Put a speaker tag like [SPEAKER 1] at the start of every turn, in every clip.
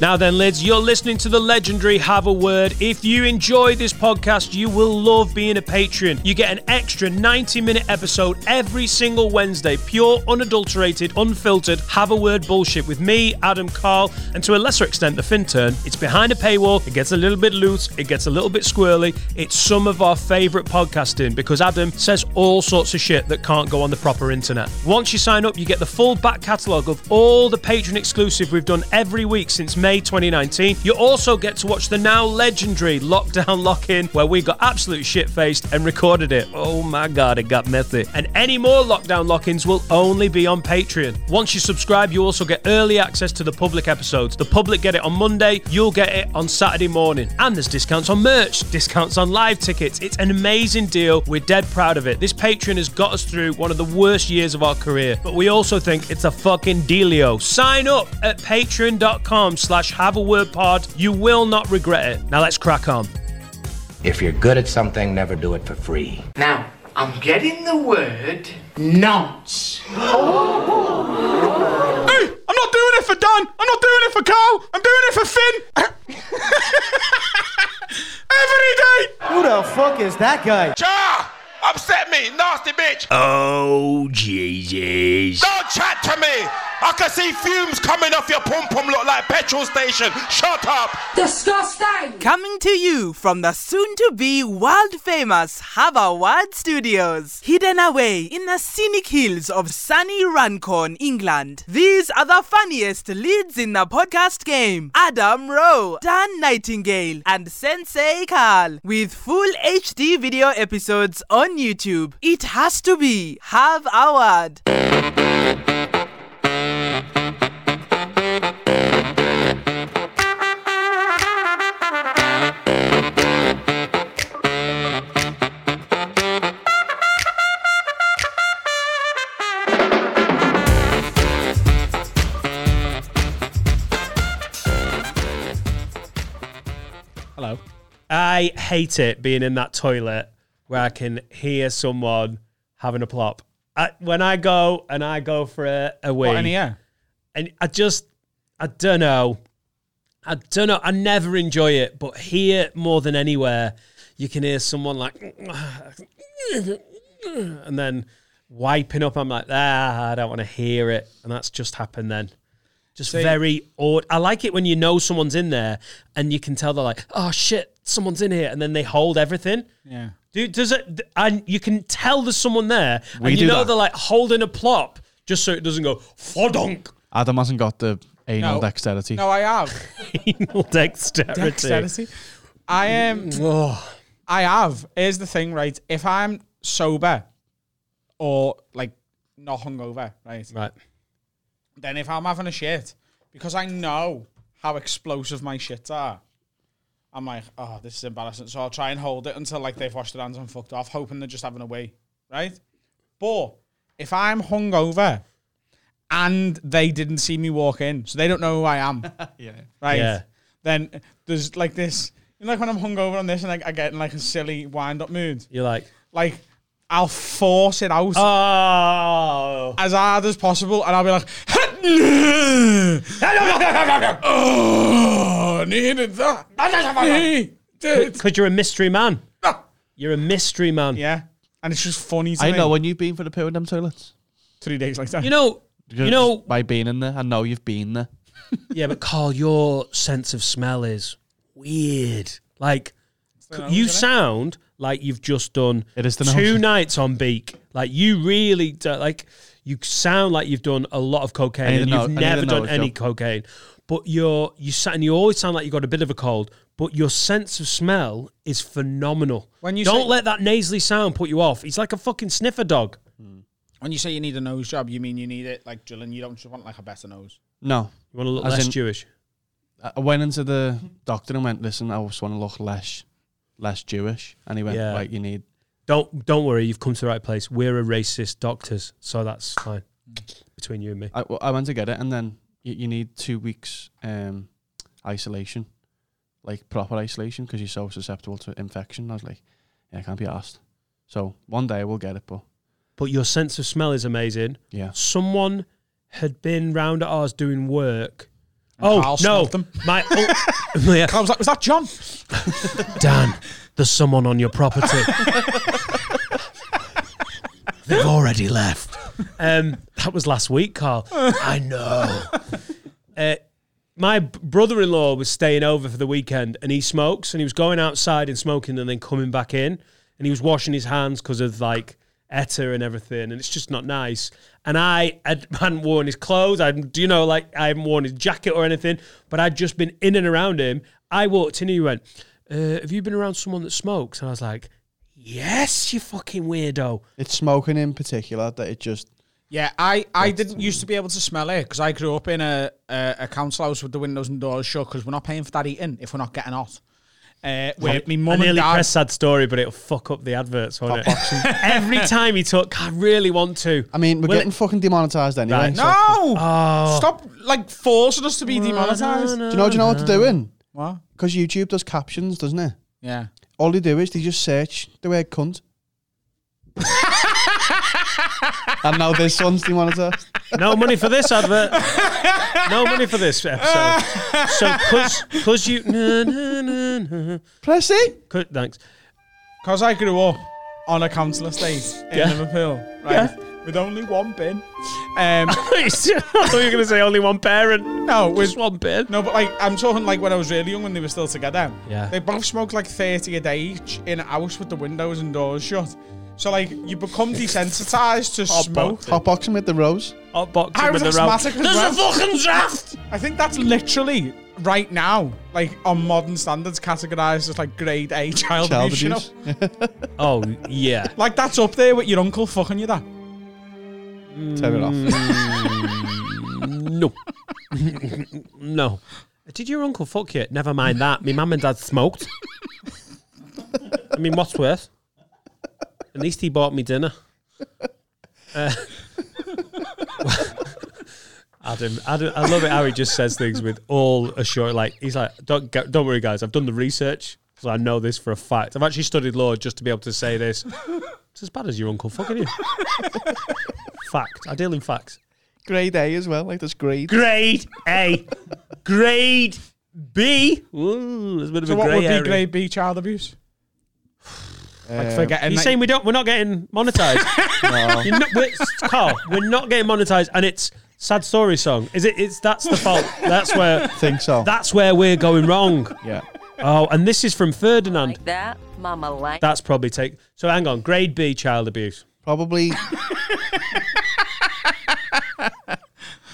[SPEAKER 1] Now then, lids, you're listening to the legendary Have a Word. If you enjoy this podcast, you will love being a patron. You get an extra 90 minute episode every single Wednesday, pure, unadulterated, unfiltered Have a Word bullshit with me, Adam Carl, and to a lesser extent, the Fintern. It's behind a paywall, it gets a little bit loose, it gets a little bit squirrely. It's some of our favourite podcasting because Adam says all sorts of shit that can't go on the proper internet. Once you sign up, you get the full back catalogue of all the patron exclusive we've done every week since May 2019. You also get to watch the now legendary Lockdown Lock In, where we got absolute shit faced and recorded it. Oh my god, it got messy. And any more Lockdown Lock Ins will only be on Patreon. Once you subscribe, you also get early access to the public episodes. The public get it on Monday, you'll get it on Saturday morning. And there's discounts on merch, discounts on live tickets. It's an amazing deal. We're dead proud of it. This Patreon has got us through one of the worst years of our career, but we also think it's a fucking dealio. Sign up at patreon.com slash have a word pod. You will not regret it. Now let's crack on.
[SPEAKER 2] If you're good at something, never do it for free.
[SPEAKER 3] Now, I'm getting the word nonce.
[SPEAKER 4] Hey, I'm not doing it for Dan. I'm not doing it for Carl. I'm doing it for Finn. Every day.
[SPEAKER 5] Who the fuck is that guy?
[SPEAKER 4] Cha! Upset me, nasty bitch.
[SPEAKER 2] Oh, Jesus.
[SPEAKER 4] Don't chat to me. I can see fumes coming off your pom pom look like petrol station. Shut up.
[SPEAKER 6] Disgusting!
[SPEAKER 7] Coming to you from the soon to be world famous Harvard Studios, hidden away in the scenic hills of sunny Runcorn, England. These are the funniest leads in the podcast game Adam Rowe, Dan Nightingale, and Sensei Carl, with full HD video episodes on YouTube. It has to be Have Award.
[SPEAKER 1] Hello. I hate it being in that toilet where I can hear someone having a plop. I, when I go and I go for a, a wee,
[SPEAKER 8] What, yeah.
[SPEAKER 1] and I just, I don't know, I don't know. I never enjoy it, but here more than anywhere, you can hear someone like, and then wiping up. I'm like, ah, I don't want to hear it, and that's just happened then. Just very odd. I like it when you know someone's in there and you can tell they're like, oh shit, someone's in here, and then they hold everything.
[SPEAKER 8] Yeah.
[SPEAKER 1] Dude, does it? th- And you can tell there's someone there,
[SPEAKER 8] We
[SPEAKER 1] and you
[SPEAKER 8] do
[SPEAKER 1] know
[SPEAKER 8] that.
[SPEAKER 1] they're like holding a plop just so it doesn't go fodonk.
[SPEAKER 8] Adam hasn't got the anal dexterity.
[SPEAKER 9] No, I have.
[SPEAKER 1] Penal dexterity.
[SPEAKER 9] Dexterity. I am.
[SPEAKER 1] Oh,
[SPEAKER 9] I have. Here's the thing, right? If I'm sober or like not hungover, right?
[SPEAKER 1] right.
[SPEAKER 9] Then if I'm having a shit, because I know how explosive my shits are, I'm like, oh, this is embarrassing. So I'll try and hold it until like they've washed their hands and fucked off, hoping they're just having a wee, right? But if I'm hungover and they didn't see me walk in, so they don't know who I am,
[SPEAKER 8] Yeah.
[SPEAKER 9] right?
[SPEAKER 1] Yeah.
[SPEAKER 9] Then there's like this, you know, like when I'm hungover on this and I, I get in like a silly wind up mood,
[SPEAKER 1] You're like,
[SPEAKER 9] like I'll force it out
[SPEAKER 1] oh,
[SPEAKER 9] as hard as possible, and I'll be like, oh, needed that. Needed.
[SPEAKER 1] because you're a mystery man.
[SPEAKER 9] Ah.
[SPEAKER 1] You're a mystery man.
[SPEAKER 9] yeah, and it's just funny. To
[SPEAKER 8] I
[SPEAKER 9] me.
[SPEAKER 8] know when you've been for the poo in them toilets.
[SPEAKER 9] Three days later,
[SPEAKER 1] You know, you
[SPEAKER 8] Just
[SPEAKER 1] know.
[SPEAKER 8] by being in there, I know you've been there.
[SPEAKER 1] Yeah, but Carl, your sense of smell is weird. Like, c- you sound like you've just done
[SPEAKER 8] It is the
[SPEAKER 1] two
[SPEAKER 8] notion.
[SPEAKER 1] nights on beak. Like, you really do, like you sound like you've done a lot of
[SPEAKER 8] I
[SPEAKER 1] cocaine
[SPEAKER 8] need
[SPEAKER 1] and
[SPEAKER 8] to know-
[SPEAKER 1] you've
[SPEAKER 8] I need to
[SPEAKER 1] never
[SPEAKER 8] know
[SPEAKER 1] done
[SPEAKER 8] it's
[SPEAKER 1] any
[SPEAKER 8] dope.
[SPEAKER 1] cocaine. But you're you sat and you always sound like you got a bit of a cold. But your sense of smell is phenomenal.
[SPEAKER 9] When you
[SPEAKER 1] don't
[SPEAKER 9] say-
[SPEAKER 1] let that nasally sound put you off. He's like a fucking sniffer dog.
[SPEAKER 9] when you say you need a nose job, you mean you need it like drilling. You don't just want like a better nose.
[SPEAKER 8] No.
[SPEAKER 1] You want to look
[SPEAKER 8] As
[SPEAKER 1] less
[SPEAKER 8] in-
[SPEAKER 1] Jewish.
[SPEAKER 8] I I went into the doctor and went, listen, I just want to look less, less Jewish. And he went,
[SPEAKER 1] Yeah.
[SPEAKER 8] right, you need.
[SPEAKER 1] Don't don't worry, you've come to the right place. We're a racist doctors, so that's fine
[SPEAKER 9] Mm.
[SPEAKER 1] between you and me.
[SPEAKER 8] I, well, I went to get it, and then you, you need two weeks um, isolation, like proper isolation, because you're so susceptible to infection. I was like, yeah, I can't be asked. So one day we'll get it, but
[SPEAKER 1] But your sense of smell is amazing.
[SPEAKER 8] yeah,
[SPEAKER 1] Someone had been round at ours doing work, Oh
[SPEAKER 9] Carl
[SPEAKER 1] no,
[SPEAKER 9] smelt them.
[SPEAKER 1] my oh, yeah.
[SPEAKER 9] I was like, was that John?
[SPEAKER 1] Dan, there's someone on your property. They've already left. Um, that was last week, Carl. I know. Uh, my b- brother-in-law was staying over for the weekend, and he smokes, and he was going outside and smoking, and then coming back in, and he was washing his hands because of like etta and everything, and it's just not nice. And I had, hadn't worn his clothes. I, you know, like I hadn't worn his jacket or anything, but I'd just been in and around him. I walked in, and he went, uh, "Have you been around someone that smokes?" And I was like, "Yes, you fucking weirdo."
[SPEAKER 8] It's smoking in particular that it just
[SPEAKER 9] Yeah, I, I didn't used to be able to smell it because I grew up in a, a, a council house with the windows and doors shut because we're not paying for that eating if we're not getting hot. Uh, where my
[SPEAKER 1] I
[SPEAKER 9] mum and
[SPEAKER 1] nearly
[SPEAKER 9] dad,
[SPEAKER 1] pressed that story, but it'll fuck up the adverts, won't it?
[SPEAKER 8] boxing.
[SPEAKER 1] Every time he took, I really want to.
[SPEAKER 8] I mean, we're
[SPEAKER 1] Will it-
[SPEAKER 8] getting fucking demonetized anyway.
[SPEAKER 1] Right.
[SPEAKER 8] so-
[SPEAKER 9] No!
[SPEAKER 1] Oh.
[SPEAKER 9] Stop like forcing us to be demonetized.
[SPEAKER 8] Do you know? Do you know what they're doing?
[SPEAKER 9] What?
[SPEAKER 8] Because YouTube does captions, doesn't it?
[SPEAKER 9] Yeah.
[SPEAKER 8] All they do is they just search the word cunt. and now this one's demonetized.
[SPEAKER 1] No money for this advert. No money for this episode. So, cause, cause you, na, na, na, na.
[SPEAKER 8] Pressy.
[SPEAKER 1] 'Cause- thanks.
[SPEAKER 9] Because I grew up on a council estate in
[SPEAKER 1] Yeah.
[SPEAKER 9] Liverpool, right? With only one bin. Um,
[SPEAKER 1] I thought you were going to say only one parent.
[SPEAKER 9] no, with
[SPEAKER 1] Just one bit.
[SPEAKER 9] No, but like I'm talking like when I was really young when they were still together.
[SPEAKER 1] Yeah.
[SPEAKER 9] They both smoked like 30 a day each in a house with the windows and doors shut. So like you become desensitized to
[SPEAKER 1] Hot
[SPEAKER 9] smoke.
[SPEAKER 1] box-
[SPEAKER 8] Hot boxing with the rose.
[SPEAKER 1] hot box.
[SPEAKER 9] I was
[SPEAKER 1] with the round-
[SPEAKER 9] asthmatic as
[SPEAKER 1] There's a
[SPEAKER 9] well.
[SPEAKER 1] fucking draft.
[SPEAKER 9] I think that's literally right now, like on modern standards, categorized as like grade A child,
[SPEAKER 8] Child
[SPEAKER 9] abuse. you know?
[SPEAKER 8] abuse.
[SPEAKER 1] Oh yeah.
[SPEAKER 9] Like that's up there with your uncle fucking you that.
[SPEAKER 8] Mm. Turn it off.
[SPEAKER 1] No. no. Did your uncle fuck you? Never mind that. My mum and dad smoked. I mean, what's worse? At least he bought me dinner. Uh, Adam, Adam, I love it how he just says things with all assurance. Like he's like, don't go- don't worry, guys. I've done the research, so I know this for a fact. I've actually studied law just to be able to say this. It's as bad as your uncle fucking you. fact. I deal in facts
[SPEAKER 8] Grade A as well. Like that's grade.
[SPEAKER 1] grade A, grade B. Ooh, there's a bit of
[SPEAKER 9] So
[SPEAKER 1] a
[SPEAKER 9] what
[SPEAKER 1] grey
[SPEAKER 9] would be
[SPEAKER 1] area. Uh,
[SPEAKER 9] grade B child abuse? Like forgetting
[SPEAKER 1] You're
[SPEAKER 9] that
[SPEAKER 1] saying we don't? We're not getting monetized. You're not, we're, Carl, we're not getting monetized, and it's sad story song. Is it? It's that's the fault. That's where.
[SPEAKER 8] Think so.
[SPEAKER 1] That's where we're going wrong.
[SPEAKER 8] yeah.
[SPEAKER 1] Oh, and this is from Ferdinand.
[SPEAKER 10] that, mama like
[SPEAKER 1] That's probably take. So hang on, grade B child abuse.
[SPEAKER 8] Probably. um,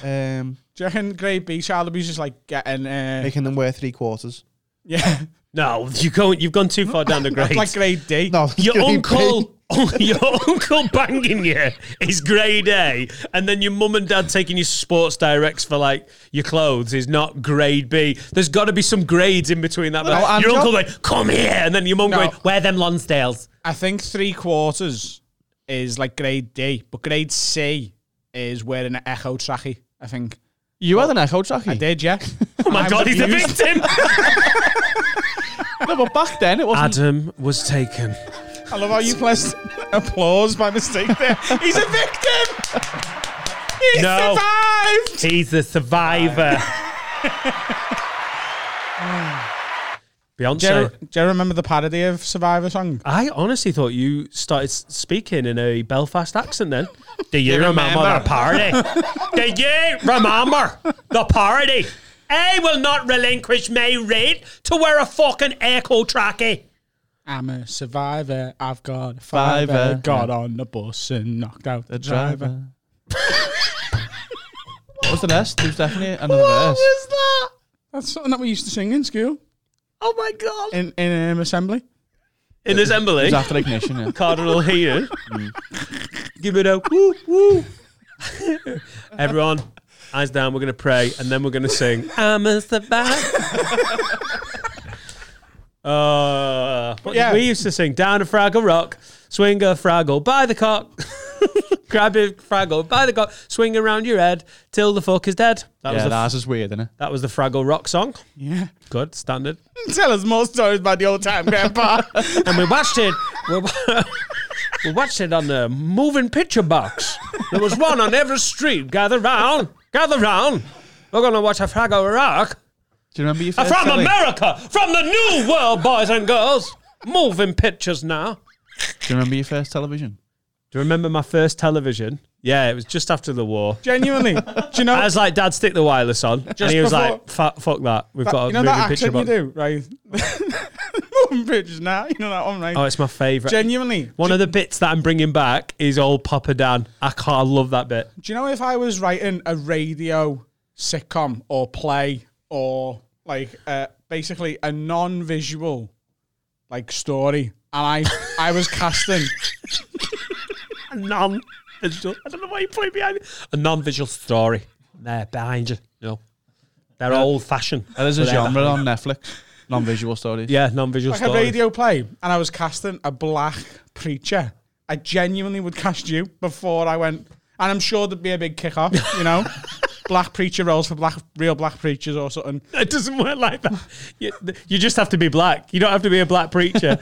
[SPEAKER 9] Do you reckon grade B child abuse is like getting uh,
[SPEAKER 8] making them wear three quarters.
[SPEAKER 9] yeah,
[SPEAKER 1] No, you go. You've gone too far down the grade.
[SPEAKER 9] like grade D?
[SPEAKER 8] No,
[SPEAKER 1] your
[SPEAKER 8] grade B.
[SPEAKER 1] uncle oh, your uncle banging you is grade A and then your mum and dad taking you sports directs for like your clothes is not grade B there's got to be some grades in between that
[SPEAKER 8] No, I'm
[SPEAKER 1] your uncle
[SPEAKER 8] joking.
[SPEAKER 1] going come here and then your mum
[SPEAKER 9] No.
[SPEAKER 1] going wear them Lonsdales
[SPEAKER 9] I think three quarters is like grade D, but grade C is wearing an echo trackie. I think
[SPEAKER 8] You had an echo trackie.
[SPEAKER 9] I did, yeah.
[SPEAKER 1] oh my
[SPEAKER 9] I
[SPEAKER 1] god
[SPEAKER 9] was
[SPEAKER 1] he's a
[SPEAKER 9] abused.
[SPEAKER 1] victim
[SPEAKER 8] No, but back then it wasn't.
[SPEAKER 1] Adam was taken
[SPEAKER 9] I love how you pressed applause by mistake there. He's a victim. He
[SPEAKER 1] No.
[SPEAKER 9] survived.
[SPEAKER 1] he's the survivor Beyonce
[SPEAKER 9] Do you, do you remember the parody of Survivor song?
[SPEAKER 1] I honestly thought you started s- speaking in a Belfast accent then. Do you remember the party? Do you remember the party? I will not relinquish my right to wear a fucking echo trackie.
[SPEAKER 9] I'm a survivor. I've got a
[SPEAKER 8] Fiver.
[SPEAKER 9] fiver. Got on the bus and knocked out the driver.
[SPEAKER 8] what was the rest? There was definitely another verse.
[SPEAKER 9] that? That's something that we used to sing in school
[SPEAKER 1] Oh my god.
[SPEAKER 9] in in um, assembly.
[SPEAKER 1] In this
[SPEAKER 8] It
[SPEAKER 1] assembly,
[SPEAKER 8] was after ignition. Yeah.
[SPEAKER 1] Cardinal Heenan. Mm. Give it a woo woo. Everyone, eyes down, we're going to pray and then we're going to sing. I'm a survivor. Uh, what
[SPEAKER 9] Yeah.
[SPEAKER 1] did we used to sing down a Fraggle Rock, swing a Fraggle by the cock, grab a Fraggle by the cock, swing around your head till the fuck is dead. That was
[SPEAKER 8] Yeah,
[SPEAKER 1] the
[SPEAKER 8] that's is weird, isn't it?
[SPEAKER 1] that was the Fraggle Rock song.
[SPEAKER 9] Yeah.
[SPEAKER 1] Good standard.
[SPEAKER 9] Tell us more stories about the old time, Grandpa.
[SPEAKER 1] and we watched it. We, we watched it on the moving picture box. There was one on every street. Gather round, gather round. We're going to watch a frag of Iraq.
[SPEAKER 8] Do you remember your
[SPEAKER 1] I'm
[SPEAKER 8] first
[SPEAKER 1] from
[SPEAKER 8] telly?
[SPEAKER 1] America, from the new world, boys and girls. Moving pictures now.
[SPEAKER 8] Do you remember your first television?
[SPEAKER 1] Do you remember my first television? Yeah, it was just after the war.
[SPEAKER 9] Genuinely, do you know?
[SPEAKER 1] I was like, Dad, stick the wireless on. and he was
[SPEAKER 9] before-
[SPEAKER 1] like, "Fuck- fuck that. We've got a
[SPEAKER 9] you know
[SPEAKER 1] moving
[SPEAKER 9] that
[SPEAKER 1] picture
[SPEAKER 9] accent you
[SPEAKER 1] box.
[SPEAKER 9] do, right? Moving pictures now. You know that one, right?
[SPEAKER 1] Oh, it's my favourite.
[SPEAKER 9] Genuinely,
[SPEAKER 1] One of the bits that I'm bringing back is old Papa Dan. I can't I love that bit.
[SPEAKER 9] Do you know if I was writing a radio sitcom or play or like uh, basically a non-visual like story, and I I was casting
[SPEAKER 1] A non-visual. I don't know why you put it behind. A non-visual story. There behind you. No, they're old-fashioned.
[SPEAKER 8] There's a
[SPEAKER 1] But they're
[SPEAKER 8] genre
[SPEAKER 1] the-
[SPEAKER 8] on Netflix, non-visual stories.
[SPEAKER 1] Yeah, non-visual
[SPEAKER 9] like a
[SPEAKER 1] story.
[SPEAKER 9] radio play, and I was casting a black preacher. I genuinely would cast you before I went, and I'm sure there'd be a big kick off, you know. Black preacher roles for black real black preachers or something.
[SPEAKER 1] It doesn't work like that. You, you just have to be black. You don't have to be a black preacher.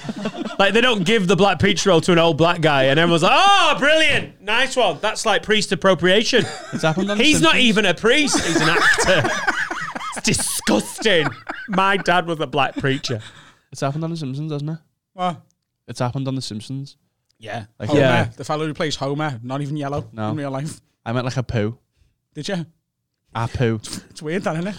[SPEAKER 1] like they don't give the black preacher role to an old black guy, and everyone's like, "Oh, brilliant, nice one." That's like priest appropriation.
[SPEAKER 8] It's happened on The
[SPEAKER 1] He's not
[SPEAKER 8] Simpsons.
[SPEAKER 1] even a priest. He's an actor. it's disgusting. My dad was a black preacher.
[SPEAKER 8] It's happened on The Simpsons, hasn't it?
[SPEAKER 9] Well,
[SPEAKER 8] It's happened on The Simpsons.
[SPEAKER 9] yeah,
[SPEAKER 8] Like,
[SPEAKER 9] Homer,
[SPEAKER 1] Yeah.
[SPEAKER 9] the fellow who plays Homer, not even yellow
[SPEAKER 8] No.
[SPEAKER 9] in real life.
[SPEAKER 8] I meant like a poo.
[SPEAKER 9] Did you?
[SPEAKER 8] A poo.
[SPEAKER 9] It's weird, that isn't it?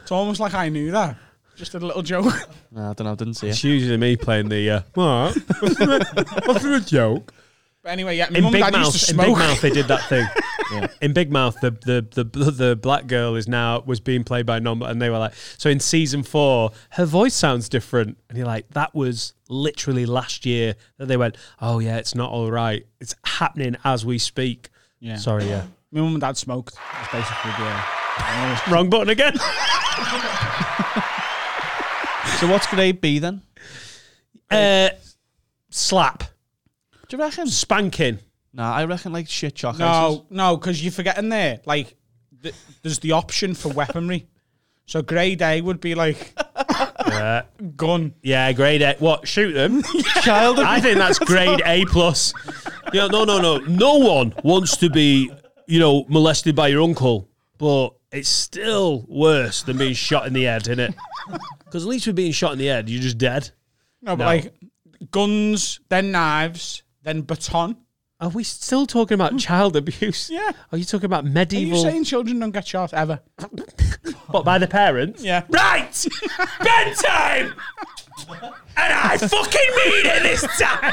[SPEAKER 9] It's almost like I knew that. Just a little joke.
[SPEAKER 8] No, I don't know. I didn't see it.
[SPEAKER 1] It's usually me playing the uh, what? What's the joke?
[SPEAKER 9] But anyway, yeah, my
[SPEAKER 1] In
[SPEAKER 9] mum and
[SPEAKER 1] Big
[SPEAKER 9] dad
[SPEAKER 1] Mouth,
[SPEAKER 9] used to
[SPEAKER 1] in Big
[SPEAKER 9] smoke.
[SPEAKER 1] Mouth, they did that thing. In Big Mouth, the, the the the black girl is now was being played by number, and they were like, so in season four, her voice sounds different, and you're like, that was literally last year that they went, oh yeah, it's not all right, it's happening as we speak.
[SPEAKER 9] Yeah.
[SPEAKER 1] Sorry, yeah,
[SPEAKER 9] My mum and dad smoked. That's basically the. uh,
[SPEAKER 1] wrong button again.
[SPEAKER 8] So what's grade B then?
[SPEAKER 1] uh, slap,
[SPEAKER 8] Do you reckon?
[SPEAKER 1] spanking.
[SPEAKER 8] Nah, I reckon like shit chocolate.
[SPEAKER 9] No, no, because you're forgetting there. Like, th- there's the option for weaponry. So grade A would be like gun.
[SPEAKER 1] Yeah, grade A. What? Shoot them.
[SPEAKER 8] Child
[SPEAKER 1] I think that's grade A plus. You know, no, no, no. No one wants to be, you know, molested by your uncle, but it's still worse than being shot in the head, isn't it? Because at least with being shot in the head, you're just dead.
[SPEAKER 9] No,
[SPEAKER 1] No.
[SPEAKER 9] but like guns, then knives, then baton.
[SPEAKER 1] Are we still talking about child abuse?
[SPEAKER 9] Yeah.
[SPEAKER 1] Are you talking about
[SPEAKER 9] Are you
[SPEAKER 1] medieval?
[SPEAKER 9] saying children don't get shot ever?
[SPEAKER 1] What by the parents?
[SPEAKER 9] Yeah.
[SPEAKER 1] Right. Bedtime. And I fucking mean it this time.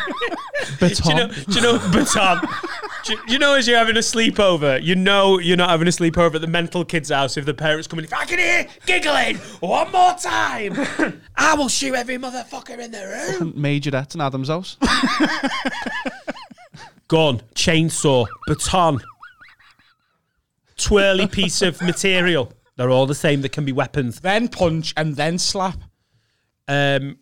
[SPEAKER 1] Do you know? Do you know? But Tom, do, you- do you know as you're having a sleepover, you know you're not having a sleepover at the mental kid's house if the parents come in. If I can hear giggling one more time, I will shoot every motherfucker in the room.
[SPEAKER 8] Major at in Adam's house.
[SPEAKER 1] Gun, chainsaw, baton, twirly piece of material. They're all the same. They can be weapons.
[SPEAKER 9] Then punch and then slap.
[SPEAKER 1] Um,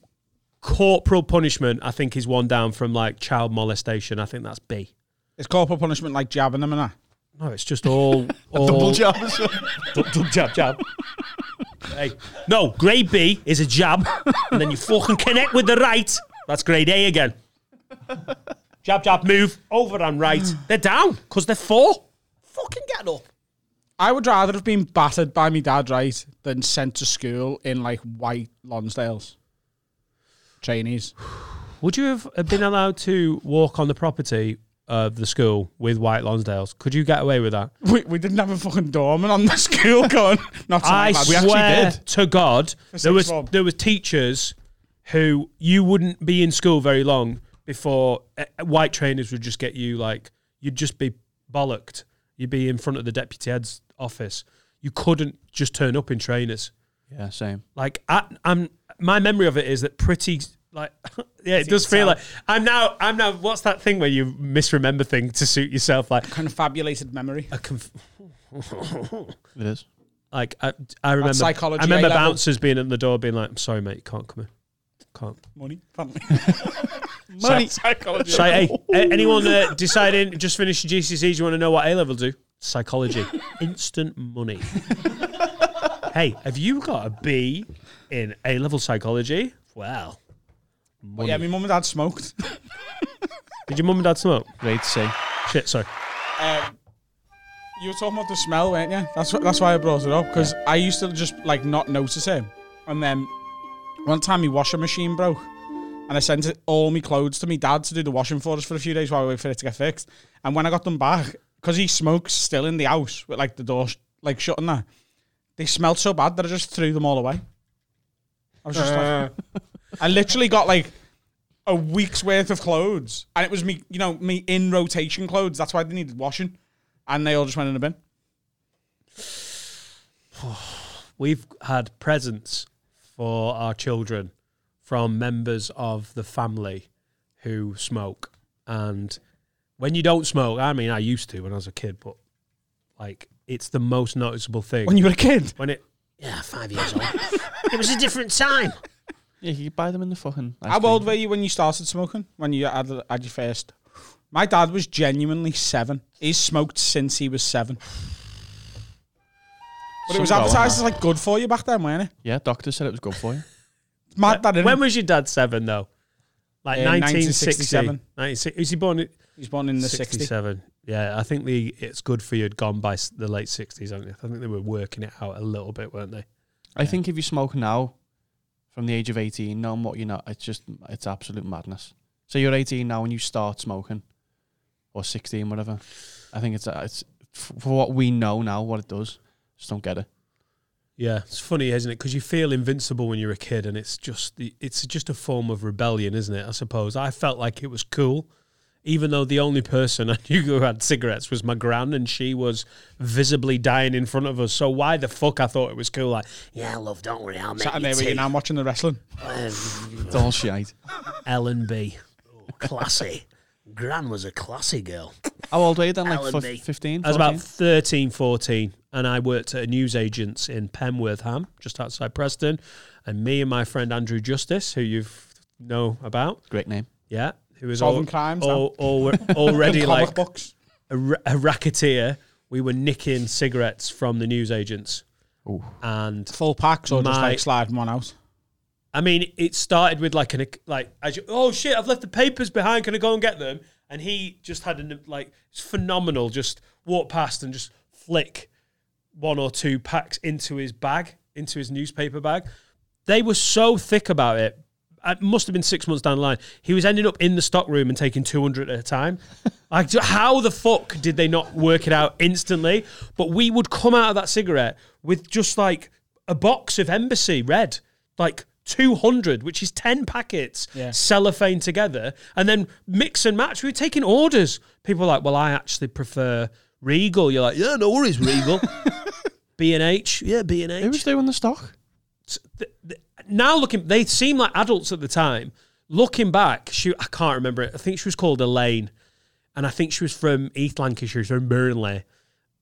[SPEAKER 1] corporal punishment, I think, is one down from like child molestation. I think that's B.
[SPEAKER 9] It's corporal punishment like jabbing them and that.
[SPEAKER 1] No, it's just all, all
[SPEAKER 8] Double job.
[SPEAKER 1] Dub, dub, jab, jab. hey. No, grade B is a jab, and then you fucking connect with the right. That's grade A again. Jab, jab, move, over and right. They're down, because they're four. Fucking get up.
[SPEAKER 9] I would rather have been battered by my dad, right, than sent to school in like white Lonsdales. Trainees.
[SPEAKER 1] Would you have been allowed to walk on the property of the school with White Lonsdales? Could you get away with that?
[SPEAKER 9] We, we didn't have a fucking doorman on the school going. Not
[SPEAKER 1] I
[SPEAKER 9] tonight, lads.
[SPEAKER 1] swear to God, there
[SPEAKER 9] six
[SPEAKER 1] was
[SPEAKER 9] form.
[SPEAKER 1] there was teachers who you wouldn't be in school very long before uh, white trainers would just get you like you'd just be bollocked. You'd be in front of the deputy head's office. You couldn't just turn up in trainers.
[SPEAKER 8] Yeah, same.
[SPEAKER 1] Like I, I'm, my memory of it is that pretty like yeah, it does feel like I'm now I'm now what's that thing where you misremember things to suit yourself like
[SPEAKER 9] confabulated memory.
[SPEAKER 1] a conf-
[SPEAKER 8] It is.
[SPEAKER 1] Like I, I remember
[SPEAKER 9] psychology
[SPEAKER 1] I remember
[SPEAKER 9] A level.
[SPEAKER 1] bouncers being at the door, being like, "I'm sorry, mate, you can't come in, can't."
[SPEAKER 9] Money.
[SPEAKER 1] Money. Psychology. hey, a- anyone uh, deciding just finished your GCSEs, E, you want to know what A level do? Psychology, instant money. hey, have you got a B in A level psychology? Well,
[SPEAKER 9] But yeah, my mum and dad smoked.
[SPEAKER 1] did your mum and dad smoke?
[SPEAKER 8] Grade C.
[SPEAKER 1] Shit, sorry.
[SPEAKER 9] Um, You were talking about the smell, weren't you? That's wh- that's why I brought it up because I used to just like not notice it, and then one time my washing machine broke, and I sent it, all my clothes to my dad to do the washing for us for a few days while we wait for it to get fixed. And when I got them back, because he smokes still in the house with like the door sh- like shut and that, they smelled so bad that I just threw them all away. I was just like, I literally got like a week's worth of clothes, and it was me, you know, me in rotation clothes. That's why they needed washing, and they all just went in a bin.
[SPEAKER 1] We've had presents for our children from members of the family who smoke. And when you don't smoke, I mean, I used to when I was a kid, but like, it's the most noticeable thing.
[SPEAKER 9] When you were a kid,
[SPEAKER 1] when it, yeah, five years old. it was a different time.
[SPEAKER 8] Yeah, you could buy them in the fucking. ice
[SPEAKER 9] how
[SPEAKER 8] cream
[SPEAKER 9] old were you when you started smoking? When you had, had your first? My dad was genuinely seven. He's smoked since he was seven. But it was
[SPEAKER 8] Something like
[SPEAKER 9] advertised
[SPEAKER 8] that.
[SPEAKER 9] as like good for you back then, weren't it?
[SPEAKER 8] Yeah, doctor said it was good for you.
[SPEAKER 9] It's Mad that
[SPEAKER 1] When
[SPEAKER 9] innit?
[SPEAKER 1] was your dad seven, though? Like
[SPEAKER 9] Uh,
[SPEAKER 1] 1967. 1960
[SPEAKER 9] 1967.
[SPEAKER 1] was he born in
[SPEAKER 9] he's born in the 60s.
[SPEAKER 1] 67? Yeah, I think the It's Good For You had gone by s- the late 60s, hadn't it? I think they were working it out a little bit, weren't they?
[SPEAKER 8] I think if you smoke now, from the age of eighteen, knowing what you're not, it's just it's absolute madness. So you're eighteen now and you start smoking, or sixteen, whatever. I think it's it's f- for what we know now, what it does. Just don't get it.
[SPEAKER 1] Yeah, it's funny, isn't it? Because you feel invincible when you're a kid, and it's just the- it's just a form of rebellion, isn't it? I suppose I felt like it was cool, even though the only person I knew who had cigarettes was my gran, and she was visibly dying in front of us. So why the fuck I thought it was cool? Like, yeah, love, don't worry, I'll make
[SPEAKER 9] Sat in
[SPEAKER 1] you
[SPEAKER 9] there with
[SPEAKER 1] tea.
[SPEAKER 9] you now watching the wrestling.
[SPEAKER 8] It's all shite.
[SPEAKER 1] L and B, classy. Gran was a classy girl.
[SPEAKER 8] How old were you then? Like
[SPEAKER 1] Alan B.
[SPEAKER 8] fif- fifteen.
[SPEAKER 1] I was about
[SPEAKER 8] 14?
[SPEAKER 1] 13, 14, and I worked at a newsagent's in Penworth Ham, just outside Preston. And me and my friend Andrew Justice, who you know about,
[SPEAKER 8] Great name.
[SPEAKER 1] yeah, who was
[SPEAKER 9] Solving
[SPEAKER 1] al-
[SPEAKER 9] crimes
[SPEAKER 1] al- al- already
[SPEAKER 9] Comic
[SPEAKER 1] like
[SPEAKER 9] books.
[SPEAKER 1] a, ra- a racketeer. We were nicking cigarettes from the newsagents. And
[SPEAKER 9] Full packs or just
[SPEAKER 1] My-
[SPEAKER 9] like sliding one out.
[SPEAKER 1] I mean, it started with like an like as you, oh shit, I've left the papers behind. Can I go and get them? And he just had an like it's phenomenal. Just walk past and just flick one or two packs into his bag, into his newspaper bag. They were so thick about it. It must have been six months down the line. He was ending up in the stock room and taking 200 at a time. Like, ju- how the fuck did they not work it out instantly? But we would come out of that cigarette with just like a box of embassy red, like 200, which is 10 packets
[SPEAKER 9] Yeah.
[SPEAKER 1] cellophane together, and then mix and match. We were taking orders. People were like, well, I actually prefer Regal. You're like, yeah, no worries, Regal. B and H, yeah, B and
[SPEAKER 8] Who was
[SPEAKER 1] H.
[SPEAKER 8] doing the stock?
[SPEAKER 1] Now looking, they seem like adults at the time. Looking back, she I can't remember it. I think she was called Elaine, and I think she was from East Lancashire, she was from Burnley.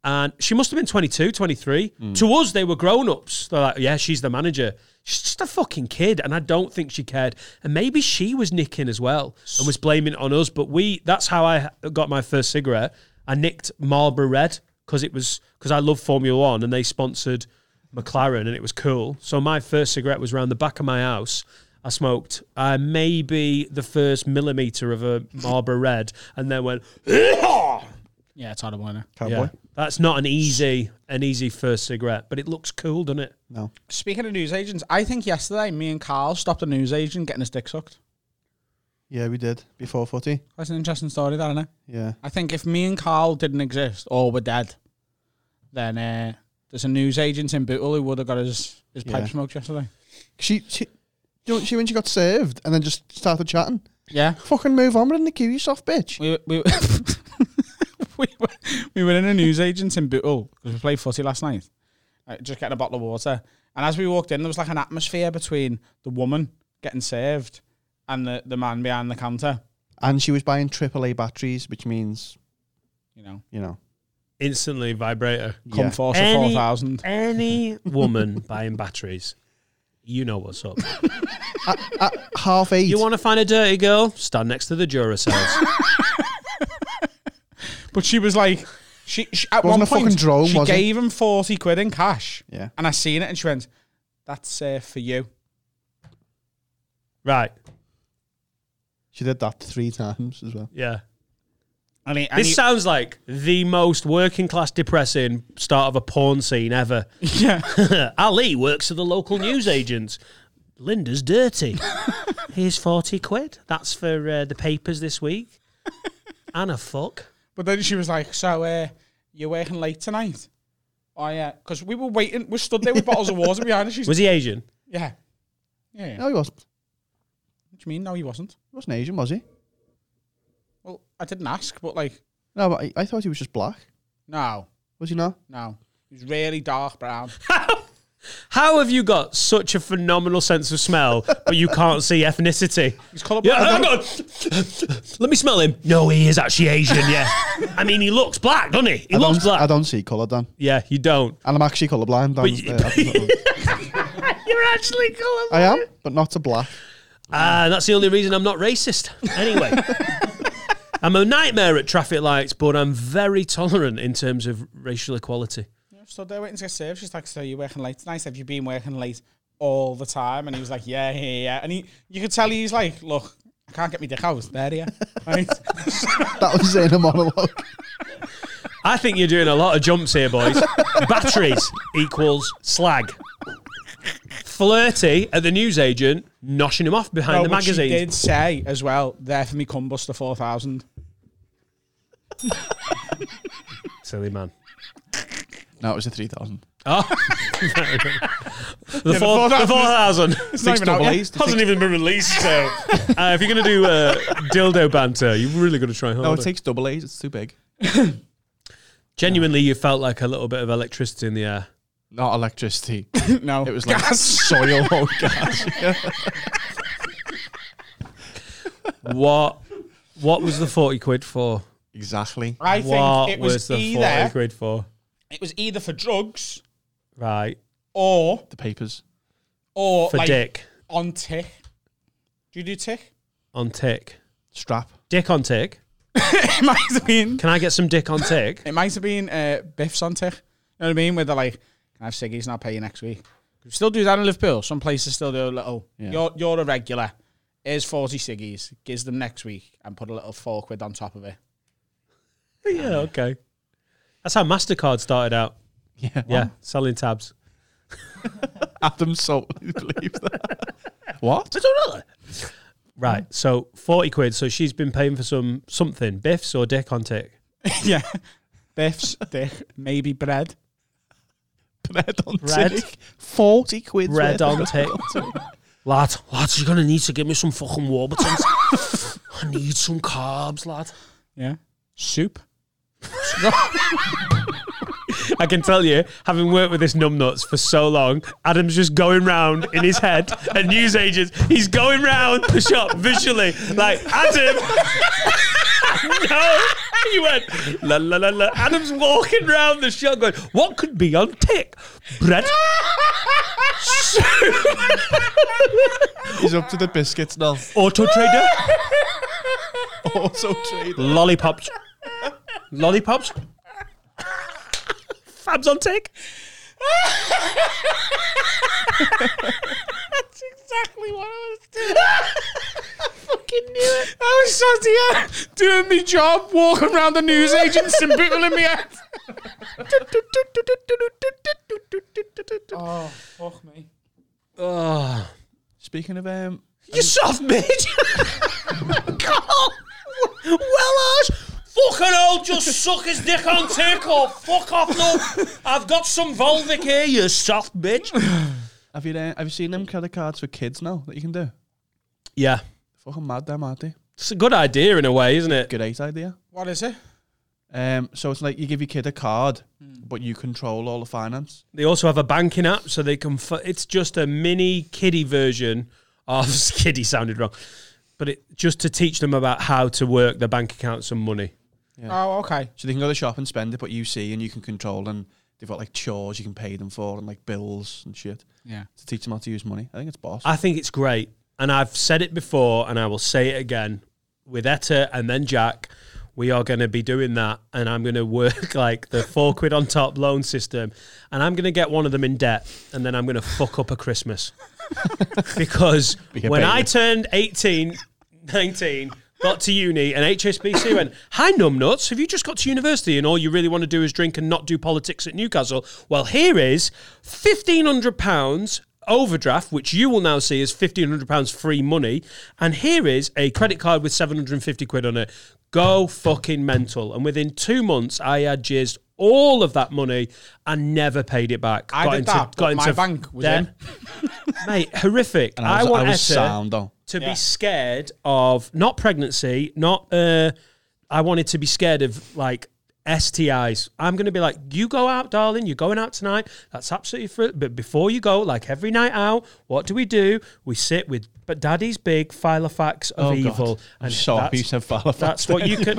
[SPEAKER 1] And she must have been 22, 23. To us, they were grown ups. They're like, yeah, she's the manager. She's just a fucking kid. And I don't think she cared. And maybe she was nicking as well and was blaming it on us. But we, that's how I got my first cigarette. I nicked Marlboro Red because it was, because I love Formula One and they sponsored McLaren and it was cool. So my first cigarette was around the back of my house. I smoked uh, maybe the first millimeter of a Marlboro Red and then went,
[SPEAKER 9] Yeah, it's horrible, innit?
[SPEAKER 1] yeah, that's not an easy an easy first cigarette, but it looks cool, doesn't it?
[SPEAKER 9] Speaking of newsagents, I think yesterday me and Carl stopped a newsagent getting his dick sucked.
[SPEAKER 8] Yeah, we did before footy.
[SPEAKER 9] That's an interesting story, that, isn't it?
[SPEAKER 8] Yeah.
[SPEAKER 9] I think if me and Carl didn't exist or were dead, then uh, there's a newsagent in Bootle who would have got his, his
[SPEAKER 8] Yeah.
[SPEAKER 9] pipe smoked yesterday.
[SPEAKER 11] She, she, do you know, she when she got served and then just started chatting.
[SPEAKER 9] Yeah.
[SPEAKER 11] Fucking move on, we're in the queue, you soft bitch.
[SPEAKER 9] We, we, we, were, we were in a newsagent in Bootle because we played footy last night, uh, just getting a bottle of water. And as we walked in, there was like an atmosphere between the woman getting served and the, the man behind the counter,
[SPEAKER 11] And she was buying AAA batteries, which means
[SPEAKER 9] you know.
[SPEAKER 11] you know.
[SPEAKER 1] Instantly vibrator.
[SPEAKER 9] Come
[SPEAKER 11] Yeah.
[SPEAKER 9] forth of
[SPEAKER 1] Any-
[SPEAKER 9] 4,000.
[SPEAKER 1] Any woman buying batteries, you know what's up.
[SPEAKER 11] Half eight.
[SPEAKER 1] You want to find a dirty girl? Stand next to the Duracells.
[SPEAKER 9] But she was like, she, she at
[SPEAKER 11] Wasn't
[SPEAKER 9] one
[SPEAKER 11] a fucking
[SPEAKER 9] point
[SPEAKER 11] drone,
[SPEAKER 9] she
[SPEAKER 11] was it?
[SPEAKER 9] gave him forty quid in cash.
[SPEAKER 11] Yeah.
[SPEAKER 9] and I seen it, and she went, "That's uh, for you."
[SPEAKER 1] right.
[SPEAKER 11] she did that three times as well.
[SPEAKER 1] Yeah.
[SPEAKER 9] And he, and
[SPEAKER 1] This
[SPEAKER 9] he-
[SPEAKER 1] sounds like the most working class depressing start of a porn scene ever.
[SPEAKER 9] yeah.
[SPEAKER 1] Ali works for the local newsagents. Linda's dirty. Here's 40 quid. That's for uh, the papers this week. And a fuck.
[SPEAKER 9] But then she was like, "So, uh, you're working late tonight?" Oh yeah, because we were waiting. We stood there with bottles of water behind us. She's
[SPEAKER 1] Was he Asian?
[SPEAKER 9] yeah, yeah. yeah.
[SPEAKER 12] No, he wasn't.
[SPEAKER 9] What do you mean? No, he wasn't.
[SPEAKER 12] He wasn't Asian, was he?
[SPEAKER 9] Well, I didn't ask, but like,
[SPEAKER 12] No, but I, I thought he was just black.
[SPEAKER 9] no,
[SPEAKER 12] Was he not?
[SPEAKER 9] no, he was really dark brown.
[SPEAKER 1] How have you got such a phenomenal sense of smell, but you can't see ethnicity?
[SPEAKER 9] He's colourblind.
[SPEAKER 1] Yeah, hang on. Let me smell him. No, he is actually Asian, yeah. I mean, he looks black, doesn't he? He
[SPEAKER 12] I
[SPEAKER 1] looks
[SPEAKER 12] don't, I
[SPEAKER 1] black.
[SPEAKER 12] don't see colour, Dan.
[SPEAKER 1] Yeah, you don't.
[SPEAKER 12] And I'm actually colourblind. Dan's,
[SPEAKER 1] you-
[SPEAKER 12] uh, I don't know.
[SPEAKER 1] You're actually colourblind.
[SPEAKER 12] I am, but not to black.
[SPEAKER 1] Ah, that's the only reason I'm not racist. Anyway, I'm a nightmare at traffic lights, but I'm very tolerant in terms of racial equality.
[SPEAKER 9] stood there waiting to get served. She's like, "So you're working late tonight? Have you been working late all the time?" And he was like, "Yeah, yeah, yeah." And he, you could tell he's like, "Look, I can't get me dick out. There, yeah." And he's-
[SPEAKER 12] That was in a monologue.
[SPEAKER 1] I think you're doing a lot of jumps here, boys. Batteries equals slag. Flirty at the newsagent, noshing him off behind
[SPEAKER 9] No,
[SPEAKER 1] the
[SPEAKER 9] but
[SPEAKER 1] magazine.
[SPEAKER 9] She did say as well, "There for me, Cumbuster 4000.
[SPEAKER 1] Silly man.
[SPEAKER 8] No, it was a 3,000.
[SPEAKER 1] The four the 4,000.
[SPEAKER 9] not even out yet.
[SPEAKER 1] Hasn't even been released, so. Uh, if you're going to do uh, dildo banter, you've really got to try harder.
[SPEAKER 8] No, it takes double A's. It's too big.
[SPEAKER 1] Genuinely, you felt like a little bit of electricity in the air.
[SPEAKER 8] Not electricity.
[SPEAKER 9] No,
[SPEAKER 8] It was like soil Oh, or gas.
[SPEAKER 1] What what was the forty quid for?
[SPEAKER 8] Exactly.
[SPEAKER 9] I think
[SPEAKER 1] What
[SPEAKER 9] it
[SPEAKER 1] was, E
[SPEAKER 9] was,
[SPEAKER 1] the forty
[SPEAKER 9] either
[SPEAKER 1] quid for?
[SPEAKER 9] it was either for drugs
[SPEAKER 1] Right.
[SPEAKER 9] or
[SPEAKER 8] The papers.
[SPEAKER 9] or
[SPEAKER 1] For
[SPEAKER 9] like
[SPEAKER 1] dick.
[SPEAKER 9] on tick. Do you do tick?
[SPEAKER 1] On tick.
[SPEAKER 8] Strap.
[SPEAKER 1] Dick on tick.
[SPEAKER 9] It might have been.
[SPEAKER 1] Can I get some dick on tick?
[SPEAKER 9] It might have been uh, Biff's on tick. You know what I mean? Where they're like, "Can I have ciggies? And I'll pay you next week." We still do that in Liverpool. Some places still do a little. You're you're a regular. Here's forty ciggies. Gives them next week and put a little four quid on top of it.
[SPEAKER 1] yeah, okay. That's how MasterCard started out.
[SPEAKER 8] Yeah.
[SPEAKER 1] Yeah. Selling tabs.
[SPEAKER 8] Adam Salt. believe that. what?
[SPEAKER 1] Right. So forty quid. So she's been paying for some something. Biffs or dick on tick?
[SPEAKER 9] yeah, Biff's dick, maybe bread.
[SPEAKER 8] Bread on
[SPEAKER 1] Bread.
[SPEAKER 8] tick. 40 quid.
[SPEAKER 1] Red on tick. Lad, lad, you're gonna need to give me some fucking Warburtons. I need some carbs, lad.
[SPEAKER 9] Yeah, soup.
[SPEAKER 1] I can tell you, having worked with this numbnuts for so long, Adam's just going round in his head at newsagents. He's going round the shop visually, like Adam. no, he went la la la la. Adam's walking round the shop, going, "What could be on tick? Bread." soup,
[SPEAKER 8] He's up to the biscuits now.
[SPEAKER 1] Auto trader,
[SPEAKER 8] Also trade.
[SPEAKER 1] lollipops, lollipops, fabs on tick.
[SPEAKER 9] exactly what I was doing. fucking knew it. I was
[SPEAKER 1] uh,
[SPEAKER 9] sat here doing my job, walking around the news agents and people in my head. oh, fuck me.
[SPEAKER 8] Speaking of um,
[SPEAKER 1] You soft bitch! God! Well ass! Fucking old, just suck his dick on tick or fuck off, no! I've got some Volvic here, you soft bitch!
[SPEAKER 8] Have you uh, have you seen them credit cards for kids now that you can do?
[SPEAKER 1] Yeah.
[SPEAKER 8] Fucking mad, them aren't they?
[SPEAKER 1] It's a good idea in a way, isn't it?
[SPEAKER 8] Great idea.
[SPEAKER 9] What is it?
[SPEAKER 8] Um, so it's like you give your kid a card,
[SPEAKER 1] Hmm.
[SPEAKER 8] but you control all the finance.
[SPEAKER 1] They also have a banking app, so they can. F- it's just a mini kiddie version of. kiddie sounded wrong. But it just to teach them about how to work their bank accounts and money.
[SPEAKER 9] Oh, okay.
[SPEAKER 8] So they can go to the shop and spend it, but you see and you can control. And they've got like chores you can pay them for and like bills and shit
[SPEAKER 9] Yeah.
[SPEAKER 8] to teach them how to use money. I think it's boss.
[SPEAKER 1] I think it's great. And I've said it before and I will say it again with Etta and then Jack. We are going to be doing that. And I'm going to work like the four quid on top loan system. And I'm going to get one of them in debt. And then I'm going to fuck up a Christmas. because when I
[SPEAKER 8] bailiff.
[SPEAKER 1] turned 18, 19, got to uni, and HSBC went, Hi, numbnuts. Have you just got to university and all you really want to do is drink and not do politics at Newcastle? Well, here is £1,500 overdraft, which you will now see is £1,500 free money. And here is a credit card with 750 quid on it. Go fucking mental. And within two months, I had jizzed all of that money and never paid it back.
[SPEAKER 9] I did that, but my bank was
[SPEAKER 1] debt. Mate, horrific.
[SPEAKER 8] And I was, I
[SPEAKER 1] want
[SPEAKER 8] was
[SPEAKER 1] Etta-
[SPEAKER 8] sound though.
[SPEAKER 1] to
[SPEAKER 9] Yeah.
[SPEAKER 1] be scared of not pregnancy, not uh I wanted to be scared of like STIs. I'm going to be like, you go out, darling. You're going out tonight. That's absolutely free. But before you go, like every night out, what do we do? We sit with but Daddy's big filofax of
[SPEAKER 8] Oh, God.
[SPEAKER 1] evil.
[SPEAKER 8] I'm so happy you said filofax
[SPEAKER 1] That's what you can.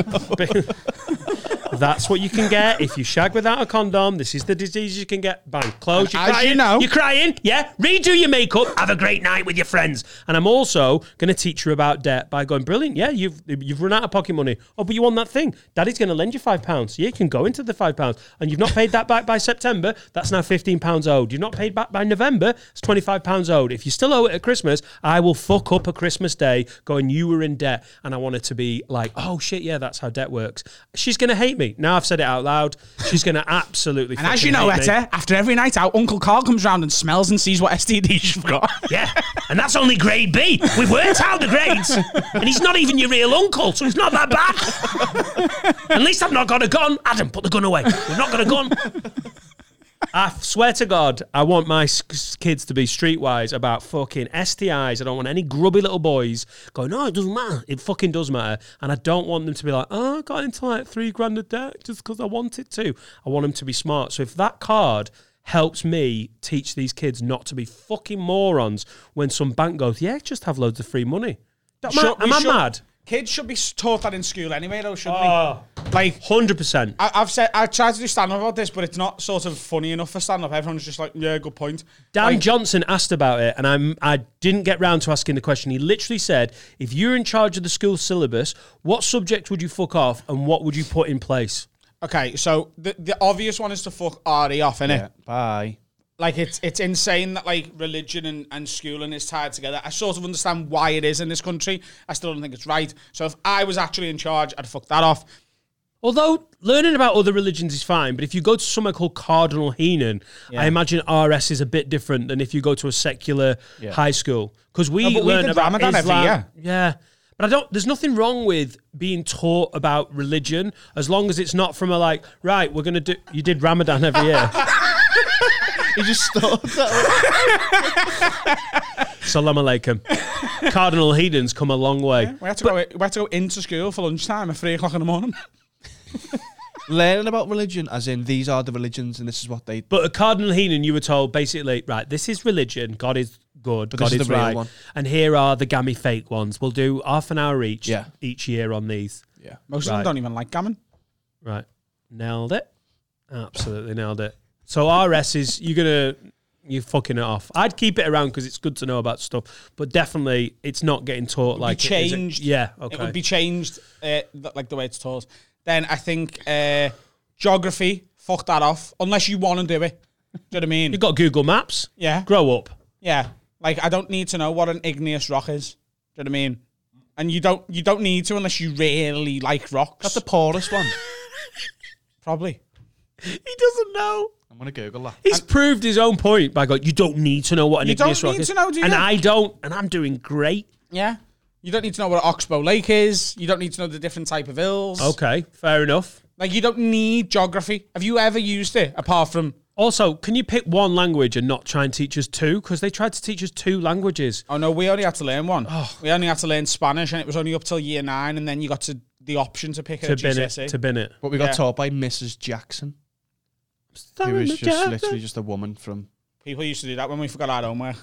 [SPEAKER 1] that's what you can get if you shag without a condom. This is the disease you can get. Bang,
[SPEAKER 13] And
[SPEAKER 1] close. You're
[SPEAKER 13] as you
[SPEAKER 1] crying.
[SPEAKER 13] know-
[SPEAKER 1] you're crying. Yeah, redo your makeup. Have a great night with your friends. And I'm also going to teach you about debt by going brilliant. Yeah, you've you've run out of pocket money. Oh, but you want that thing. Daddy's going to lend you five pounds. Yeah, you can go into the five pounds, and you've not paid that back by September. That's now fifteen pounds owed. You've not paid back by November. It's twenty five pounds owed. If you still owe it at Christmas, I will fuck up a Christmas day going you were in debt, and I want it to be like, oh shit, yeah, that's how debt works. She's going to hate me now. I've said it out loud. She's going to absolutely.
[SPEAKER 9] And as you know, Etta, after every night out, Uncle Carl comes round and smells and sees what STDs you've got.
[SPEAKER 1] Yeah, and that's only grade B. We've worked out the grades, and he's not even your real uncle, so it's not that bad. At least I've not got a gun. Adam, put the gun away. We've not got a gun. I f- swear to God, I want my s- s- kids to be streetwise about fucking STIs. I don't want any grubby little boys going, no, it doesn't matter. It fucking does matter. And I don't want them to be like, oh, I got into like three grand of debt just because I wanted to. I want them to be smart. So if that card helps me teach these kids not to be fucking morons when some bank goes, yeah, just have loads of free money. Am I,
[SPEAKER 9] Should- we
[SPEAKER 1] am I
[SPEAKER 9] should-
[SPEAKER 1] mad?
[SPEAKER 9] Kids should be s- taught that in school anyway, though, shouldn't
[SPEAKER 1] Oh,
[SPEAKER 9] they? Like,
[SPEAKER 1] 100%.
[SPEAKER 9] I, I've said, I've tried to do stand up about this, but it's not sort of funny enough for stand up. Everyone's just like, yeah, good point.
[SPEAKER 1] Dan
[SPEAKER 9] Like,
[SPEAKER 1] Johnson asked about it, and I'm I didn't get round to asking the question. He literally said, "If you're in charge of the school syllabus, what subject would you fuck off, and what would you put in place?"
[SPEAKER 9] okay, so the, the obvious one is to fuck Ari off, innit?
[SPEAKER 8] Yeah. Bye.
[SPEAKER 9] Like it's it's insane that like religion and, and schooling is tied together. I sort of understand why it is in this country. I still don't think it's right. So if I was actually in charge, I'd fuck that off.
[SPEAKER 1] Although learning about other religions is fine, but if you go to somewhere called Cardinal Heenan, I imagine RS is a bit different than if you go to a secular high school because we
[SPEAKER 9] No, but we
[SPEAKER 1] learn
[SPEAKER 9] did
[SPEAKER 1] about
[SPEAKER 9] Ramadan every
[SPEAKER 1] Islam.
[SPEAKER 9] year.
[SPEAKER 1] Yeah. But I don't. There's nothing wrong with being taught about religion as long as it's not from a like. Right, we're gonna do. You did Ramadan every year.
[SPEAKER 13] He just starts that way.
[SPEAKER 1] Salam alaikum. Cardinal Heaton's come a long way.
[SPEAKER 9] We had to go we had to go into school for lunchtime at three o'clock in the morning.
[SPEAKER 8] Learning about religion, as in these are the religions and this is what they.
[SPEAKER 1] But at Cardinal Heenan, you were told basically, right, this is religion. God is good.
[SPEAKER 8] But
[SPEAKER 1] God
[SPEAKER 8] this is
[SPEAKER 1] is,
[SPEAKER 8] the real
[SPEAKER 1] right.
[SPEAKER 8] one.
[SPEAKER 1] And here are the gammy fake ones. We'll do half an hour each
[SPEAKER 8] Yeah.
[SPEAKER 1] each year on these.
[SPEAKER 8] Yeah.
[SPEAKER 9] Most
[SPEAKER 1] Right.
[SPEAKER 9] of them don't even like gammon.
[SPEAKER 1] Right. Nailed it. Absolutely nailed it. So RS is you're gonna you're fucking it off. I'd keep it around because it's good to know about stuff, but definitely it's not getting taught like
[SPEAKER 9] be
[SPEAKER 1] it is-
[SPEAKER 9] changed.
[SPEAKER 1] yeah, okay.
[SPEAKER 9] It would be changed, uh, th- like the way it's taught. Then I think uh, geography, fuck that off, unless you want to do it. Do you know what I mean?
[SPEAKER 1] You've got Google Maps.
[SPEAKER 9] Yeah.
[SPEAKER 1] Grow up.
[SPEAKER 9] Yeah. Like I don't need to know what an igneous rock is. Do you know what I mean? And you don't you don't need to unless you really like rocks.
[SPEAKER 8] That's the poorest one.
[SPEAKER 9] probably.
[SPEAKER 1] He doesn't know.
[SPEAKER 8] I'm gonna Google that.
[SPEAKER 1] He's proved his own point by going, you don't need to know what an
[SPEAKER 9] You don't
[SPEAKER 1] igneous rock
[SPEAKER 9] need
[SPEAKER 1] is.
[SPEAKER 9] to know, do you?
[SPEAKER 1] And I don't, and I'm doing great.
[SPEAKER 9] Yeah. You don't need to know what Oxbow Lake is. You don't need to know the different type of hills.
[SPEAKER 1] Okay, fair enough.
[SPEAKER 9] Like you don't need geography. Have you ever used it apart from
[SPEAKER 1] Also, can you pick one language and not try and teach us two? Because they tried to teach us two languages.
[SPEAKER 9] Oh no, we only had to learn one.
[SPEAKER 1] Oh.
[SPEAKER 9] We only had to learn Spanish and it was only up till year 9 and then you got to the option to pick it
[SPEAKER 1] To
[SPEAKER 9] at
[SPEAKER 1] bin it,
[SPEAKER 9] GCSE.
[SPEAKER 1] to bin it.
[SPEAKER 8] But we got
[SPEAKER 9] Yeah.
[SPEAKER 8] taught by Mrs. Jackson, who was just literally just a woman from.
[SPEAKER 9] People used to do that when we forgot our homework.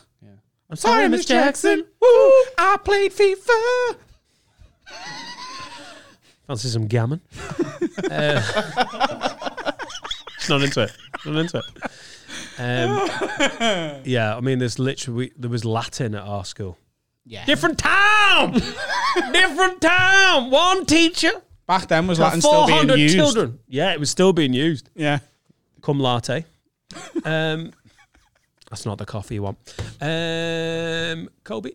[SPEAKER 1] I'm sorry, Miss Jackson.
[SPEAKER 9] Woo! I played FIFA.
[SPEAKER 1] Fancy some gammon? Uh, it's not into it. It's Not into it. Um, yeah, I mean, there's literally there was Latin at our school. Yeah, different town, different town. One teacher,
[SPEAKER 9] Back then was Latin still
[SPEAKER 1] four
[SPEAKER 9] being
[SPEAKER 1] hundred
[SPEAKER 9] used.
[SPEAKER 1] children. Yeah, it was still being used.
[SPEAKER 9] Yeah.
[SPEAKER 1] Cum latte. Um, that's not the coffee you want. Um, Kobe.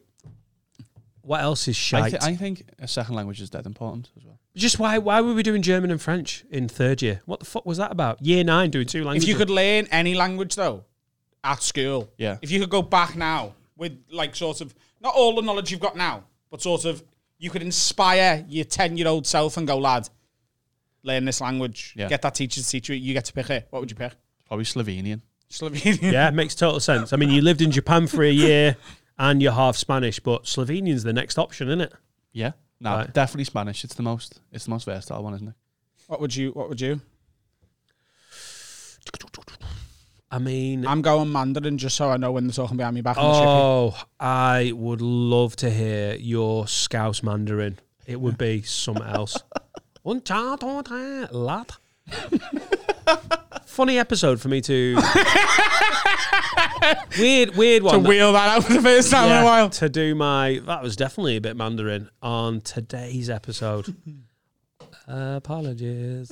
[SPEAKER 1] What else is
[SPEAKER 8] I,
[SPEAKER 1] shite?
[SPEAKER 8] th- I think a second language is dead important as well.
[SPEAKER 1] Just why? Why were we doing German and French in third year? What the fuck was that about? Year nine doing two
[SPEAKER 9] If
[SPEAKER 1] languages.
[SPEAKER 9] you could learn any language though, at school,
[SPEAKER 8] Yeah.
[SPEAKER 9] If you could go back now with like sort of not all the knowledge you've got now, but sort of you could inspire your ten-year-old self and go, lad, learn this language.
[SPEAKER 8] Yeah.
[SPEAKER 9] Get that teacher to teach you. it. You get to pick it. What would you pick?
[SPEAKER 8] Probably Slovenian.
[SPEAKER 9] Slovenian.
[SPEAKER 1] yeah, it makes total sense. I mean, you lived in Japan for a year and you're half Spanish, but Slovenian's the next option, isn't it?
[SPEAKER 8] Yeah. No,
[SPEAKER 1] Right.
[SPEAKER 8] definitely Spanish. It's the most. It's the most versatile one, isn't it?
[SPEAKER 9] What would you? What would you?
[SPEAKER 1] I mean,
[SPEAKER 9] I'm going Mandarin just so I know when they're talking behind me back on the ship.
[SPEAKER 1] oh, I would love to hear your Scouse Mandarin. It would be something else. Uncharted, lad. Funny episode for me to. weird, weird one.
[SPEAKER 9] To
[SPEAKER 1] that-
[SPEAKER 9] wheel that out for the first time in
[SPEAKER 1] Yeah,
[SPEAKER 9] a while.
[SPEAKER 1] To do my that was definitely a bit Mandarin on today's episode. Uh, Apologies.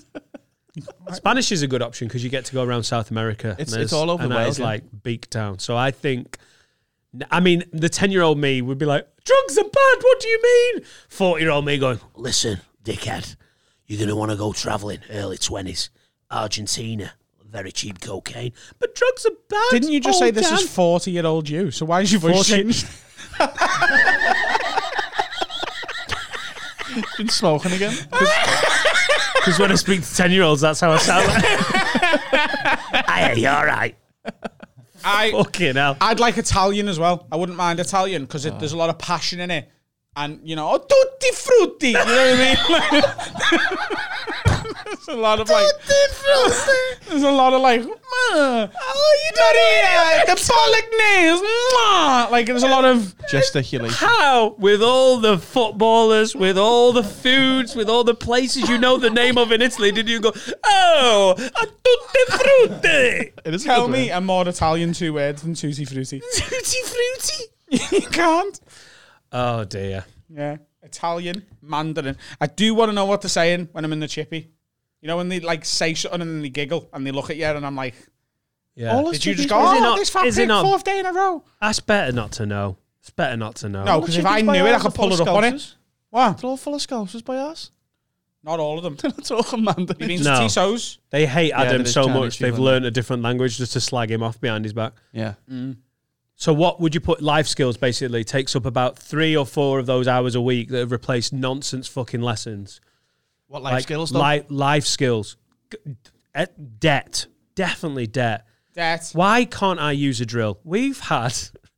[SPEAKER 1] Spanish is a good option because you get to go around South America. and
[SPEAKER 8] it's
[SPEAKER 1] there's-
[SPEAKER 8] all over
[SPEAKER 1] and
[SPEAKER 8] the
[SPEAKER 1] that
[SPEAKER 8] world,
[SPEAKER 1] is
[SPEAKER 8] yeah.
[SPEAKER 1] like beak town. So I think, I mean, the ten-year-old me would be like, "Drugs are bad. What do you mean?" Forty-year-old me going,
[SPEAKER 2] Listen, dickhead, you're going to want to go travelling early 20s. Argentina, very cheap cocaine.
[SPEAKER 1] "But drugs are bad."
[SPEAKER 9] Didn't you just
[SPEAKER 1] Oh,
[SPEAKER 9] say this
[SPEAKER 1] Dan.
[SPEAKER 9] is 40 year old you? So why is your voice
[SPEAKER 1] 40
[SPEAKER 9] changed?
[SPEAKER 8] Been smoking again.
[SPEAKER 1] Because when I speak to ten-year-olds, that's how I sound. Like.
[SPEAKER 2] Hey, you all right?
[SPEAKER 9] I,
[SPEAKER 1] Fucking hell.
[SPEAKER 9] I'd like Italian as well. I wouldn't mind Italian because it there's a lot of passion in it. And, you know, oh, tutti frutti. You know what I mean? there's a lot of like. there's a lot of like. Oh, you Maria, the Bolognese. mwah." Like, there's a lot of.
[SPEAKER 8] Gesticulation.
[SPEAKER 1] how, with all the footballers, with all the foods, with all the places you know the name of in Italy, did you go, oh, a tutti frutti?
[SPEAKER 8] It is a
[SPEAKER 9] Tell
[SPEAKER 8] good
[SPEAKER 9] me
[SPEAKER 8] word.
[SPEAKER 9] a more Italian two words than tutti frutti.
[SPEAKER 1] Tutti frutti?
[SPEAKER 9] you can't.
[SPEAKER 1] Oh, dear.
[SPEAKER 9] Yeah. Italian, Mandarin. I do want to know what they're saying when I'm in the chippy. You know, when they like say something and then they giggle and they look at you and I'm like,
[SPEAKER 1] Yeah.
[SPEAKER 8] All
[SPEAKER 9] did
[SPEAKER 8] Is
[SPEAKER 9] you
[SPEAKER 8] it-
[SPEAKER 9] just go,
[SPEAKER 1] is it
[SPEAKER 9] oh,
[SPEAKER 1] not-
[SPEAKER 9] this fat
[SPEAKER 1] is it
[SPEAKER 9] pig,
[SPEAKER 1] not-
[SPEAKER 9] fourth day in a row?
[SPEAKER 1] That's better not to know. It's better not to know.
[SPEAKER 8] Oh,
[SPEAKER 9] No, because if I
[SPEAKER 8] Chickens by
[SPEAKER 9] knew it, I
[SPEAKER 8] ours are
[SPEAKER 9] could
[SPEAKER 8] full
[SPEAKER 9] pull
[SPEAKER 8] of
[SPEAKER 9] it up on it.
[SPEAKER 8] scousers.
[SPEAKER 9] What?
[SPEAKER 8] They're all full of scousers by us.
[SPEAKER 9] Not all of them.
[SPEAKER 8] They're not talking Mandarin.
[SPEAKER 9] It means
[SPEAKER 1] No.
[SPEAKER 9] Tissos.
[SPEAKER 1] They hate Adam
[SPEAKER 8] there is
[SPEAKER 1] so
[SPEAKER 8] Chinese
[SPEAKER 1] much,
[SPEAKER 8] people
[SPEAKER 1] they've
[SPEAKER 8] in there.
[SPEAKER 1] learned a different language just to slag him off behind his back.
[SPEAKER 8] yeah.
[SPEAKER 1] So, what would you put life skills basically takes up about three or four of those hours a week that have replaced nonsense fucking lessons?
[SPEAKER 8] What life skills? Though?
[SPEAKER 1] Life, life skills. G- eh, Debt. Definitely debt.
[SPEAKER 9] That.
[SPEAKER 1] Why can't I use a drill? We've had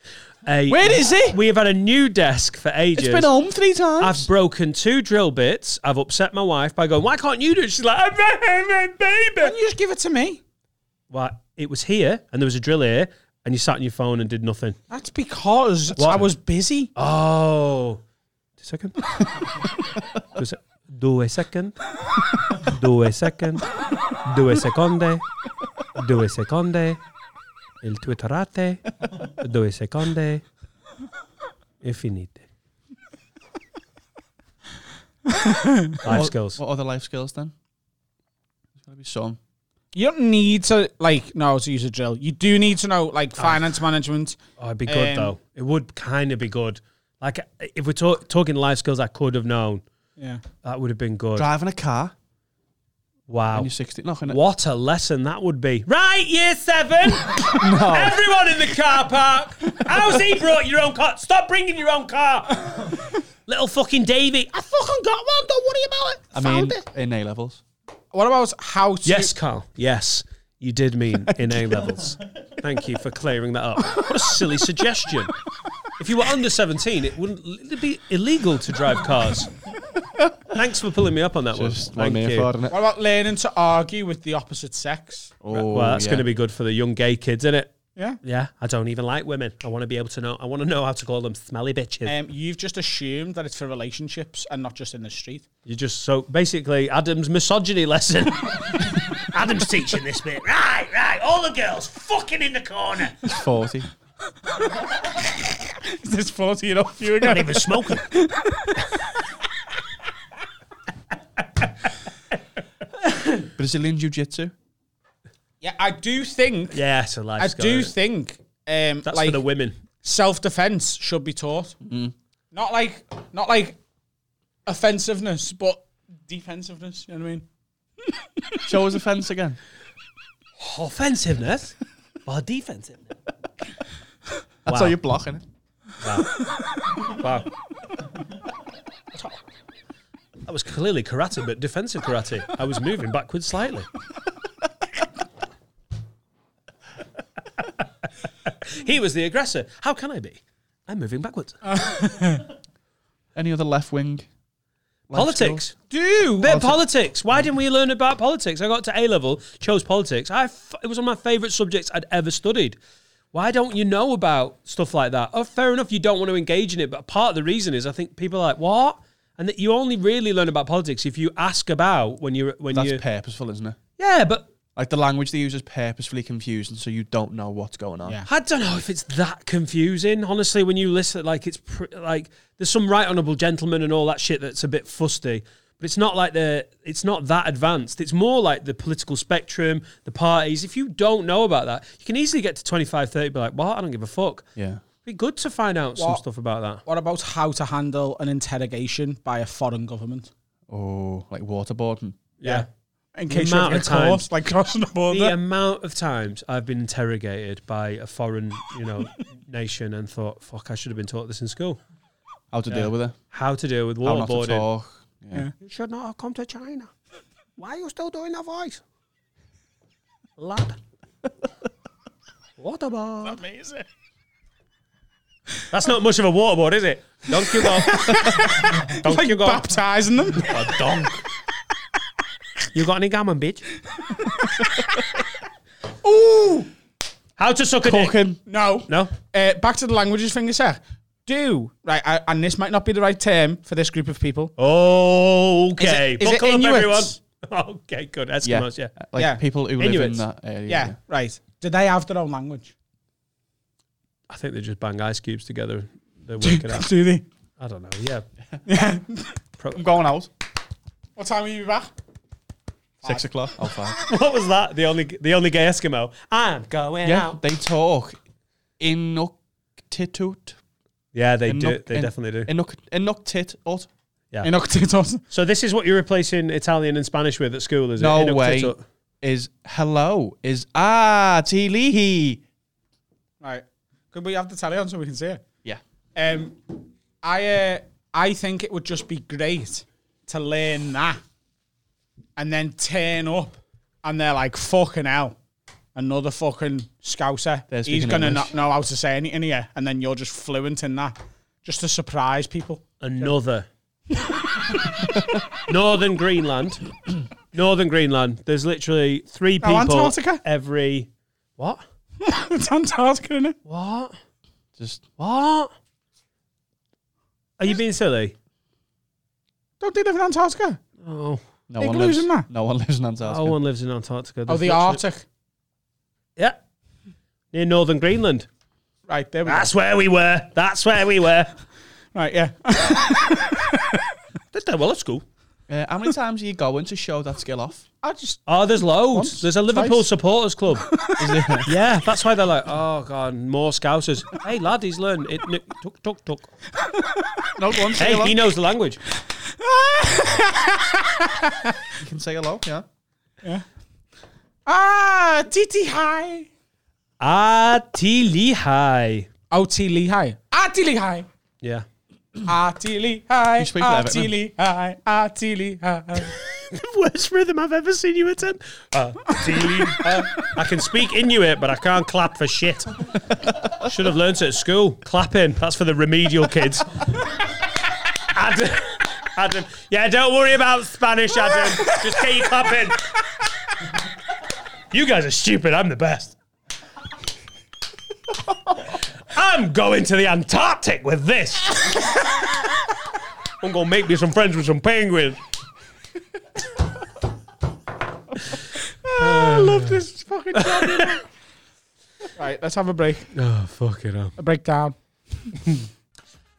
[SPEAKER 1] a.
[SPEAKER 8] Where is it?
[SPEAKER 1] We have had a new desk for ages.
[SPEAKER 8] It's been home three times.
[SPEAKER 1] I've broken two drill bits. I've upset my wife by going, "Why can't you do it?" She's like, "I'm my baby."
[SPEAKER 9] You just give it to me.
[SPEAKER 1] Well, it was here, and there was a drill here, and you sat on your phone and did nothing.
[SPEAKER 9] That's because I was busy.
[SPEAKER 1] Oh, two second. two se- due second. Due second. Due seconde. Due seconde. Il twitterate. Due seconde. E Infinite. Life
[SPEAKER 8] What-
[SPEAKER 1] skills.
[SPEAKER 8] What other life skills then? There's gotta be some.
[SPEAKER 9] You don't need to, like, know how to use a drill. You do need to know, like, finance management.
[SPEAKER 1] Oh, it'd be good
[SPEAKER 9] Um,
[SPEAKER 1] though. It would kind of be good. Like if we're talk- talking life skills, I could have known
[SPEAKER 9] Yeah.
[SPEAKER 1] that would have been good.
[SPEAKER 8] Driving a car
[SPEAKER 1] Wow.
[SPEAKER 8] when you're 60. No, can
[SPEAKER 1] What a lesson that would be. Right, year seven. Everyone in the car park. How's he brought your own car? Stop bringing your own car. Little fucking Davy. I fucking got one. Don't worry about it.
[SPEAKER 8] I mean, in A levels.
[SPEAKER 9] What about how to.
[SPEAKER 1] Yes, Carl. Yes. You did mean in A levels. Thank you for clearing that up. What a silly suggestion. If you were under 17, it wouldn't it'd be illegal to drive cars. Thanks for pulling me up on that
[SPEAKER 8] Just
[SPEAKER 1] one.
[SPEAKER 8] one
[SPEAKER 1] Thank
[SPEAKER 8] name
[SPEAKER 1] you.
[SPEAKER 8] for it.
[SPEAKER 9] What about learning to argue with the opposite sex?
[SPEAKER 8] Oh,
[SPEAKER 1] well, that's
[SPEAKER 8] yeah.
[SPEAKER 1] going to be good for the young gay kids, isn't it?
[SPEAKER 9] Yeah.
[SPEAKER 1] Yeah, I don't even like women. I want to be able to know. I want to know how to call them smelly bitches.
[SPEAKER 9] Um, you've just assumed that it's for relationships and not just in the street.
[SPEAKER 1] you just so basically Adam's misogyny lesson.
[SPEAKER 2] Adam's teaching this bit. Right, right. All the girls fucking in the corner.
[SPEAKER 8] 40.
[SPEAKER 9] Is this 40 year old you
[SPEAKER 2] Not
[SPEAKER 9] again?
[SPEAKER 2] even smoking.
[SPEAKER 8] Brazilian Jiu Jitsu.
[SPEAKER 9] yeah, I do think,
[SPEAKER 1] yeah, so life.
[SPEAKER 9] I do think, um,
[SPEAKER 1] that's
[SPEAKER 9] like,
[SPEAKER 1] for the Mm. women.
[SPEAKER 9] self defense should be taught. Not like not like offensiveness, but defensiveness. You know what I mean?
[SPEAKER 8] Show us the fence again.
[SPEAKER 1] Offensiveness or defensiveness?
[SPEAKER 8] That's how you're blocking it.
[SPEAKER 1] Wow. That was clearly karate, but defensive karate. I was moving backwards slightly. he was the aggressor. How can I be? I'm moving backwards.
[SPEAKER 8] Any other left wing? life
[SPEAKER 1] politics.
[SPEAKER 8] skills?
[SPEAKER 9] Do
[SPEAKER 1] Bit of politics. Why didn't we learn about politics? I got to A level, chose politics. I f- it was one of my favourite subjects I'd ever studied. Why don't you know about stuff like that? Oh, fair enough, you don't want to engage in it, but part of the reason is I think people are like what, and that you only really learn about politics if you ask about when you're when
[SPEAKER 8] That's
[SPEAKER 1] you
[SPEAKER 8] purposeful, isn't it?
[SPEAKER 1] yeah, but.
[SPEAKER 8] Like the language they use is purposefully confusing, so you don't know what's going on.
[SPEAKER 9] Yeah.
[SPEAKER 1] I don't know if it's that confusing, honestly. When you listen, like it's pr- like there's some right honourable gentlemen and all that shit that's a bit fusty, but it's not like the it's not that advanced. It's more like the political spectrum, the parties. If you don't know about that, you can easily get to 25, 30, be like, "What? I don't give a fuck."
[SPEAKER 8] Yeah.
[SPEAKER 1] Be good to find out some
[SPEAKER 9] What?
[SPEAKER 1] stuff about that.
[SPEAKER 9] What about how to handle an interrogation by a foreign government?
[SPEAKER 8] Oh, like waterboarding.
[SPEAKER 1] Yeah.
[SPEAKER 9] In
[SPEAKER 1] The
[SPEAKER 9] case you're
[SPEAKER 1] amount
[SPEAKER 9] having a
[SPEAKER 1] of times-
[SPEAKER 9] course, like crossing the border.
[SPEAKER 1] The amount of times I've been interrogated by a foreign, you know, nation and thought, "Fuck, I should have been taught this in school."
[SPEAKER 8] How to deal with it?
[SPEAKER 1] How to deal with
[SPEAKER 8] How not to
[SPEAKER 1] waterboarding.
[SPEAKER 8] talk? Yeah.
[SPEAKER 14] You should not have come to China. Why are you still doing that voice? Lad. what about?
[SPEAKER 9] Amazing.
[SPEAKER 1] That's not much of a waterboard, is it? Donkey go. Donkey
[SPEAKER 9] Like
[SPEAKER 1] you go.
[SPEAKER 9] baptizing them.
[SPEAKER 1] A donk. You got any gammon, bitch?
[SPEAKER 9] Ooh.
[SPEAKER 1] How to suck a dick?
[SPEAKER 8] Fucking
[SPEAKER 9] No.
[SPEAKER 1] No.
[SPEAKER 9] Uh, back to the languages thing you said. Do right, I, and this might not be the right term for this group of people.
[SPEAKER 1] Okay.
[SPEAKER 9] Is it- is it
[SPEAKER 1] Buckle up, everyone.
[SPEAKER 9] Inuits?
[SPEAKER 1] Okay, good.
[SPEAKER 8] yeah.
[SPEAKER 1] Eskimos, yeah.
[SPEAKER 8] Like
[SPEAKER 9] Yeah.
[SPEAKER 8] people who live in
[SPEAKER 1] Inuits.
[SPEAKER 8] that area.
[SPEAKER 9] Yeah, right. Do they have their own language?
[SPEAKER 1] I think they just bang ice cubes together. They work it out.
[SPEAKER 9] Do they?
[SPEAKER 1] I don't know. Yeah.
[SPEAKER 9] Yeah.
[SPEAKER 8] I'm going out.
[SPEAKER 9] what time are you back?
[SPEAKER 8] Six o'clock. Oh, fine.
[SPEAKER 1] What was that? The only the only gay Eskimo. I'm going
[SPEAKER 8] yeah.
[SPEAKER 1] out.
[SPEAKER 8] They talk inuktitut.
[SPEAKER 1] Yeah, they do.
[SPEAKER 8] Inuk-
[SPEAKER 1] They
[SPEAKER 8] in-
[SPEAKER 1] definitely do.
[SPEAKER 8] Inuk, inuktitut.
[SPEAKER 1] Yeah.
[SPEAKER 9] In Octitos.
[SPEAKER 1] So this is what you're replacing Italian and Spanish with at school, is it?
[SPEAKER 8] No
[SPEAKER 1] Inuk
[SPEAKER 8] way.
[SPEAKER 1] titut.
[SPEAKER 8] Is hello. Is ah tilihi.
[SPEAKER 9] Right. Could we have the telly on so we can see it?
[SPEAKER 8] Yeah.
[SPEAKER 9] Um, I uh, I think it would just be great to learn that, and then turn up, and they're like, "Fucking hell, another fucking scouser.
[SPEAKER 8] They're
[SPEAKER 9] He's
[SPEAKER 8] speaking
[SPEAKER 9] gonna
[SPEAKER 8] English.
[SPEAKER 9] not know how to say anything here." And then you're just fluent in that, just to surprise people.
[SPEAKER 1] another northern greenland northern greenland there's literally three
[SPEAKER 9] No,
[SPEAKER 1] people
[SPEAKER 9] Antarctica.
[SPEAKER 1] every what
[SPEAKER 9] it's Antarctica, isn't it?
[SPEAKER 1] what
[SPEAKER 8] Just
[SPEAKER 1] what are you being silly
[SPEAKER 9] Don't they live in Antarctica?
[SPEAKER 1] oh
[SPEAKER 8] no
[SPEAKER 9] Big
[SPEAKER 8] one lives.
[SPEAKER 9] losing that.
[SPEAKER 8] No one lives in Antarctica.
[SPEAKER 1] no Oh, one lives in antarctica
[SPEAKER 9] Oh,
[SPEAKER 1] There's
[SPEAKER 9] the
[SPEAKER 1] literally-
[SPEAKER 9] Arctic.
[SPEAKER 1] yeah near northern greenland
[SPEAKER 9] Right there we go.
[SPEAKER 1] that's where we were that's where we were
[SPEAKER 9] Right, yeah.
[SPEAKER 1] they did well at school
[SPEAKER 8] Uh, how many times are you going to show that skill off?
[SPEAKER 9] I just
[SPEAKER 1] Oh, there's loads. there's a Liverpool
[SPEAKER 9] twice.
[SPEAKER 1] supporters club. yeah, that's why they're like, oh god, more scousers. Hey lad, he's learned it. n- Tuk tuk tuk.
[SPEAKER 8] No, one
[SPEAKER 1] Hey, he knows the language.
[SPEAKER 8] You can say hello. Yeah.
[SPEAKER 9] ah TT High.
[SPEAKER 1] Ati Lehigh.
[SPEAKER 8] Oh,
[SPEAKER 9] OT Lehigh. AT Lehigh.
[SPEAKER 1] Yeah.
[SPEAKER 9] Arty Lehigh,
[SPEAKER 8] You speak for Everton.
[SPEAKER 9] Arty Lehigh, Arty Lehigh.
[SPEAKER 1] Worst rhythm I've ever seen you attempt. Ati Lehigh. uh, I can speak Inuit, but I can't clap for shit. Should have learnt it at school. Clapping. That's for the remedial kids. Adam. Adam. Yeah, don't worry about Spanish, Adam. Just get you clapping. You guys are stupid. I'm the best. I'm going to the Antarctic with this. I'm going to make me some friends with some penguins.
[SPEAKER 9] right, let's have a break.
[SPEAKER 1] Oh, fuck it up.
[SPEAKER 9] A breakdown.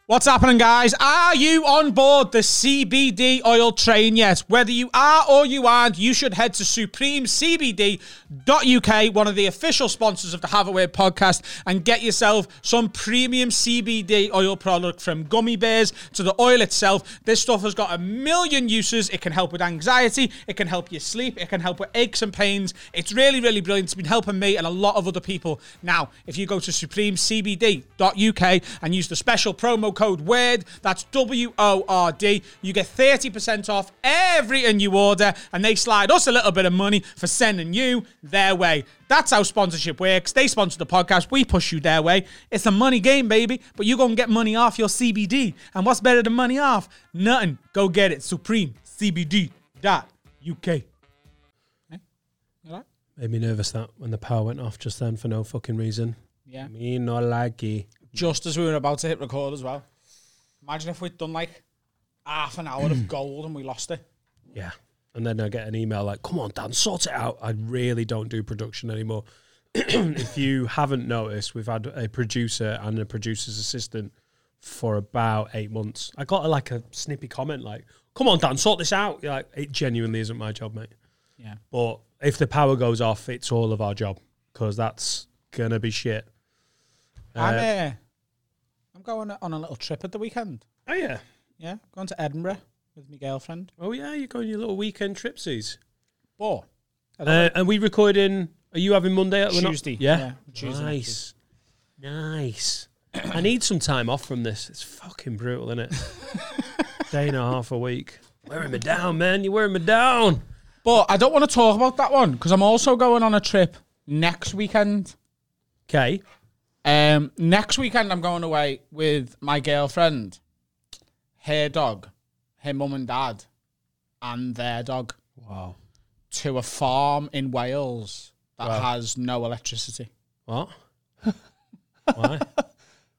[SPEAKER 9] What's happening, guys? Are you on board the CBD oil train yet? Whether you are or you aren't, you should head to supremecbd.uk, one of the official sponsors of the Have Away podcast, and get yourself some premium CBD oil product from gummy bears to the oil itself. This stuff has got a million uses. It can help with anxiety, it can help you sleep, it can help with aches and pains. It's really, really brilliant. It's been helping me and a lot of other people. Now, if you go to supremecbd.uk and use the special promo code WORD, that's W O R D, you get 30% off everything you order, and they slide us a little bit of money for sending you their way. That's how sponsorship works. They sponsor the podcast, we push you their way. It's a money game, baby, but you're going to get money off your CBD. And what's better than money off? Nothing. Go get it. SupremeCBD.uk.
[SPEAKER 1] Made me nervous that when the power went off just then for no fucking reason.
[SPEAKER 9] Yeah.
[SPEAKER 1] Me no likey.
[SPEAKER 9] just as we were about to hit record as well. Imagine if we'd done like half an hour of gold and we lost it.
[SPEAKER 1] Yeah. And then I get an email like, come on, Dan, sort it out. I really don't do production anymore. if you haven't noticed, we've had a producer and a producer's assistant for about eight months. I got a, like a snippy comment like, come on, Dan, sort this out. You're like, it genuinely isn't my job, mate.
[SPEAKER 9] Yeah.
[SPEAKER 1] But if the power goes off, it's all of our job because that's going to be shit.
[SPEAKER 9] I'm
[SPEAKER 1] Uh,
[SPEAKER 9] uh, I'm going on a little trip at the weekend.
[SPEAKER 1] oh, yeah.
[SPEAKER 9] Yeah, going to Edinburgh with my girlfriend.
[SPEAKER 1] Oh, yeah. You're going your little weekend tripsies.
[SPEAKER 9] But
[SPEAKER 1] Uh, and we recording. Are you having Monday? We're not-
[SPEAKER 9] Tuesday.
[SPEAKER 1] yeah.
[SPEAKER 9] Tuesday. next week.
[SPEAKER 1] nice, nice. I need some time off from this. It's fucking brutal, isn't it? Day and a half a week. Wearing me down, man. You're wearing me down.
[SPEAKER 9] But I don't want to talk about that one because I'm also going on a trip next weekend.
[SPEAKER 1] Okay.
[SPEAKER 9] Um, next weekend I'm going away with my girlfriend, her dog, her mum and dad, and their dog.
[SPEAKER 8] Wow.
[SPEAKER 9] to a farm in Wales that has no electricity
[SPEAKER 1] What? Why?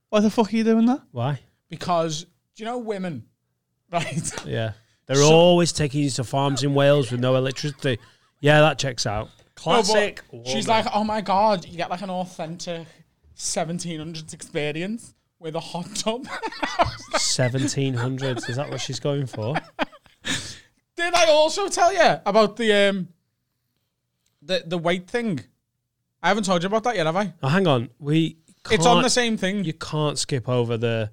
[SPEAKER 8] Why the fuck are you doing that?
[SPEAKER 1] Why?
[SPEAKER 9] because do you know women, right?
[SPEAKER 1] Yeah. They're always taking you to farms in Wales with no electricity. Yeah, that checks out. Classic.
[SPEAKER 9] No, but she's like, oh my god, you get like an authentic 1700s experience with a hot tub.
[SPEAKER 1] seventeen hundreds. Is that what she's going for?
[SPEAKER 9] Did I also tell you about the um the the weight thing? I haven't told you about that yet, have I?
[SPEAKER 1] Oh, hang on. We.
[SPEAKER 9] It's on
[SPEAKER 1] can't-
[SPEAKER 9] the same thing.
[SPEAKER 1] You can't skip over the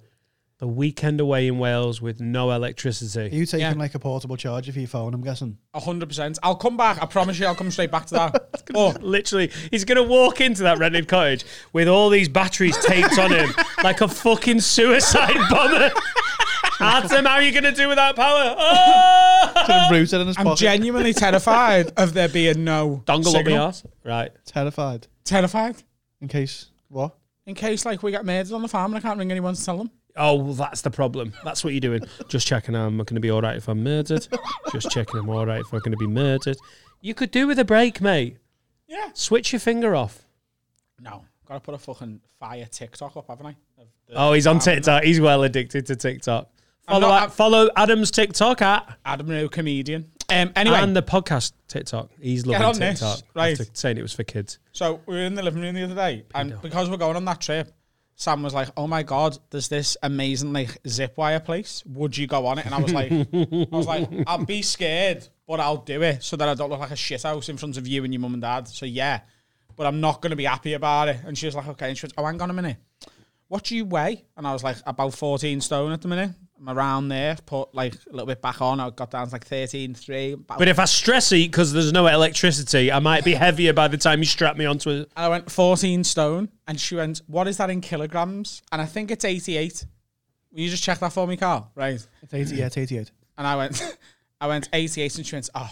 [SPEAKER 1] the weekend away in Wales with no
[SPEAKER 10] Are
[SPEAKER 1] electricity.
[SPEAKER 10] you taking
[SPEAKER 9] Yeah.
[SPEAKER 10] like a portable charger for your phone? I'm guessing.
[SPEAKER 9] hundred percent. I'll come back. I promise you. I'll come straight back to that. oh,
[SPEAKER 1] Literally, he's gonna walk into that rented cottage with all these batteries taped on him like a fucking suicide bomber. Adam, how are you gonna do without power? Oh!
[SPEAKER 8] Uh,
[SPEAKER 10] Put a router in his
[SPEAKER 9] I'm
[SPEAKER 10] pocket.
[SPEAKER 9] genuinely terrified of there being no
[SPEAKER 1] Dongle up my
[SPEAKER 9] signal.
[SPEAKER 1] ass. Right.
[SPEAKER 10] Terrified
[SPEAKER 9] Terrified.
[SPEAKER 10] in case what?
[SPEAKER 9] in case like we get murdered on the farm and I can't ring anyone to tell them.
[SPEAKER 1] Oh, well, that's the problem. That's what you're doing. Just checking I'm going to be all right if I'm murdered. Just checking I'm all right if I'm going to be murdered. You could do with a break, mate.
[SPEAKER 9] Yeah.
[SPEAKER 1] Switch your finger off.
[SPEAKER 9] No, gotta put a fucking fire TikTok up, haven't I? Of the
[SPEAKER 1] Oh, he's on
[SPEAKER 9] farm.
[SPEAKER 1] TikTok. He's well addicted to TikTok.
[SPEAKER 9] I'm
[SPEAKER 1] Follow,
[SPEAKER 9] not-
[SPEAKER 1] at- follow Adam's TikTok at
[SPEAKER 9] Adam Rowe comedian. Um, anyway,
[SPEAKER 1] and the podcast TikTok. He's loving
[SPEAKER 9] on this,
[SPEAKER 1] TikTok.
[SPEAKER 9] right.
[SPEAKER 1] After saying it was for kids.
[SPEAKER 9] so we were in the living room the other day, and because we're going on that trip, Sam was like, "Oh my god, there's this amazing like zip wire place. Would you go on it?" And I was like, "I was like, I'll be scared, but I'll do it so that I don't look like a shit house in front of you and your mum and dad." So yeah, but I'm not gonna be happy about it. And she was like, "Okay," and she was, "Oh, hang on a minute." what do you weigh? And I was like, about 14 stone at the minute. I'm around there, put like a little bit back on. I got down to like 13, 3.
[SPEAKER 1] But if I stress eat because there's no electricity, I might be heavier by the time you strap me onto it.
[SPEAKER 9] I went 14 stone. And she went, what is that in kilograms? And I think it's 88. Will you just check that for me, Carl? Right.
[SPEAKER 10] It's 80, yeah, it's 88.
[SPEAKER 9] And I went, I went 88. And she went, oh,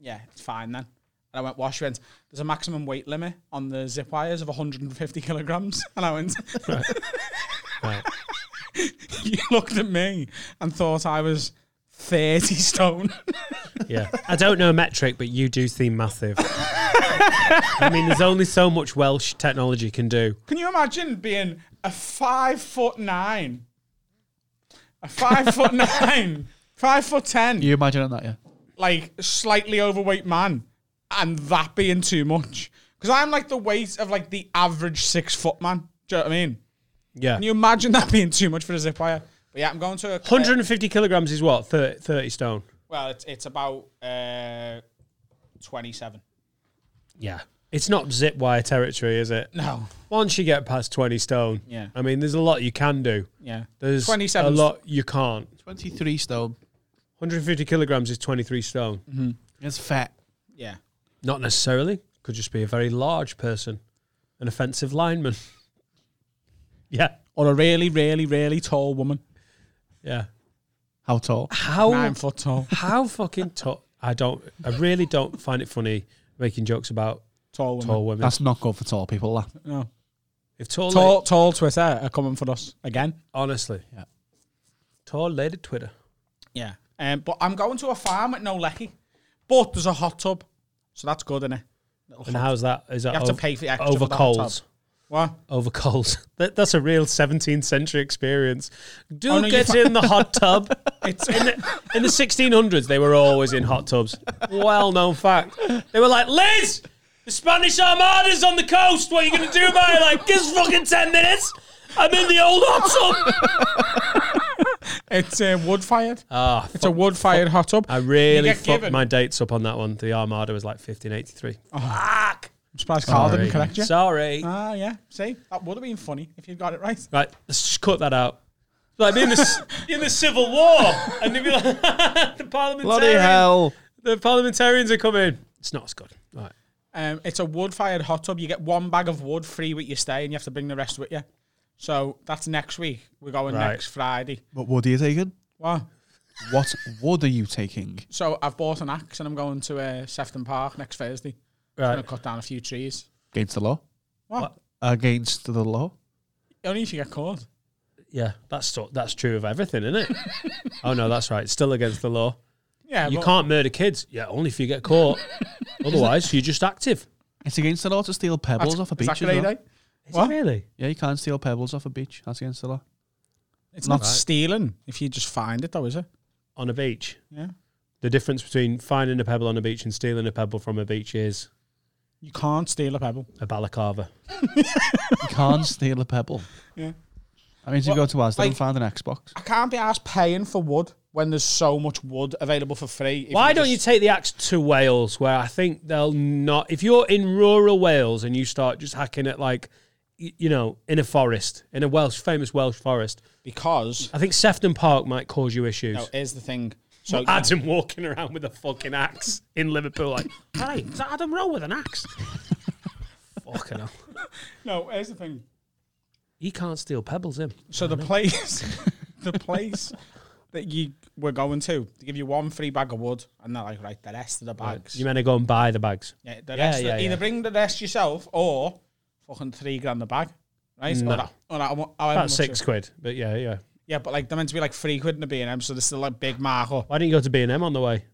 [SPEAKER 9] yeah, it's fine then. And I went, well, she went, there's a maximum weight limit on the zip wires of 150 kilograms. And I went,
[SPEAKER 1] Right.
[SPEAKER 9] you looked at me and thought I was 30 stone.
[SPEAKER 1] Yeah. I don't know metric, but you do seem massive. I mean, there's only so much Welsh technology can do.
[SPEAKER 9] Can you imagine being a five foot nine? A five foot nine, five foot ten,
[SPEAKER 10] You imagining that, yeah?
[SPEAKER 9] like slightly overweight man, and that being too much. Because I'm like the weight of like the average six foot man. Do you know what I mean?
[SPEAKER 1] Yeah.
[SPEAKER 9] Can you imagine that being too much for a zip wire? But yeah, I'm going to a
[SPEAKER 1] 150 kilograms is what? 30, 30 stone.
[SPEAKER 9] Well, it's, it's about uh, 27.
[SPEAKER 1] Yeah. It's not zip wire territory, is it?
[SPEAKER 9] No.
[SPEAKER 1] Once you get past 20 stone,
[SPEAKER 9] Yeah.
[SPEAKER 1] I mean, there's a lot you can do.
[SPEAKER 9] Yeah.
[SPEAKER 1] There's
[SPEAKER 9] 27
[SPEAKER 1] a lot you can't.
[SPEAKER 8] 23 stone.
[SPEAKER 1] 150 kilograms is 23 stone.
[SPEAKER 8] It's fat.
[SPEAKER 9] Yeah.
[SPEAKER 1] Not necessarily. Could just be a very large person, an offensive lineman. yeah.
[SPEAKER 9] Or a really, really, really tall woman.
[SPEAKER 1] Yeah.
[SPEAKER 8] How tall?
[SPEAKER 1] How
[SPEAKER 9] Nine foot tall.
[SPEAKER 1] how fucking tall? I don't. I really don't find it funny making jokes about
[SPEAKER 9] Tall woman.
[SPEAKER 1] tall women.
[SPEAKER 8] That's not good for tall people. That.
[SPEAKER 9] No.
[SPEAKER 1] if tall,
[SPEAKER 9] Tall,
[SPEAKER 1] la-
[SPEAKER 9] tall Twitter are coming for us again.
[SPEAKER 1] honestly,
[SPEAKER 8] Yeah.
[SPEAKER 1] tall lady Twitter.
[SPEAKER 9] Yeah. Um, but I'm going to a farm at No Lecky. But there's a hot tub. So that's good, innit?
[SPEAKER 1] And how's that? Is that
[SPEAKER 9] Oh, You have to
[SPEAKER 1] ov-
[SPEAKER 9] pay for the extra
[SPEAKER 1] over
[SPEAKER 9] for the hot
[SPEAKER 1] coals?
[SPEAKER 9] tub. What?
[SPEAKER 1] Over coals. That, that's a real 17th century experience. Do
[SPEAKER 9] Oh, no, you
[SPEAKER 1] get
[SPEAKER 9] fi-
[SPEAKER 1] in the hot tub.
[SPEAKER 9] It's
[SPEAKER 1] in the, in the 1600s, they were always in hot tubs. Well known fact. They were like, Liz, the Spanish Armada's on the coast. What are you going to do about it? Like, give us fucking 10 minutes. I'm in the old hot tub.
[SPEAKER 9] It's uh, wood fired.
[SPEAKER 1] Ah,
[SPEAKER 9] it's a wood fired hot tub.
[SPEAKER 1] I really
[SPEAKER 9] You get
[SPEAKER 1] fucked
[SPEAKER 9] given.
[SPEAKER 1] my dates up on that one. The Armada was like 1583. Fuck.
[SPEAKER 9] I'm surprised Carl didn't correct you.
[SPEAKER 1] Sorry.
[SPEAKER 9] Oh,
[SPEAKER 8] Uh.
[SPEAKER 9] Ah, yeah. See, that would have been funny if you got it right.
[SPEAKER 1] Right, let's just cut that out. Like in the in the Civil War, and they'd be like, the parliamentarians,
[SPEAKER 8] Bloody hell.
[SPEAKER 1] the parliamentarians are coming. It's not as good. Right,
[SPEAKER 9] Um, it's a wood fired hot tub. You get one bag of wood free with your stay, and you have to bring the rest with you. So that's next week. We're going
[SPEAKER 1] Right.
[SPEAKER 9] next Friday.
[SPEAKER 8] What wood are you taking?
[SPEAKER 9] Wow.
[SPEAKER 8] What wood are you taking?
[SPEAKER 9] So I've bought an axe, and I'm going to uh, Sefton Park next Thursday. I'm
[SPEAKER 1] right.
[SPEAKER 9] gonna cut down a few trees.
[SPEAKER 8] Against the law.
[SPEAKER 9] What?
[SPEAKER 8] Against the law.
[SPEAKER 9] Only if you get caught.
[SPEAKER 1] Yeah, that's so, that's true of everything, isn't it? oh no, that's right. It's still against the law.
[SPEAKER 9] Yeah,
[SPEAKER 1] You
[SPEAKER 9] but-
[SPEAKER 1] can't murder kids. Yeah, only if you get caught. Otherwise, you're just active.
[SPEAKER 8] It's against the law to steal pebbles off a beach. as
[SPEAKER 9] Exactly,
[SPEAKER 8] well.
[SPEAKER 9] right.
[SPEAKER 1] Is
[SPEAKER 9] What?
[SPEAKER 1] it really?
[SPEAKER 8] Yeah, you can't steal pebbles off a beach. That's against the law.
[SPEAKER 9] It's not
[SPEAKER 8] Right.
[SPEAKER 9] stealing if you just find it, though, is it?
[SPEAKER 1] On a beach.
[SPEAKER 9] Yeah.
[SPEAKER 1] The difference between finding a pebble on a beach and stealing a pebble from a beach is
[SPEAKER 9] You can't steal a pebble.
[SPEAKER 1] a balaclava.
[SPEAKER 8] You can't steal a pebble.
[SPEAKER 9] Yeah.
[SPEAKER 8] I mean, you go to Asda
[SPEAKER 9] like-
[SPEAKER 8] and find an Xbox.
[SPEAKER 9] I can't be asked paying for wood when there's so much wood available for free. if
[SPEAKER 1] Why don't
[SPEAKER 9] just-
[SPEAKER 1] you take the axe to Wales, where I think they'll not? If you're in rural Wales and you start just hacking at like, y- you know, in a forest, in a Welsh, famous Welsh forest,
[SPEAKER 9] Because
[SPEAKER 1] I think Sefton Park might cause you issues.
[SPEAKER 9] no, here's the thing. So
[SPEAKER 1] Adam walking around with a fucking axe in Liverpool, like, hey, is that Adam Rowe with an axe? fucking hell,
[SPEAKER 9] no, here's the thing.
[SPEAKER 1] he can't steal pebbles, him.
[SPEAKER 9] So the place, the place that you were going to, they give you one free bag of wood, and they're like, right, the rest of the bags.
[SPEAKER 1] You meant to go and buy the bags?
[SPEAKER 9] Yeah, the
[SPEAKER 1] Yeah,
[SPEAKER 9] rest.
[SPEAKER 1] yeah,
[SPEAKER 9] either
[SPEAKER 1] yeah.
[SPEAKER 9] bring the rest yourself or fucking three grand a bag, right?
[SPEAKER 1] No.
[SPEAKER 9] Or that, or that, however
[SPEAKER 1] About
[SPEAKER 9] much
[SPEAKER 1] six
[SPEAKER 9] it-
[SPEAKER 1] quid, but yeah, yeah.
[SPEAKER 9] Yeah, but like they're meant to be like three quid in a B and M, so there's still like big markup
[SPEAKER 1] Why didn't you go to B and M on the way?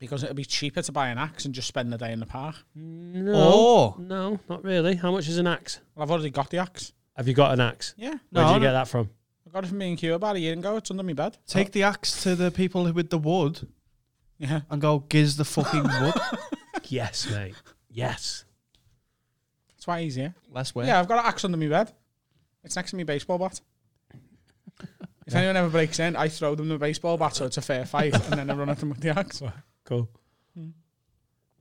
[SPEAKER 9] because it'll be cheaper to buy an axe and just spend the day in the park.
[SPEAKER 1] No,
[SPEAKER 8] Oh.
[SPEAKER 1] no, not really. How much is an axe?
[SPEAKER 9] Well, I've already got the axe.
[SPEAKER 1] Have you got an axe?
[SPEAKER 9] Yeah,
[SPEAKER 1] Where did you
[SPEAKER 8] No,
[SPEAKER 1] get that from?
[SPEAKER 9] I got it from me and Q about a year ago. It's under my bed.
[SPEAKER 8] Take the axe to the people who with the wood
[SPEAKER 9] Yeah.
[SPEAKER 8] and go giz the fucking wood.
[SPEAKER 1] Yes, mate. Yes.
[SPEAKER 9] It's way easier.
[SPEAKER 8] Less work.
[SPEAKER 9] Yeah, I've got an axe under my bed. It's next to me baseball bat. If anyone ever breaks in, I throw them the baseball bat so it's a fair fight, and then I run at them with the axe. Have
[SPEAKER 1] Cool. Hmm.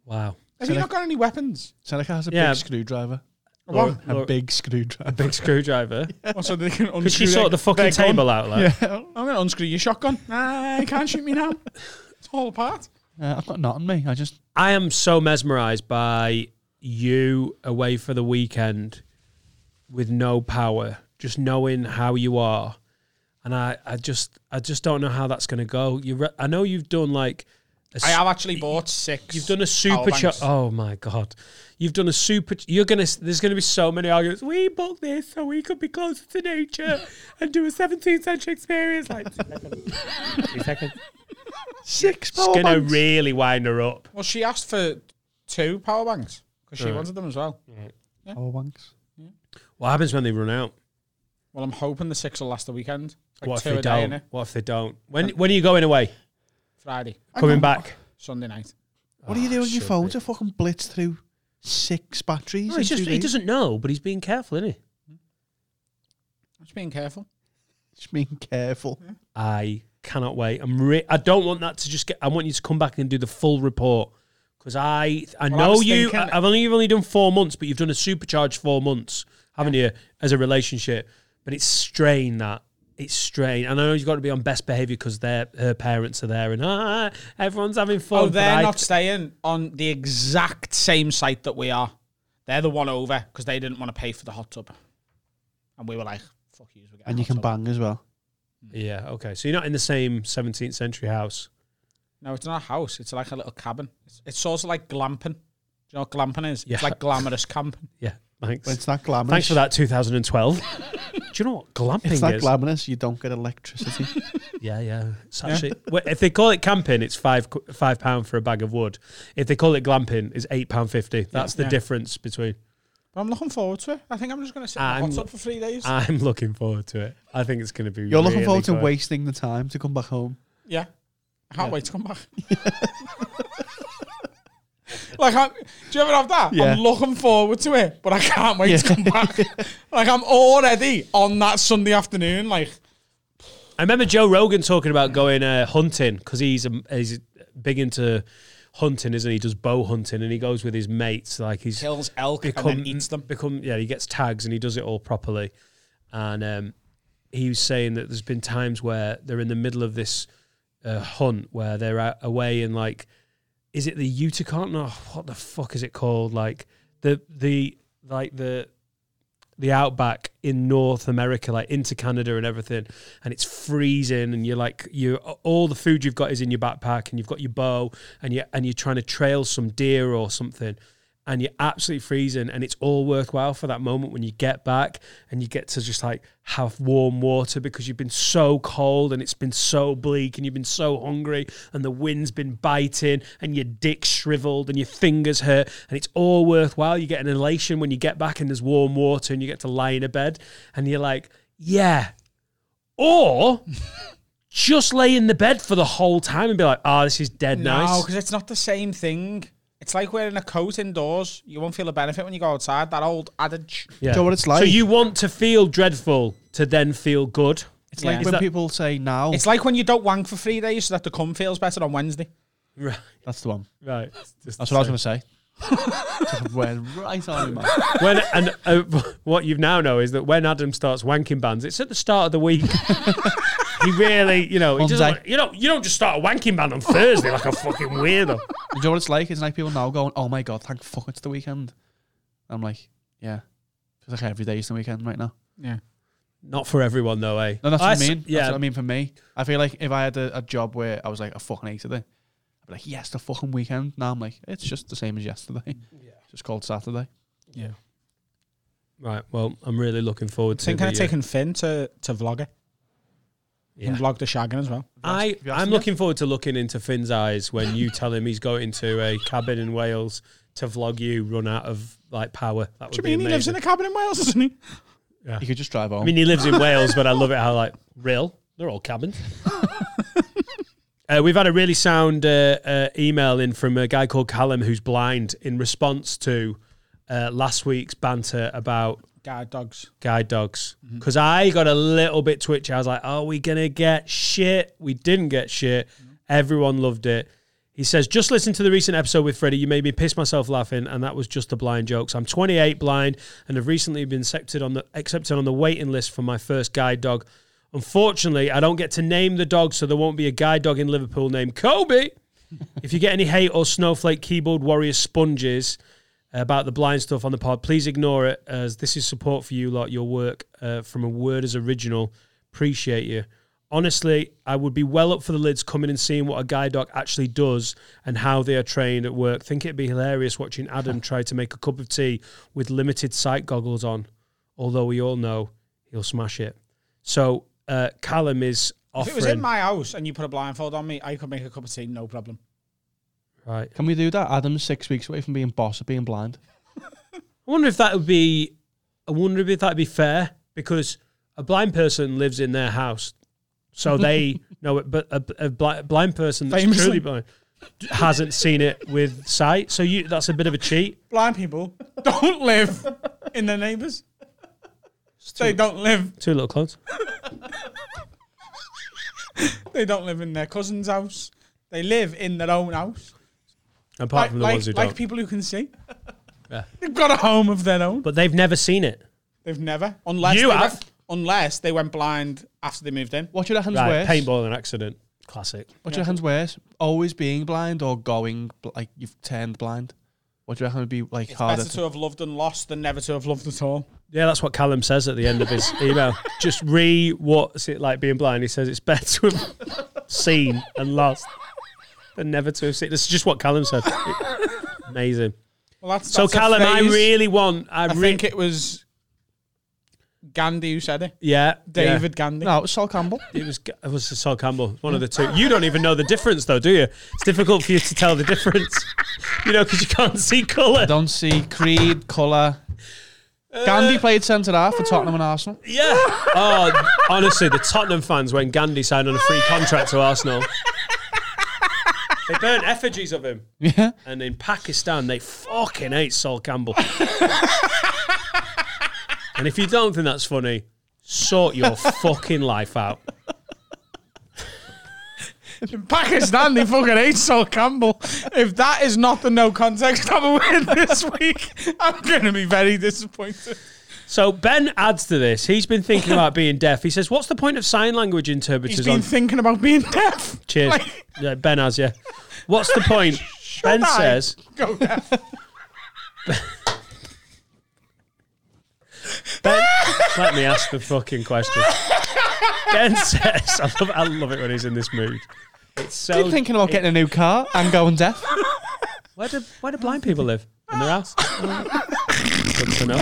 [SPEAKER 1] Wow.
[SPEAKER 9] you not got any weapons?
[SPEAKER 8] Seneca has a
[SPEAKER 1] Yeah.
[SPEAKER 8] big screwdriver.
[SPEAKER 9] What?
[SPEAKER 8] A
[SPEAKER 1] Look,
[SPEAKER 8] big screwdriver.
[SPEAKER 1] big screwdriver.
[SPEAKER 9] Well, so they can unscrew
[SPEAKER 1] Could she sort the
[SPEAKER 9] their-
[SPEAKER 1] fucking
[SPEAKER 9] their gun.
[SPEAKER 1] table out? Like?
[SPEAKER 9] I'm going to unscrew your shotgun. Nah, you can't shoot me now. It's all apart.
[SPEAKER 8] Uh, I've got not on me. I just
[SPEAKER 1] I am so mesmerized by you away for the weekend with no power, just knowing how you are. And I, I just, I just don't know how that's going to go. You, re- I know you've done like, a
[SPEAKER 9] I have actually bought six.
[SPEAKER 1] You've done a
[SPEAKER 9] power
[SPEAKER 1] super
[SPEAKER 9] banks.
[SPEAKER 1] chat. Oh my god, you've done a super. You're gonna. There's gonna be so many arguments. We booked this so we could be closer to nature and do a 17th century experience. Like two seconds.
[SPEAKER 8] six.
[SPEAKER 1] It's
[SPEAKER 9] Oh,
[SPEAKER 1] gonna really wind her up.
[SPEAKER 9] Well, she asked for two power banks because she wanted them as well.
[SPEAKER 8] Oh, wanks.
[SPEAKER 1] What happens when they run out?
[SPEAKER 9] Well, I'm hoping the six will last the weekend. Like
[SPEAKER 1] What if
[SPEAKER 9] two
[SPEAKER 1] they
[SPEAKER 9] a day,
[SPEAKER 1] don't?
[SPEAKER 9] innit?
[SPEAKER 1] What if they don't? When when are you going away?
[SPEAKER 9] Friday,
[SPEAKER 1] Coming back?
[SPEAKER 9] Sunday night.
[SPEAKER 8] What are you doing with your phone to fucking blitz through six batteries?
[SPEAKER 1] No, he's
[SPEAKER 8] in
[SPEAKER 1] just
[SPEAKER 8] two
[SPEAKER 1] he
[SPEAKER 8] days?
[SPEAKER 1] doesn't know, but he's being careful, isn't he?
[SPEAKER 9] Just being careful.
[SPEAKER 10] Just being careful.
[SPEAKER 1] I cannot wait. I'm. Re- I don't want that to just get. I want you to come back and do the full report because I. I
[SPEAKER 9] Well, I
[SPEAKER 1] know
[SPEAKER 9] was
[SPEAKER 1] you.
[SPEAKER 9] thinking-
[SPEAKER 1] I, have only you've only done four months, but you've done a supercharged four months, haven't you, as a relationship? But it's strain that. It's strain. And I know you've got to be on best behavior because their her parents are there and ah, everyone's having fun.
[SPEAKER 9] Oh,
[SPEAKER 1] but
[SPEAKER 9] they're
[SPEAKER 1] I-
[SPEAKER 9] not staying on the exact same site that we are. They're the one over because they didn't want to pay for the hot tub, and we were like, "Fuck you, we're getting
[SPEAKER 8] And you
[SPEAKER 9] hot
[SPEAKER 8] can
[SPEAKER 9] tub.
[SPEAKER 8] bang as well.
[SPEAKER 1] Yeah. Okay. So you're not in the same 17th century house.
[SPEAKER 9] No, it's not a house. It's like a little cabin. It's, it's sort of like glamping. Do you know what glamping is?
[SPEAKER 1] Yeah.
[SPEAKER 9] It's like glamorous camping.
[SPEAKER 1] Yeah. Thanks.
[SPEAKER 10] But it's not glamorous.
[SPEAKER 1] Thanks for that 2012. Do you know what glamping
[SPEAKER 10] It's not
[SPEAKER 1] is?
[SPEAKER 10] glamorous. You don't get electricity.
[SPEAKER 1] Yeah, yeah. It's actually well, if they call it camping, it's five qu- five pound for a bag of wood. If they call it glamping, it's eight pound fifty. That's the
[SPEAKER 9] Yeah.
[SPEAKER 1] difference between.
[SPEAKER 9] But I'm looking forward to it. I think I'm just going to sit
[SPEAKER 1] I'm-
[SPEAKER 9] in the hot tub for three days.
[SPEAKER 1] I'm looking forward to it. I think it's going to be.
[SPEAKER 10] You're looking
[SPEAKER 1] really
[SPEAKER 10] forward to
[SPEAKER 1] good.
[SPEAKER 10] wasting the time to come back home.
[SPEAKER 9] yeah. I can't wait to come back. like, I'm, do you ever have that?
[SPEAKER 10] Yeah.
[SPEAKER 9] I'm looking forward to it, but I can't wait to come back. like, I'm already on that Sunday afternoon. Like,
[SPEAKER 1] I remember Joe Rogan talking about going uh, hunting because he's a, he's big into hunting, isn't he? He does bow hunting and he goes with his mates. Like he's
[SPEAKER 9] kills elk
[SPEAKER 1] become
[SPEAKER 9] and then eats them.
[SPEAKER 1] Become yeah, he gets tags and he does it all properly. And um, he was saying that there's been times where they're in the middle of this uh, hunt where they're out away in like, is it the Utica? No, what the fuck is it called? Like the the like the the outback in North America, like into Canada and everything, and it's freezing, and you're like, you all the food you've got is in your backpack, and you've got your bow, and you and you're trying to trail some deer or something, and you're absolutely freezing, and it's all worthwhile for that moment when you get back and you get to just like have warm water because you've been so cold and it's been so bleak and you've been so hungry and the wind's been biting and your dick shriveled and your fingers hurt and it's all worthwhile. You get an elation when you get back and there's warm water and you get to lie in a bed and you're like, yeah. Or just lay in the bed for the whole time and be like, oh, this is dead
[SPEAKER 9] No,
[SPEAKER 1] nice.
[SPEAKER 9] because it's not the same thing. It's like wearing a coat indoors. You won't feel a benefit when you go outside. That old adage.
[SPEAKER 1] Yeah.
[SPEAKER 10] Do you know what it's
[SPEAKER 1] So
[SPEAKER 10] like?
[SPEAKER 1] you want to feel dreadful to then feel good.
[SPEAKER 10] It's like
[SPEAKER 9] Yeah.
[SPEAKER 10] when people say now.
[SPEAKER 1] Oh.
[SPEAKER 9] It's like when you don't wank for three days so that the cum feels better on Wednesday.
[SPEAKER 1] Right.
[SPEAKER 10] That's the one.
[SPEAKER 1] Right.
[SPEAKER 8] That's what I was going to say. We're right on you, man.
[SPEAKER 1] when and uh, what you now know is that when Adam starts wanking bands, it's at the start of the week. he really, you know, he doesn't,
[SPEAKER 10] Monday.
[SPEAKER 1] want- you know, you don't just start a wanking band on Thursday like a fucking weirdo.
[SPEAKER 10] Do you know what it's like? It's like people now going, "Oh my god, thank fuck it's the weekend." I'm like, yeah, it's like every day is the weekend right now.
[SPEAKER 9] Yeah.
[SPEAKER 1] Not for everyone though, eh?
[SPEAKER 10] No, that's what I,
[SPEAKER 1] s-
[SPEAKER 10] mean.
[SPEAKER 1] Yeah,
[SPEAKER 10] That's what I mean for me. I feel like if I had a, a job where I was like, I fucking hated it, I'd be like, yes, the fucking weekend. Now I'm like, it's just the same as yesterday. Yeah. Just called Saturday.
[SPEAKER 1] right. Well, I'm really looking forward to.
[SPEAKER 9] Thinking
[SPEAKER 1] the,
[SPEAKER 9] of
[SPEAKER 1] uh,
[SPEAKER 9] taking Finn to, to vlogger. You
[SPEAKER 1] Yeah.
[SPEAKER 9] can vlog the shagging as well.
[SPEAKER 1] I,
[SPEAKER 10] Have you asked
[SPEAKER 1] I'm
[SPEAKER 10] him
[SPEAKER 1] looking forward to looking into Finn's eyes when you tell him he's going to a cabin in Wales to vlog you run out of like power. That
[SPEAKER 9] What do
[SPEAKER 1] would
[SPEAKER 9] you mean
[SPEAKER 1] be
[SPEAKER 9] he lives in
[SPEAKER 1] amazing.
[SPEAKER 9] a cabin in Wales, doesn't he?
[SPEAKER 10] You could just drive home.
[SPEAKER 1] I mean, he lives in Wales, but I love it how like real. They're all cabins. uh, we've had a really sound uh, uh, email in from a guy called Callum who's blind in response to uh, last week's banter about
[SPEAKER 9] Guide dogs.
[SPEAKER 1] guide dogs because I got a little bit twitchy. I was like, "Are we gonna get shit?" We didn't get shit. Everyone loved it. He says, "Just listen to the recent episode with Freddie. You made me piss myself laughing, and that was just the blind jokes. I'm 28, blind, and have recently been accepted on the accepted on the waiting list for my first guide dog. Unfortunately, I don't get to name the dog, so there won't be a guide dog in Liverpool named Kobe. if you get any hate or snowflake keyboard warrior sponges." uh, about the blind stuff on the pod. Please ignore it, as this is support for you lot. Your work uh, from a word as original. Appreciate you. Honestly, I would be well up for the lids coming and seeing what a guide dog actually does and how they are trained at work. Think it'd be hilarious watching Adam try to make a cup of tea with limited sight goggles on, although we all know he'll smash it. So uh, Callum is
[SPEAKER 9] If
[SPEAKER 1] offering.
[SPEAKER 9] it was in my house and you put a blindfold on me, I could make a cup of tea, no problem.
[SPEAKER 1] right.
[SPEAKER 10] Can we do that? Adam's six weeks away from being boss of being blind.
[SPEAKER 1] I wonder if that would be. I wonder if that'd be fair because a blind person lives in their house, so they know it. But a, a bli- blind person that's
[SPEAKER 9] Famously.
[SPEAKER 1] truly blind hasn't seen it with sight, so you that's a bit of a cheat.
[SPEAKER 9] Blind people don't live in their neighbours. They don't live.
[SPEAKER 1] Two little clones.
[SPEAKER 9] They don't live in their cousin's house. They live in their own house.
[SPEAKER 1] Apart
[SPEAKER 9] like,
[SPEAKER 1] from the
[SPEAKER 9] like-
[SPEAKER 1] ones who
[SPEAKER 9] like
[SPEAKER 1] don't.
[SPEAKER 9] people who can see. They've got a home of their own.
[SPEAKER 1] But they've never seen it.
[SPEAKER 9] They've never, unless
[SPEAKER 1] You
[SPEAKER 9] they
[SPEAKER 1] have.
[SPEAKER 9] Went, unless they went blind after they moved in.
[SPEAKER 10] What should happen
[SPEAKER 1] Right,
[SPEAKER 10] worse?
[SPEAKER 1] paintball and accident. Classic.
[SPEAKER 10] What do you reckon's worse? Always being blind or going bl- like you've turned blind? What do you reckon would be like
[SPEAKER 9] It's
[SPEAKER 1] Oh,
[SPEAKER 10] harder?
[SPEAKER 9] better to have loved and lost than never to have loved at all.
[SPEAKER 1] Yeah, that's what Callum says at the end of his email. Just re what's it like being blind? He says it's better to have seen and lost than never to have seen. This is just what Callum said. Amazing.
[SPEAKER 9] Well, that's,
[SPEAKER 1] So,
[SPEAKER 9] that's a
[SPEAKER 1] Callum, I
[SPEAKER 9] phrase.
[SPEAKER 1] really want. I,
[SPEAKER 9] I
[SPEAKER 1] re-
[SPEAKER 9] think it was Gandhi who said it.
[SPEAKER 1] Yeah,
[SPEAKER 9] David Gandhi.
[SPEAKER 10] no, it was Sol Campbell.
[SPEAKER 1] yeah. It was it was Sol Campbell, one of the two. You don't even know the difference, though, do you? It's difficult for you to tell the difference, you know, because you can't see colour.
[SPEAKER 10] Don't see Creed, colour.
[SPEAKER 9] Uh,
[SPEAKER 10] Gandhi played centre half for Tottenham and Arsenal.
[SPEAKER 1] Yeah. Oh, honestly, the Tottenham fans when Gandhi signed on a free contract to Arsenal. They burnt effigies of him.
[SPEAKER 10] Yeah.
[SPEAKER 1] And in Pakistan, they fucking hate Sol Campbell. and if you don't think that's funny, sort your fucking life out.
[SPEAKER 9] In Pakistan, they fucking hate Sol Campbell. If that is not the no context I'm win this week, I'm going to be very disappointed.
[SPEAKER 1] So Ben adds to this. He's been thinking about being deaf. He says, "What's the point of sign language interpreters
[SPEAKER 9] He's been
[SPEAKER 1] on
[SPEAKER 9] thinking about being deaf.
[SPEAKER 1] Cheers.
[SPEAKER 9] Like-
[SPEAKER 1] yeah, ben has, yeah. What's the point? ben
[SPEAKER 9] I?
[SPEAKER 1] says.
[SPEAKER 9] Go deaf.
[SPEAKER 1] Ben, let me ask the fucking question. Ben says, I love, I love it when he's in this mood. It's so.
[SPEAKER 10] Been thinking about getting a new car and going deaf.
[SPEAKER 1] where, do, where do blind people live? In their house? Good to know.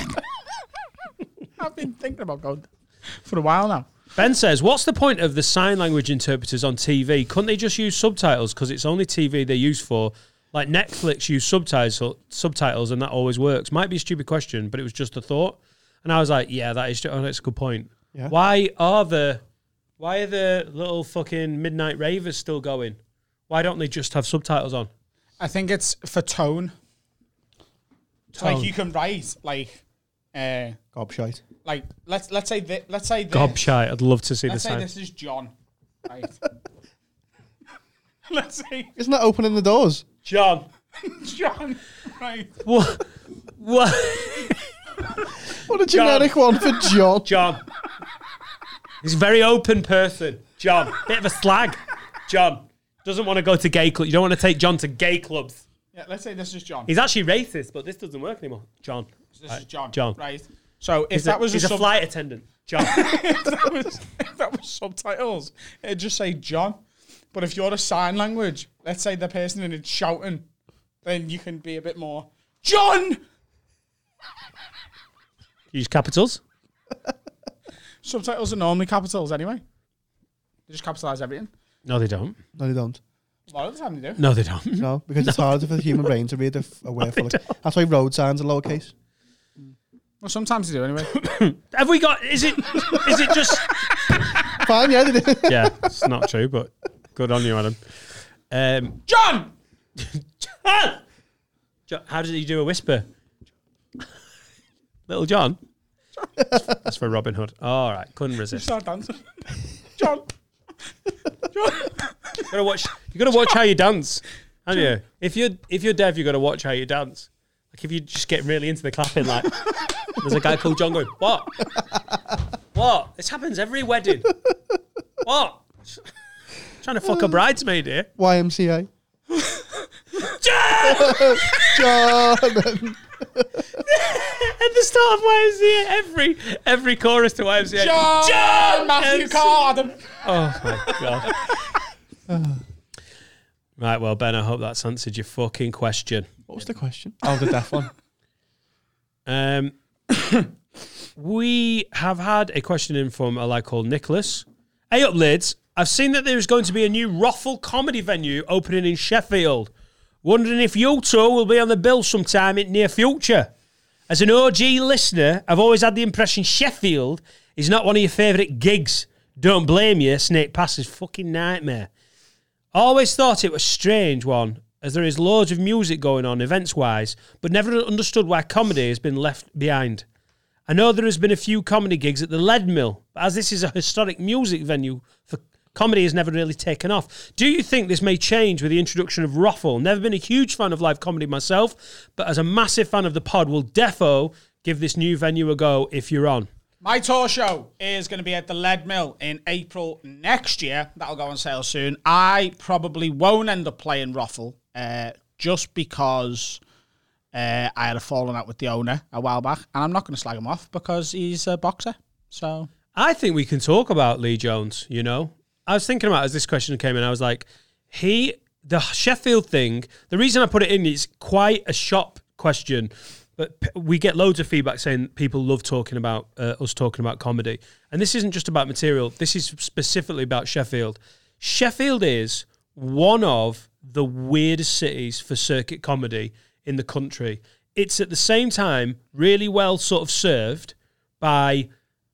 [SPEAKER 9] I've been thinking about going deaf for a while now.
[SPEAKER 1] Ben says, What's the point of the sign language interpreters on TV? Couldn't they just use subtitles? Because it's only TV they're used for. Like Netflix use subtitle, subtitles and that always works. Might be a stupid question, but it was just a thought. And I was like, Yeah, that is oh, that's a good point. Why are the why are the little fucking midnight ravers still going? Why don't they just have subtitles on?
[SPEAKER 9] I think it's for tone. It's
[SPEAKER 1] Oh,
[SPEAKER 9] Like you can write like, uh,
[SPEAKER 10] Gobshite.
[SPEAKER 9] like let's let's say thi- let's say this.
[SPEAKER 1] Gobshite, I'd love to see
[SPEAKER 9] Let's
[SPEAKER 1] the
[SPEAKER 9] say
[SPEAKER 1] sign.
[SPEAKER 9] this is John. Right. let's say
[SPEAKER 10] Isn't that opening the doors?
[SPEAKER 1] John.
[SPEAKER 9] John. Right.
[SPEAKER 1] What what
[SPEAKER 10] What a generic one for John.
[SPEAKER 1] John. He's a very open person. John. Bit of a slag. John. Doesn't want to go to gay club. You don't want to take John to gay clubs.
[SPEAKER 9] Yeah. Let's say this is John.
[SPEAKER 1] He's actually racist, but this doesn't work anymore. John.
[SPEAKER 9] This is John.
[SPEAKER 1] John.
[SPEAKER 9] Right. So if
[SPEAKER 1] He's
[SPEAKER 9] that
[SPEAKER 1] a,
[SPEAKER 9] was
[SPEAKER 1] he's
[SPEAKER 9] a,
[SPEAKER 1] a
[SPEAKER 9] sub-
[SPEAKER 1] flight attendant. John.
[SPEAKER 9] if that was if that was subtitles, it'd just say John. But if you're a sign language, let's say the person and it's shouting, then you can be a bit more John.
[SPEAKER 1] Use capitals.
[SPEAKER 9] Subtitles are normally capitals anyway. They just capitalize everything.
[SPEAKER 1] No, they don't.
[SPEAKER 10] No, they don't.
[SPEAKER 9] A lot of the time they do.
[SPEAKER 1] No, they don't.
[SPEAKER 10] No, because it's harder for the human brain to read a, f- a word for it. That's why road signs are lowercase.
[SPEAKER 9] Well, sometimes they do anyway.
[SPEAKER 1] Have we got? Is it? Is it just?
[SPEAKER 10] Fine, yeah, they do.
[SPEAKER 1] yeah, it's not true, but good on you, Adam. Um,
[SPEAKER 9] John.
[SPEAKER 1] John! Jo- How did he do a whisper? Little John. That's for Robin Hood. All right, couldn't resist.
[SPEAKER 9] Start dancing. John. John.
[SPEAKER 1] You gotta watch. You gotta watch how you dance, haven't you? If you're if you're deaf, you gotta watch how you dance. Like if you just get really into the clapping, like there's a guy called John going, "What? What? This happens every wedding. What? Trying to fuck a bridesmaid here."
[SPEAKER 10] YMCA. John!
[SPEAKER 1] At the start of YMCA, every every chorus to YMCA.
[SPEAKER 9] John. Matthew
[SPEAKER 1] Yes.
[SPEAKER 9] Carden.
[SPEAKER 1] Oh my god. right, well, Ben, I hope that's answered your fucking question.
[SPEAKER 10] What was the question? Oh, the deaf one.
[SPEAKER 1] Um, we have had a question in from a lad called Nicholas. Hey up, lads. I've seen that there is going to be a new Roffle comedy venue opening in Sheffield. Wondering if you two will be on the bill sometime in near future. As an OG listener, I've always had the impression Sheffield is not one of your favourite gigs. Don't blame you, Snake Pass is fucking nightmare. Always thought it was strange one, as there is loads of music going on events wise, but never understood why comedy has been left behind. I know there has been a few comedy gigs at the Lead Mill, but as this is a historic music venue for Comedy has never really taken off. Do you think this may change with the introduction of Ruffle? Never been a huge fan of live comedy myself, but as a massive fan of the pod, will defo give this new venue a go if you're on?
[SPEAKER 9] My tour show is going to be at the Lead Mill in April next year. That'll go on sale soon. I probably won't end up playing Ruffle uh, just because uh, I had a falling out with the owner a while back, and I'm not going to slag him off because he's a boxer. So
[SPEAKER 1] I think we can talk about Lee Jones, you know. I was thinking about it as this question came in, I was like, he the Sheffield thing, the reason I put it in is quite a shop question. But p- we get loads of feedback saying people love talking about uh, us talking about comedy. And this isn't just about material. This is specifically about Sheffield. Sheffield is one of the weirdest cities for circuit comedy in the country. It's at the same time really well sort of served by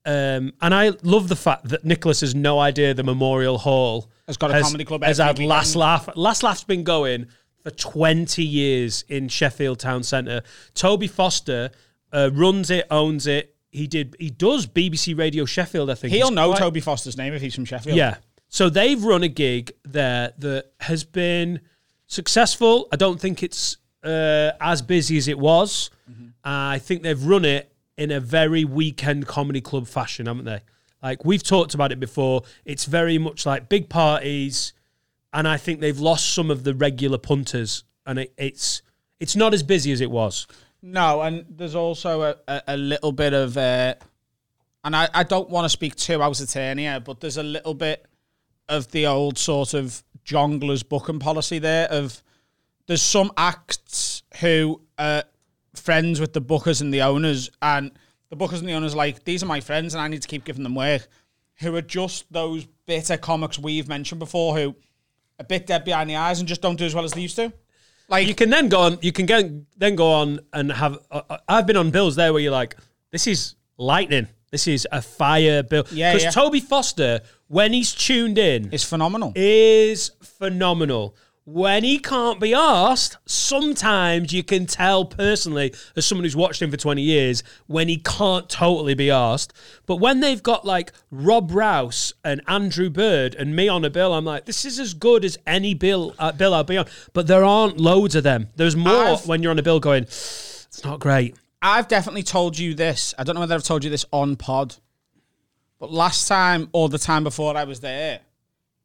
[SPEAKER 1] um, and I love the fact that Nicholas has no idea the Memorial Hall
[SPEAKER 9] Has got a comedy club
[SPEAKER 1] Has
[SPEAKER 9] every
[SPEAKER 1] had
[SPEAKER 9] weekend.
[SPEAKER 1] last laugh. Last laugh's been going for twenty years in Sheffield Town Centre. Toby Foster uh, runs it, owns it. He did. He does BBC Radio Sheffield. I think
[SPEAKER 9] he'll
[SPEAKER 1] It's
[SPEAKER 9] know
[SPEAKER 1] quite-
[SPEAKER 9] Toby Foster's name if he's from Sheffield.
[SPEAKER 1] yeah. So they've run a gig there that has been successful. I don't think it's uh, as busy as it was. Uh, I think they've run it in a very weekend comedy club fashion, haven't they? Like we've talked about it before. It's very much like big parties, and I think they've lost some of the regular punters, and it, it's it's not as busy as it was.
[SPEAKER 9] No, and there's also a, a, a little bit of, uh, and I, I don't want to speak too out of turn here, but there's a little bit of the old sort of jongler's booking policy there of there's some acts who are friends with the bookers and the owners, and the bookers and the owners are like, these are my friends and I need to keep giving them work, who are just those bitter comics we've mentioned before who are a bit dead behind the eyes and just don't do as well as they used to. Like,
[SPEAKER 1] you can then go on. You can get, then go on and have. Uh, I've been on bills there where you're like, this is lightning. This is a fire bill.
[SPEAKER 9] Yeah,
[SPEAKER 1] Because
[SPEAKER 9] yeah.
[SPEAKER 1] Toby Foster, when he's tuned in,
[SPEAKER 9] it's phenomenal.
[SPEAKER 1] is phenomenal. When he can't be asked, sometimes you can tell personally, as someone who's watched him for 20 years, when he can't totally be asked. But when they've got like Rob Rouse and Andrew Bird and me on a bill, I'm like, this is as good as any bill uh, bill I'll be on. But there aren't loads of them. There's more
[SPEAKER 9] I've-
[SPEAKER 1] when you're on a bill going, it's not great.
[SPEAKER 9] I've definitely told you this. I don't know whether I've told you this on pod, but last time or the time before I was there,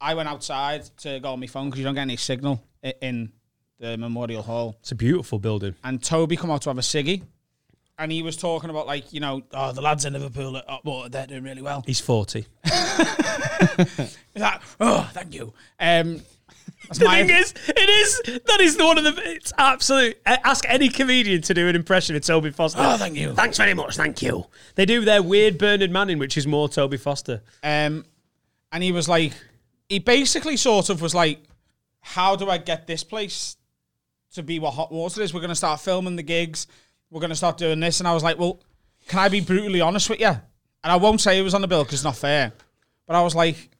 [SPEAKER 9] I went outside to go on my phone because you don't get any signal i- in the Memorial Hall.
[SPEAKER 1] It's a beautiful building.
[SPEAKER 9] And Toby come out to have a ciggy, and he was talking about like you know, oh the lads in Liverpool, are, well they're doing really well.
[SPEAKER 1] He's 40.
[SPEAKER 9] He's like, oh thank you. Um, that's
[SPEAKER 1] The
[SPEAKER 9] my-
[SPEAKER 1] thing is, it is that is one of the it's absolute. a- Ask any comedian to do an impression of Toby Foster.
[SPEAKER 9] Oh, thank you.
[SPEAKER 1] Thanks very much. Thank you. They do their weird Bernard Manning, which is more Toby Foster.
[SPEAKER 9] Um, and he was like, he basically sort of was like, how do I get this place to be what Hot Water is? We're going to start filming the gigs. We're going to start doing this. And I was like, well, can I be brutally honest with you? And I won't say it was on the bill because it's not fair. But I was like,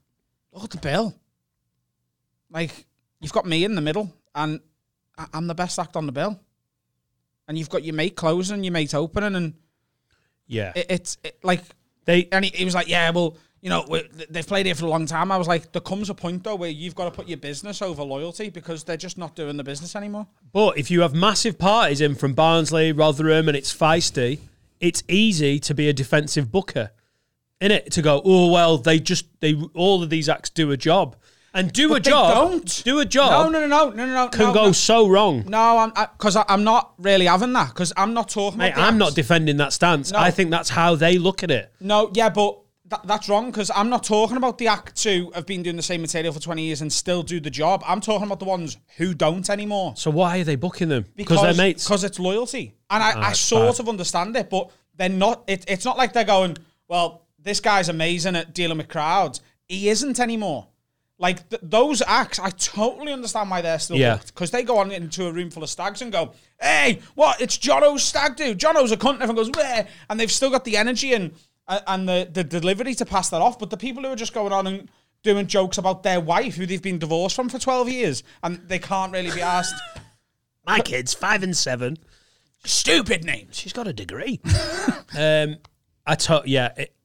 [SPEAKER 9] look at the bill. Like, you've got me in the middle and I- I'm the best act on the bill. And you've got your mate closing, your mate opening, and
[SPEAKER 1] Yeah,
[SPEAKER 9] it, it's it, like
[SPEAKER 1] they.
[SPEAKER 9] and he, he was like, "Yeah, well, you know, we- th- they've played here for a long time." I was like, "There comes a point though where you've got to put your business over loyalty because they're just not doing the business anymore."
[SPEAKER 1] But if you have massive parties in from Barnsley, Rotherham, and it's feisty, it's easy to be a defensive booker, in it to go. Oh well, they just they all of these acts do a job and do a
[SPEAKER 9] But they
[SPEAKER 1] job.
[SPEAKER 9] don't.
[SPEAKER 1] do a job.
[SPEAKER 9] No, no, no, no, no, no, no.
[SPEAKER 1] Can
[SPEAKER 9] no,
[SPEAKER 1] go
[SPEAKER 9] no.
[SPEAKER 1] so wrong.
[SPEAKER 9] No, I'm because I, am not really having that because I'm not talking.
[SPEAKER 1] Mate,
[SPEAKER 9] about the
[SPEAKER 1] I'm not
[SPEAKER 9] acts.
[SPEAKER 1] defending that stance.
[SPEAKER 9] No.
[SPEAKER 1] I think that's how they look at it.
[SPEAKER 9] no, yeah, but. That, that's wrong because I'm not talking about the act two of being doing the same material for 20 years and still do the job. I'm talking about the ones who don't anymore.
[SPEAKER 1] So why are they booking them? Because they're mates.
[SPEAKER 9] Because it's loyalty, and I, I
[SPEAKER 1] it's
[SPEAKER 9] sort
[SPEAKER 1] bad.
[SPEAKER 9] of understand it, but they're not. It, it's not like they're going, "Well, this guy's amazing at dealing with crowds." He isn't anymore. Like th- those acts, I totally understand why they're still
[SPEAKER 1] Yeah.
[SPEAKER 9] because they go on into a room full of stags and go, "Hey, what? It's Jono's stag do. Jono's a cunt." And everyone goes, "Bleh," and they've still got the energy and uh, and the the delivery to pass that off. But the people who are just going on and doing jokes about their wife who they've been divorced from for twelve years and they can't really be asked.
[SPEAKER 1] My kids, five and seven.
[SPEAKER 9] Stupid names.
[SPEAKER 1] She's got a degree. um, I to- yeah. It,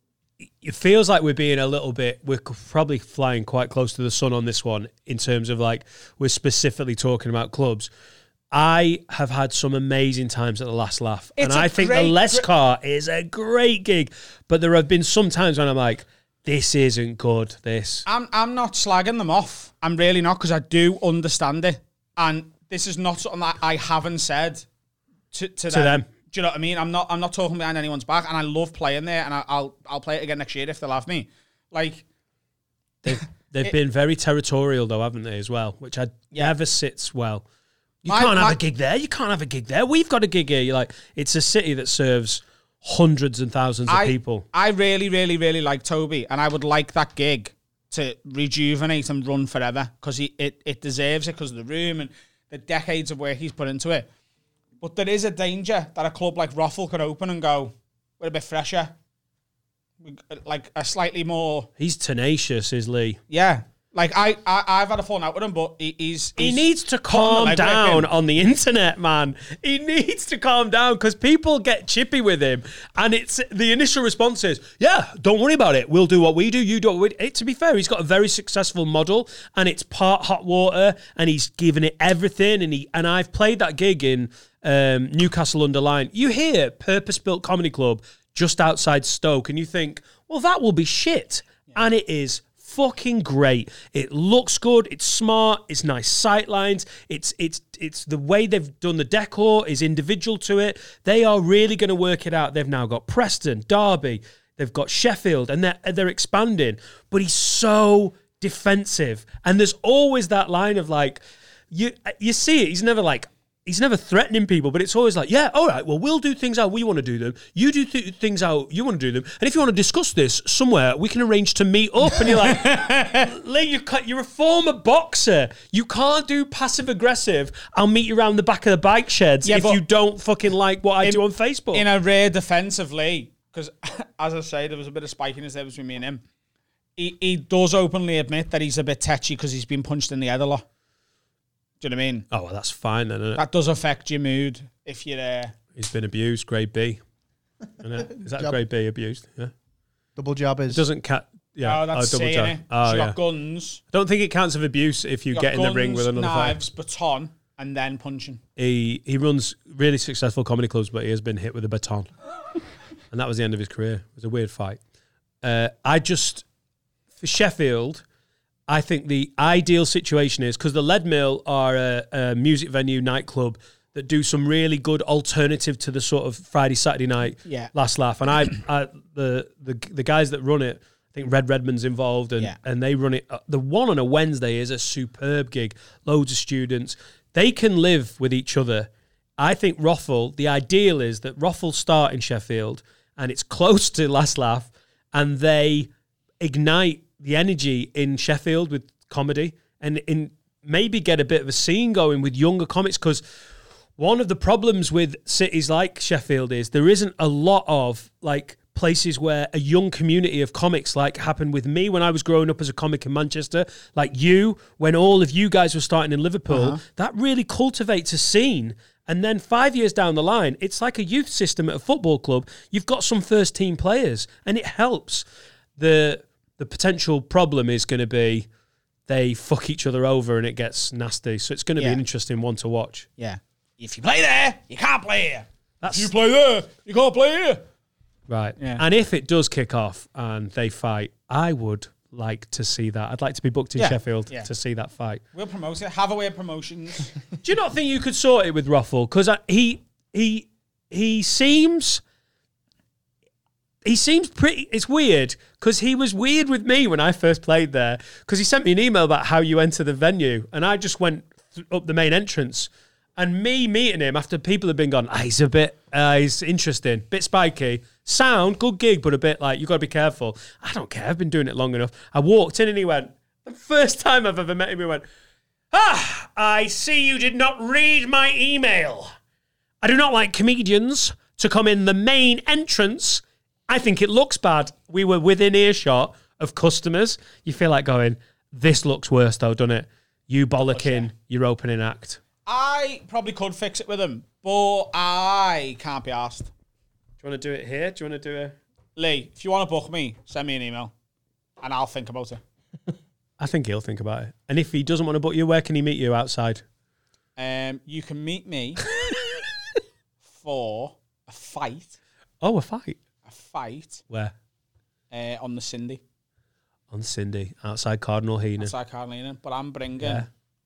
[SPEAKER 1] it feels like we're being a little bit we're c- probably flying quite close to the sun on this one in terms of like we're specifically talking about clubs i have had some amazing times at the last laugh and
[SPEAKER 9] It's a
[SPEAKER 1] i think the
[SPEAKER 9] great-
[SPEAKER 1] les
[SPEAKER 9] great-
[SPEAKER 1] car is a great gig but there have been some times when i'm like this isn't good this
[SPEAKER 9] I'm I'm not slagging them off. I'm really not because I do understand it, and this is not something that I haven't said to to,
[SPEAKER 1] them.
[SPEAKER 9] Do you know what I mean? I'm not I'm not talking behind anyone's back, and I love playing there, and I, I'll I'll play it again next year if they'll have me. Like
[SPEAKER 1] they've, they've
[SPEAKER 9] It-
[SPEAKER 1] been very territorial though haven't they as well which i never sits well you
[SPEAKER 9] My-
[SPEAKER 1] can't have
[SPEAKER 9] my-
[SPEAKER 1] a gig there you can't have a gig there we've got a gig here you're like it's a city that serves hundreds and thousands
[SPEAKER 9] I
[SPEAKER 1] of people
[SPEAKER 9] I really really really like Toby, and I would like that gig to rejuvenate and run forever because he it it deserves it because of the room and the decades of work he's put into it. But there is a danger that a club like Roffle could open and go, we're a bit fresher. We- Like a slightly more,
[SPEAKER 1] He's tenacious, is Lee.
[SPEAKER 9] yeah. Like I, I I've had a falling out with him, but he, he's,
[SPEAKER 1] He
[SPEAKER 9] he's
[SPEAKER 1] needs to
[SPEAKER 9] putting the
[SPEAKER 1] calm
[SPEAKER 9] legwork
[SPEAKER 1] down
[SPEAKER 9] in.
[SPEAKER 1] on the internet, man. He needs to calm down because people get chippy with him, and it's the initial response is, "Yeah, don't worry about it. We'll do what we do. You do what we." Do. It, to be fair, he's got a very successful model, and it's part hot water, and he's given it everything. And he and I've played that gig in um, Newcastle under Lyne. You hear Purpose Built Comedy Club just outside Stoke, and you think, "Well, that will be shit," and it is fucking great. It looks good. It's smart. It's nice sight lines. It's it's it's the way they've done the decor is individual to it. They are really going to work it out. They've now got Preston, Derby. They've got Sheffield, and they're they're expanding. But he's so defensive, and there's always that line of like, you you see it. He's never like. He's never threatening people, but it's always like, yeah, all right, well, we'll do things how we want to do them. You do th- things how you want to do them. And if you want to discuss this somewhere, we can arrange to meet up. And you're like, Lee, you cut. You're a former boxer. You can't do passive aggressive. I'll meet you around the back of the bike sheds
[SPEAKER 9] Yeah,
[SPEAKER 1] if
[SPEAKER 9] but-
[SPEAKER 1] you don't fucking like what I do on Facebook.
[SPEAKER 9] in a rare defense of Lee, because as I say, there was a bit of spikiness there between me and him. He, he does openly admit that he's a bit tetchy because he's been punched in the head a lot. Do you know what I mean?
[SPEAKER 1] oh, well, that's fine then. Isn't it?
[SPEAKER 9] That does affect your mood if you're there.
[SPEAKER 1] He's been abused. Grade B. Isn't it? Is that
[SPEAKER 10] Jab.
[SPEAKER 1] grade B abused? Yeah.
[SPEAKER 10] Double jab is.
[SPEAKER 1] Doesn't count. Yeah.
[SPEAKER 9] oh, that's
[SPEAKER 1] double
[SPEAKER 9] saying
[SPEAKER 1] jab.
[SPEAKER 9] it.
[SPEAKER 1] Oh,
[SPEAKER 9] she
[SPEAKER 1] yeah.
[SPEAKER 9] got guns.
[SPEAKER 1] I don't think it counts as abuse if you
[SPEAKER 9] she got
[SPEAKER 1] get in the ring
[SPEAKER 9] guns,
[SPEAKER 1] with another fighter.
[SPEAKER 9] knives, baton, and then punching.
[SPEAKER 1] He he runs really successful comedy clubs, but he has been hit with a baton, and that was the end of his career. It was a weird fight. Uh, I just for Sheffield, I think the ideal situation is because the Lead Mill are a, a music venue nightclub that do some really good alternative to the sort of Friday Saturday night
[SPEAKER 9] Yeah.
[SPEAKER 1] last laugh, and I, I the the the guys that run it. I think Red Redman's involved, and,
[SPEAKER 9] Yeah.
[SPEAKER 1] and they run it. uh, The one on a Wednesday is a superb gig. Loads of students. They can live with each other. I think Roffle. The ideal is that Roffle start in Sheffield, and it's close to Last Laugh, and they ignite the energy in Sheffield with comedy and in maybe get a bit of a scene going with younger comics because one of the problems with cities like Sheffield is there isn't a lot of like places where a young community of comics like happened with me when I was growing up as a comic in Manchester like you when all of you guys were starting in Liverpool that really cultivates a scene and then 5 years down the line it's like a youth system at a football club you've got some first team players and it helps the the potential problem is going to be they fuck each other over and it gets nasty. So it's going to be
[SPEAKER 9] Yeah.
[SPEAKER 1] an interesting one to watch.
[SPEAKER 9] Yeah. If you play there, you can't play here.
[SPEAKER 1] That's
[SPEAKER 9] If you play there, you can't play here.
[SPEAKER 1] right.
[SPEAKER 9] Yeah.
[SPEAKER 1] And if it does kick off and they fight, I would like to see that. I'd like to be booked in
[SPEAKER 9] Yeah.
[SPEAKER 1] Sheffield
[SPEAKER 9] Yeah.
[SPEAKER 1] to see that fight.
[SPEAKER 9] We'll promote it. Have away promotions.
[SPEAKER 1] Do you not think you could sort it with Ruffle? Because he he he seems he seems pretty. It's weird because he was weird with me when I first played there. Because he sent me an email about how you enter the venue, and I just went th- up the main entrance. And me meeting him after people have been gone, ah, he's a bit, uh, he's interesting, bit spiky. Sound, good gig, but a bit like, you got to be careful. I don't care, I've been doing it long enough. I walked in and he went, the first time I've ever met him, he went, Ah, I see you did not read my email. I do not like comedians to come in the main entrance. I think it looks bad. We were within earshot of customers. You feel like going, this looks worse though, doesn't it? You bollocking your opening act.
[SPEAKER 9] I probably could fix it with him, but I can't be asked.
[SPEAKER 1] Do you want to do it here? Do you want to do a
[SPEAKER 9] Lee, if you want to book me, send me an email, and I'll think about it.
[SPEAKER 1] I think he'll think about it. And if he doesn't want to book you, where can he meet you outside?
[SPEAKER 9] Um, you can meet me for a fight,
[SPEAKER 1] Oh, a fight.
[SPEAKER 9] a fight
[SPEAKER 1] Where?
[SPEAKER 9] uh, on the Cindy
[SPEAKER 1] On Cindy, outside Cardinal Heenan.
[SPEAKER 9] outside Carolina, but I'm bringing
[SPEAKER 1] Yeah.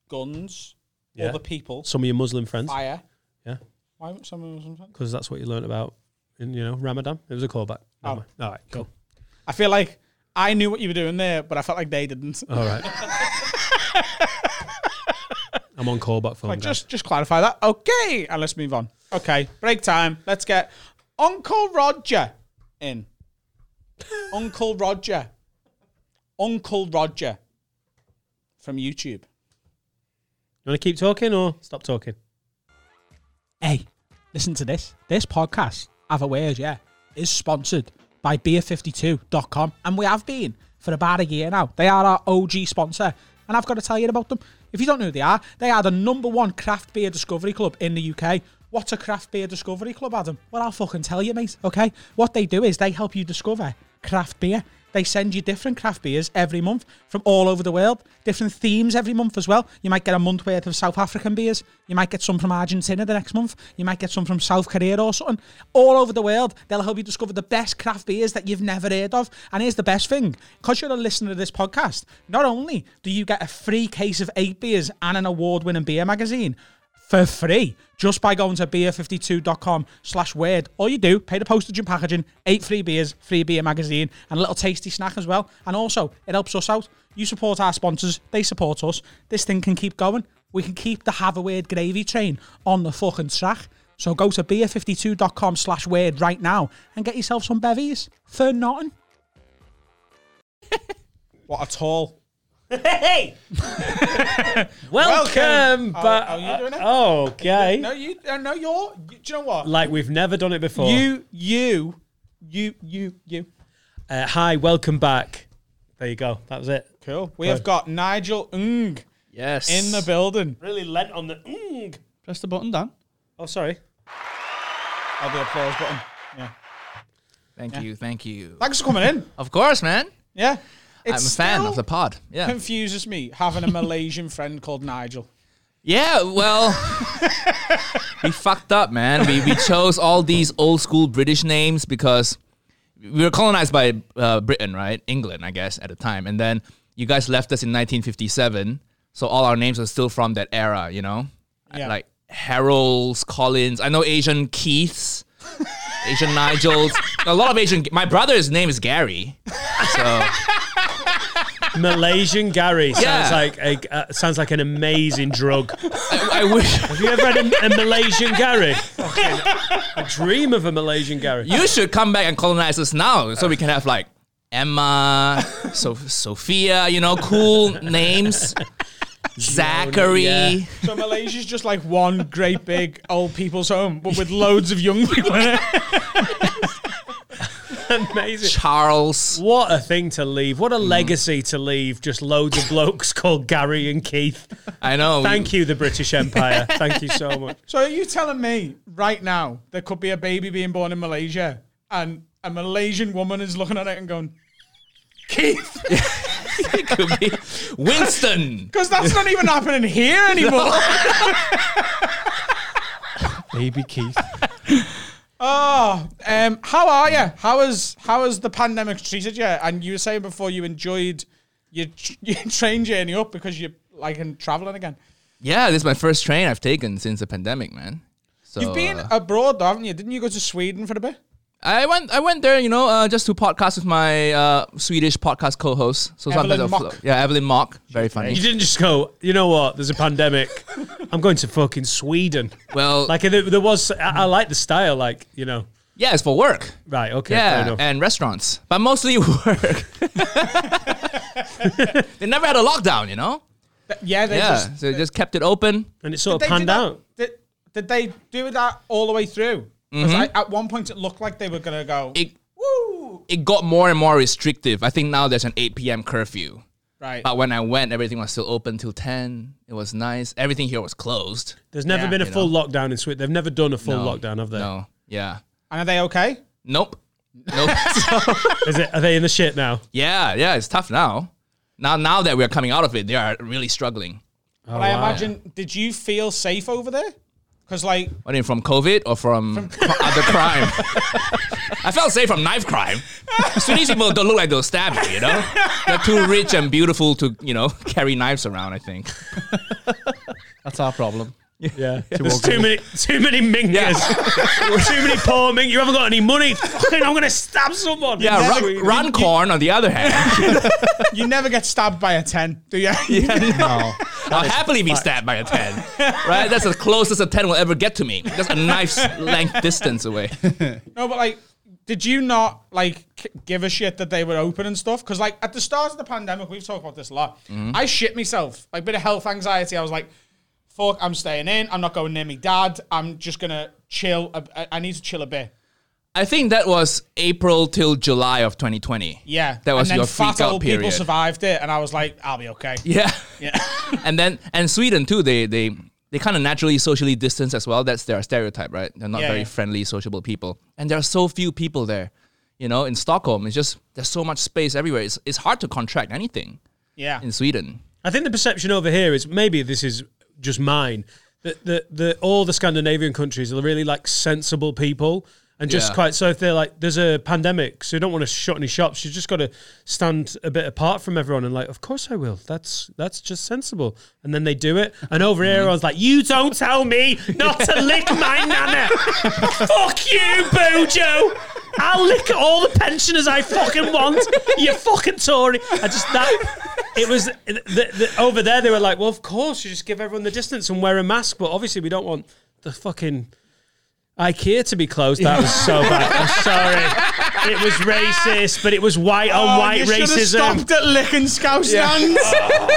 [SPEAKER 9] guns,
[SPEAKER 1] Yeah.
[SPEAKER 9] other people,
[SPEAKER 1] Some of your Muslim friends,
[SPEAKER 9] fire.
[SPEAKER 1] Yeah.
[SPEAKER 9] Why haven't someone? someone-
[SPEAKER 1] because that's what you learnt about in you know Ramadan. It was a callback. Never
[SPEAKER 9] Oh.
[SPEAKER 1] mind. All right, cool.
[SPEAKER 9] I feel like I knew what you were doing there, but I felt like they didn't.
[SPEAKER 1] All right. I'm on callback phone.
[SPEAKER 9] Like,
[SPEAKER 1] guys.
[SPEAKER 9] just just clarify that. Okay, and let's move on. Okay, break time. Let's get Uncle Roger in. Uncle Roger. Uncle Roger from YouTube.
[SPEAKER 1] You want to keep talking or stop talking?
[SPEAKER 9] Hey, listen to this. This podcast, Have a Word, yeah, is sponsored by beer52.com. And we have been for about a year now. They are our OG sponsor. And I've got to tell you about them. If you don't know who they are, they are the number one craft beer discovery club in the UK. What's a craft beer discovery club, Adam? Well, I'll fucking tell you, mate, okay? What they do is they help you discover craft beer. They send you different craft beers every month from all over the world, different themes every month as well. You might get a month worth of South African beers. You might get some from Argentina the next month. You might get some from South Korea or something. All over the world, they'll help you discover the best craft beers that you've never heard of. And here's the best thing because you're a listener to this podcast, not only do you get a free case of eight beers and an award winning beer magazine, for free just by going to beer52.com slash word. All you do, pay the postage and packaging, eight free beers, free beer magazine, and a little tasty snack as well. And also, it helps us out. You support our sponsors, they support us. This thing can keep going. We can keep the Have a Word gravy train on the fucking track. So go to beer52.com slash word right now and get yourself some bevies for nothing. what a tall.
[SPEAKER 1] Hey! Welcome,
[SPEAKER 9] Welcome.
[SPEAKER 1] back.
[SPEAKER 9] Oh, are you doing it?
[SPEAKER 1] Oh, okay.
[SPEAKER 9] you, uh, no, you're, do you know what?
[SPEAKER 1] Like we've never done it before.
[SPEAKER 9] You, you, you, you, you.
[SPEAKER 1] Uh, hi, welcome back. There you go. That was it.
[SPEAKER 9] Cool. We have got Nigel Ng
[SPEAKER 8] Yes.
[SPEAKER 9] in the building.
[SPEAKER 1] Really lent on the. Mm.
[SPEAKER 8] Press the button, Dan.
[SPEAKER 1] Oh, sorry.
[SPEAKER 9] I'll be applause button. Yeah.
[SPEAKER 7] Thank you, thank you.
[SPEAKER 9] Thanks for coming in.
[SPEAKER 7] Of course, man.
[SPEAKER 9] Yeah. It's
[SPEAKER 7] I'm a fan
[SPEAKER 9] still
[SPEAKER 7] of the pod. Yeah.
[SPEAKER 9] Confuses me having a Malaysian friend called Nigel.
[SPEAKER 7] Yeah, well, we fucked up, man. We, we chose all these old school British names because we were colonized by uh, Britain, right? England, I guess, at the time. And then you guys left us in 1957. So all our names are still from that era, you know?
[SPEAKER 9] Yeah.
[SPEAKER 7] Like Harold's, Collins. I know Asian Keiths, Asian Nigel's. A lot of Asian. My brother's name is Gary. So.
[SPEAKER 1] Malaysian Gary sounds
[SPEAKER 7] Yeah.
[SPEAKER 1] like a uh, sounds like an amazing drug.
[SPEAKER 7] I wish
[SPEAKER 1] Have you ever had a, a Malaysian Gary? Fucking- I dream of a Malaysian Gary.
[SPEAKER 7] you should come back and colonize us now, so we can have like Emma, so- Sophia, you know, cool names. Zachary.
[SPEAKER 1] yeah.
[SPEAKER 9] So Malaysia's just like one great big old people's home, but with loads of young people in it.
[SPEAKER 1] Amazing.
[SPEAKER 7] Charles.
[SPEAKER 1] What a thing to leave. What a
[SPEAKER 7] Mm.
[SPEAKER 1] legacy to leave. Just loads of blokes called Gary and Keith.
[SPEAKER 7] I know.
[SPEAKER 1] Thank you, the British Empire. Thank you so much.
[SPEAKER 9] So are you telling me right now there could be a baby being born in Malaysia and a Malaysian woman is looking at it and going, Keith,
[SPEAKER 7] It could be Winston.
[SPEAKER 9] because that's not even happening here anymore.
[SPEAKER 10] Baby Keith.
[SPEAKER 9] Oh, um, how are you? How has how has the pandemic treated you? And you were saying before you enjoyed your, tr- your train journey up because you're liking traveling again.
[SPEAKER 7] Yeah, this is my first train I've taken since the pandemic, man. So
[SPEAKER 9] You've been
[SPEAKER 7] uh,
[SPEAKER 9] abroad, though, haven't you? Didn't you go to Sweden for a bit?
[SPEAKER 7] I went. I went there, you know, uh, just to podcast with my uh, Swedish podcast co-host. So
[SPEAKER 9] Evelyn
[SPEAKER 7] sometimes I'll
[SPEAKER 9] Mock.
[SPEAKER 7] flo- yeah, Evelyn Mock, very funny.
[SPEAKER 1] You didn't just go, you know what? There's a pandemic. I'm going to fucking Sweden.
[SPEAKER 7] Well,
[SPEAKER 1] Like, there, there was, I, I like the style, like, you know.
[SPEAKER 7] yeah, it's for work.
[SPEAKER 1] Right, okay, fair
[SPEAKER 7] Yeah,
[SPEAKER 1] enough.
[SPEAKER 7] and restaurants, but mostly work. they never had a lockdown, you know.
[SPEAKER 9] Th- Yeah, they
[SPEAKER 7] yeah,
[SPEAKER 9] just
[SPEAKER 7] so they just kept it open.
[SPEAKER 1] And it sort
[SPEAKER 9] they
[SPEAKER 1] of
[SPEAKER 9] do
[SPEAKER 1] panned
[SPEAKER 9] that-
[SPEAKER 1] out.
[SPEAKER 9] Did, did they do that all the way through? 'Cause I, at one point it looked like they were gonna go.
[SPEAKER 7] Mm-hmm. It
[SPEAKER 9] Woo!
[SPEAKER 7] it got more and more restrictive. I think now there's an 8 p.m. curfew.
[SPEAKER 9] Right.
[SPEAKER 7] But when I went, everything was still open till 10. It was nice. Everything here was closed.
[SPEAKER 1] There's never
[SPEAKER 9] Yeah.
[SPEAKER 1] been a
[SPEAKER 7] You
[SPEAKER 1] full lockdown in Sweden. They've never done a full lockdown, have they?
[SPEAKER 7] No, yeah,
[SPEAKER 9] And are they okay?
[SPEAKER 7] nope. No.
[SPEAKER 1] Is it? Are they in the shit now?
[SPEAKER 7] Yeah, yeah, it's tough now. Now, now that we're coming out of it, they are really struggling.
[SPEAKER 1] Oh,
[SPEAKER 9] but I imagine, did you feel safe over there? Because like,
[SPEAKER 7] What, in from COVID or from, co- other crime? I felt safe from knife crime. Sudanese people don't look like they'll stab you, you know? They're too rich and beautiful to, you know, carry knives around, I think.
[SPEAKER 10] That's our problem.
[SPEAKER 1] Yeah.
[SPEAKER 10] Too
[SPEAKER 1] There's
[SPEAKER 10] ugly.
[SPEAKER 1] too many, too many mingers. too many poor ming. You haven't got any money. Fucking, I'm gonna stab someone.
[SPEAKER 7] Yeah,
[SPEAKER 1] Never-
[SPEAKER 7] Ran- Rancorn, on the other hand,
[SPEAKER 9] you never get stabbed by a ten, do you?
[SPEAKER 10] No.
[SPEAKER 7] I'll happily be stabbed by a 10, right? That's the closest a 10 will ever get to me. That's a knife's length distance away.
[SPEAKER 9] No, but like, did you not like k- give a shit that they were open and stuff? Because like at the start of the pandemic, we've talked about this a lot.
[SPEAKER 7] Mm-hmm.
[SPEAKER 9] I shit myself, like bit of health anxiety. I was like, fuck, I'm staying in. I'm not going near me dad. I'm just gonna chill. a- I, I need to chill a bit.
[SPEAKER 7] I think that was April till July of 2020.
[SPEAKER 9] Yeah,
[SPEAKER 7] That was
[SPEAKER 9] and then
[SPEAKER 7] your
[SPEAKER 9] fat
[SPEAKER 7] freak out
[SPEAKER 9] old people
[SPEAKER 7] period.
[SPEAKER 9] survived it, and I was like, I'll be okay.
[SPEAKER 7] Yeah.
[SPEAKER 9] Yeah.
[SPEAKER 7] and then and Sweden too, they they they kind of naturally socially distance as well. That's their stereotype, right? They're not
[SPEAKER 9] Yeah,
[SPEAKER 7] very
[SPEAKER 9] yeah.
[SPEAKER 7] friendly, sociable people. And there are so few people there. You know, in Stockholm, it's just there's so much space everywhere. It's it's hard to contract anything
[SPEAKER 9] yeah.
[SPEAKER 7] in Sweden.
[SPEAKER 1] I think the perception over here is maybe this is just mine that the, the all the Scandinavian countries are really like sensible people and just
[SPEAKER 7] Yeah.
[SPEAKER 1] quite so if they're like there's a pandemic so you don't want to shut any shops you just got to stand a bit apart from everyone and like of course I will that's that's just sensible and then they do it and over here everyone's like you don't tell me not to lick my nana fuck you Bojo I'll lick all the pensioners I fucking want you fucking Tory I just that it was the, the, over there. They were like, "Well, of course, you just give everyone the distance and wear a mask." But obviously, we don't want the fucking IKEA to be closed. That was so bad. I'm sorry. It was racist, but it was white
[SPEAKER 7] Oh,
[SPEAKER 1] on white
[SPEAKER 9] "Oh, you should have
[SPEAKER 1] racism.
[SPEAKER 9] stopped at licking scouse
[SPEAKER 7] Yeah.
[SPEAKER 9] stands.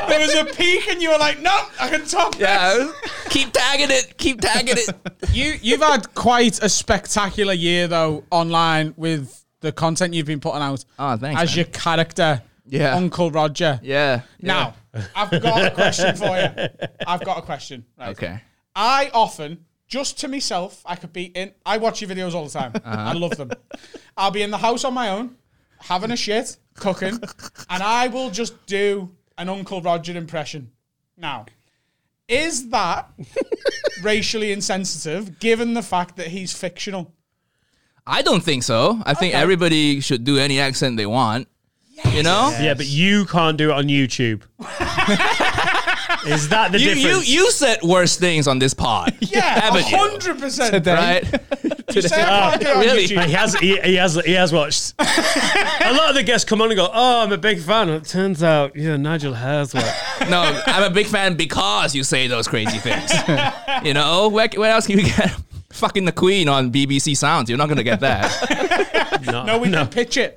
[SPEAKER 9] there was a peak, and you were like, "No, I can top this."
[SPEAKER 7] Yeah. keep tagging it. Keep tagging it.
[SPEAKER 9] You you've had quite a spectacular year though online with the content you've been putting out.
[SPEAKER 7] Oh, thanks,
[SPEAKER 9] As
[SPEAKER 7] man.
[SPEAKER 9] your character,
[SPEAKER 7] Yeah.
[SPEAKER 9] Uncle Roger.
[SPEAKER 7] Yeah.
[SPEAKER 9] Now, I've got a question for you. I've got a question.
[SPEAKER 7] yeah.
[SPEAKER 9] Right.
[SPEAKER 7] Okay.
[SPEAKER 9] I often, just to myself, I could be in. I watch your videos all the
[SPEAKER 7] Uh-huh.
[SPEAKER 9] time. I love them. I'll be in the house on my own, having a shit, cooking, and I will just do an Uncle Roger impression. Now, is that racially insensitive given the fact that he's fictional?
[SPEAKER 7] I don't think so. I think everybody should do any accent they want. You know?
[SPEAKER 1] Yeah, but you can't do it on YouTube. Is that the
[SPEAKER 7] You, you
[SPEAKER 1] difference?
[SPEAKER 7] you said worse things on this pod.
[SPEAKER 9] Yeah,
[SPEAKER 7] Haven't you?
[SPEAKER 9] hundred percent.
[SPEAKER 7] Right?
[SPEAKER 9] You say I can't get on
[SPEAKER 7] Really?
[SPEAKER 9] YouTube.
[SPEAKER 1] Like, he has he, he has he has watched. a lot of the guests come on and go, "Oh, I'm a big fan." It turns out, yeah, Nigel has one.
[SPEAKER 7] No, I'm a big fan because you say those crazy things. you know, where, where else can you get fucking the Queen on BBC Sounds? You're not gonna get that.
[SPEAKER 9] No, we can pitch it.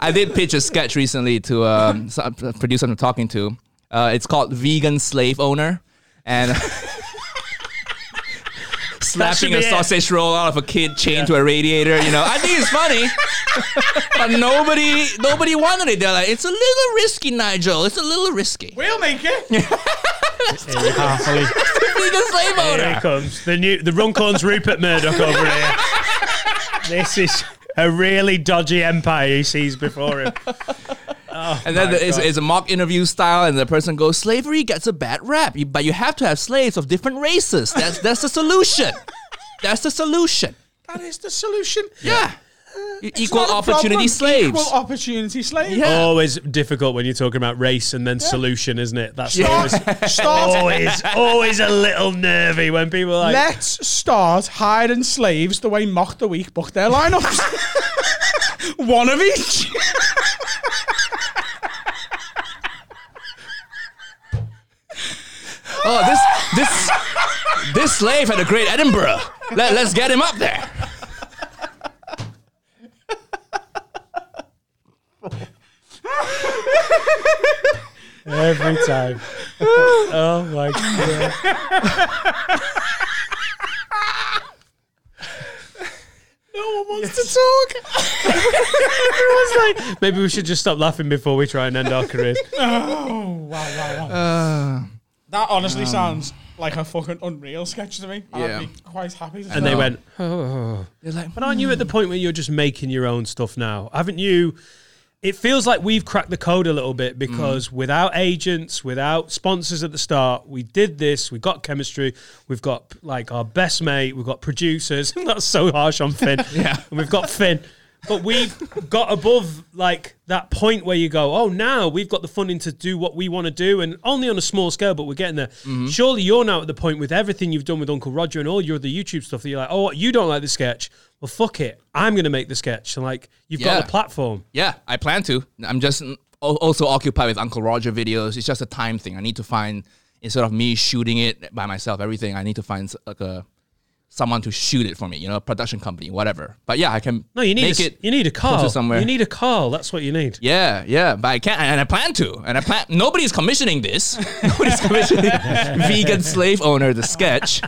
[SPEAKER 7] I did pitch a sketch recently to um, so- a producer I'm talking to. Uh, it's called Vegan Slave Owner, and slapping
[SPEAKER 1] be
[SPEAKER 7] a
[SPEAKER 1] it.
[SPEAKER 7] sausage roll out of a kid chained to a radiator. You know, I think it's funny, but nobody nobody wanted it. They're like, it's a little risky, Nigel. It's a little risky.
[SPEAKER 9] We'll make it.
[SPEAKER 7] Vegan slave owner.
[SPEAKER 1] Here he comes the new the Runcorn's Rupert Murdoch over here. This is a really dodgy empire he sees before him.
[SPEAKER 7] And then there is, is a mock interview style, and the person goes, "Slavery gets a bad rap, you- but you have to have slaves of different races. That's that's the solution. That's the solution.
[SPEAKER 9] That is the solution.
[SPEAKER 7] Yeah, E- equal
[SPEAKER 9] Uh, Not a
[SPEAKER 7] opportunity
[SPEAKER 9] problem.
[SPEAKER 7] slaves.
[SPEAKER 9] Equal opportunity slaves.
[SPEAKER 7] yeah,
[SPEAKER 1] Always difficult when you're talking about race and then solution, isn't it? That's
[SPEAKER 9] Start,
[SPEAKER 1] always
[SPEAKER 9] start,
[SPEAKER 1] always always a little nervy when people are like
[SPEAKER 9] let's start hiring slaves the way Mock the Week booked their lineups. One of each.
[SPEAKER 7] Oh, this this this slave had a great Edinburgh. Let, let's get him up there.
[SPEAKER 1] every time. oh my god.
[SPEAKER 9] No one wants to talk.
[SPEAKER 1] Everyone's like, maybe we should just stop laughing before we try and end our careers.
[SPEAKER 9] Uh, um, That honestly sounds like a fucking unreal sketch to me. and
[SPEAKER 1] Yeah.
[SPEAKER 9] I'd be quite happy. To
[SPEAKER 1] And they
[SPEAKER 9] try.
[SPEAKER 1] went, oh. but aren't you at the point where you're just making your own stuff now? Haven't you? It feels like we've cracked the code a little bit because without agents, without sponsors at the start, we did this. We got chemistry. We've got like our best mate. We've got producers. That's so harsh on Finn. yeah. And we've got Finn. But we've got above like that point where you go, oh, now we've got the funding to do what we want to do, and only on a small scale, but we're getting there.
[SPEAKER 15] Mhm.
[SPEAKER 1] Surely you're now at the point with everything you've done with Uncle Roger and all your other YouTube stuff that you're like, oh, you don't like the sketch. Well, fuck it. I'm going to make the sketch. And like, you've
[SPEAKER 7] Yeah.
[SPEAKER 1] got the platform.
[SPEAKER 7] Yeah, I plan to. I'm just mm, al- also occupied with Uncle Roger videos. It's just a time thing. I need to find instead of me shooting it by myself, everything. I need to find s- like a someone to shoot it for me. You know, a production company, whatever. But yeah, I can.
[SPEAKER 1] No, you need
[SPEAKER 7] make
[SPEAKER 1] a,
[SPEAKER 7] it.
[SPEAKER 1] You need a
[SPEAKER 7] closer
[SPEAKER 1] Carl.
[SPEAKER 7] somewhere.
[SPEAKER 1] You need a Carl. That's what you need.
[SPEAKER 7] yeah, yeah, but I can't, and I plan to, and I plan. Nobody's commissioning this. Nobody's commissioning vegan slave owner the sketch.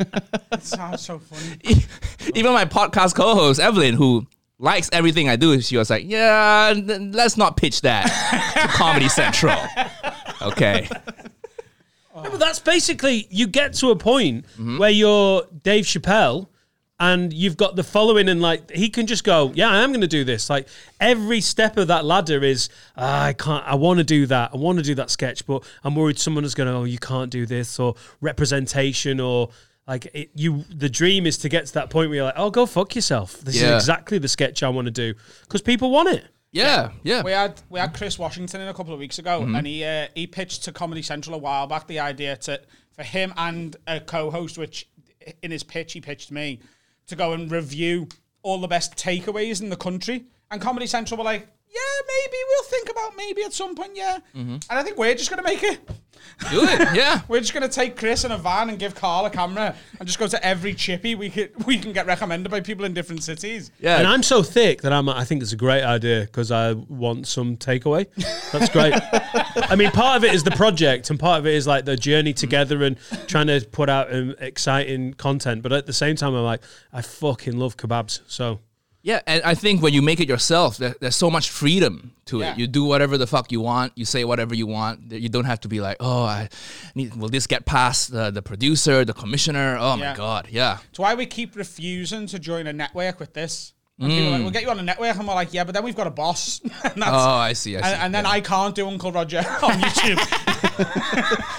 [SPEAKER 9] It sounds so funny.
[SPEAKER 7] Even my podcast co-host Evelyn, who likes everything I do, she was like, "Yeah, n- let's not pitch that to Comedy Central." Okay.
[SPEAKER 1] No, but that's basically you get to a point
[SPEAKER 7] Mm-hmm.
[SPEAKER 1] where you're Dave Chappelle and you've got the following and like he can just go, Yeah, I am gonna do this. Like every step of that ladder is "Ah, I can't I wanna do that, I wanna do that sketch, but I'm worried someone is gonna, oh, you can't do this or representation or like it, you the dream is to get to that point where you're like, Oh, go fuck yourself. This
[SPEAKER 7] Yeah.
[SPEAKER 1] is exactly the sketch I wanna do. Because people want it.
[SPEAKER 7] Yeah, yeah.
[SPEAKER 9] We had we had Chris Washington in a couple of weeks ago,
[SPEAKER 1] Mhm.
[SPEAKER 9] and he uh, he pitched to Comedy Central a while back the idea to for him and a co-host, which in his pitch he pitched me to go and review all the best takeaways in the country, and Comedy Central were like, yeah, maybe we'll think about maybe at some point, yeah.
[SPEAKER 7] Mhm.
[SPEAKER 9] And I think we're just gonna make it.
[SPEAKER 7] Do it, yeah.
[SPEAKER 9] we're just gonna take Chris in a van and give Carl a camera and just go to every chippy we can we can get recommended by people in different cities.
[SPEAKER 1] And I'm so thick that I'm. I think it's a great idea because I want some takeaway. That's great. I mean, part of it is the project, and part of it is like the journey together and trying to put out um, exciting content. But at the same time, I'm like, I fucking love kebabs. So
[SPEAKER 7] Yeah, and I think when you make it yourself, there, there's so much freedom to
[SPEAKER 1] Yeah.
[SPEAKER 7] it. You do whatever the fuck you want. You say whatever you want. that You don't have to be like, oh, I need, will this get past the, the producer, the commissioner? Oh
[SPEAKER 9] Yeah.
[SPEAKER 7] my god, yeah.
[SPEAKER 9] It's why we keep refusing to join a network with this. And people are like,
[SPEAKER 7] Mm.
[SPEAKER 9] we'll get you on a network, and we're like, yeah, but then we've got a boss. and that's,
[SPEAKER 7] Oh, I see, I
[SPEAKER 9] and,
[SPEAKER 7] see,
[SPEAKER 9] and then I can't do Uncle Roger on YouTube.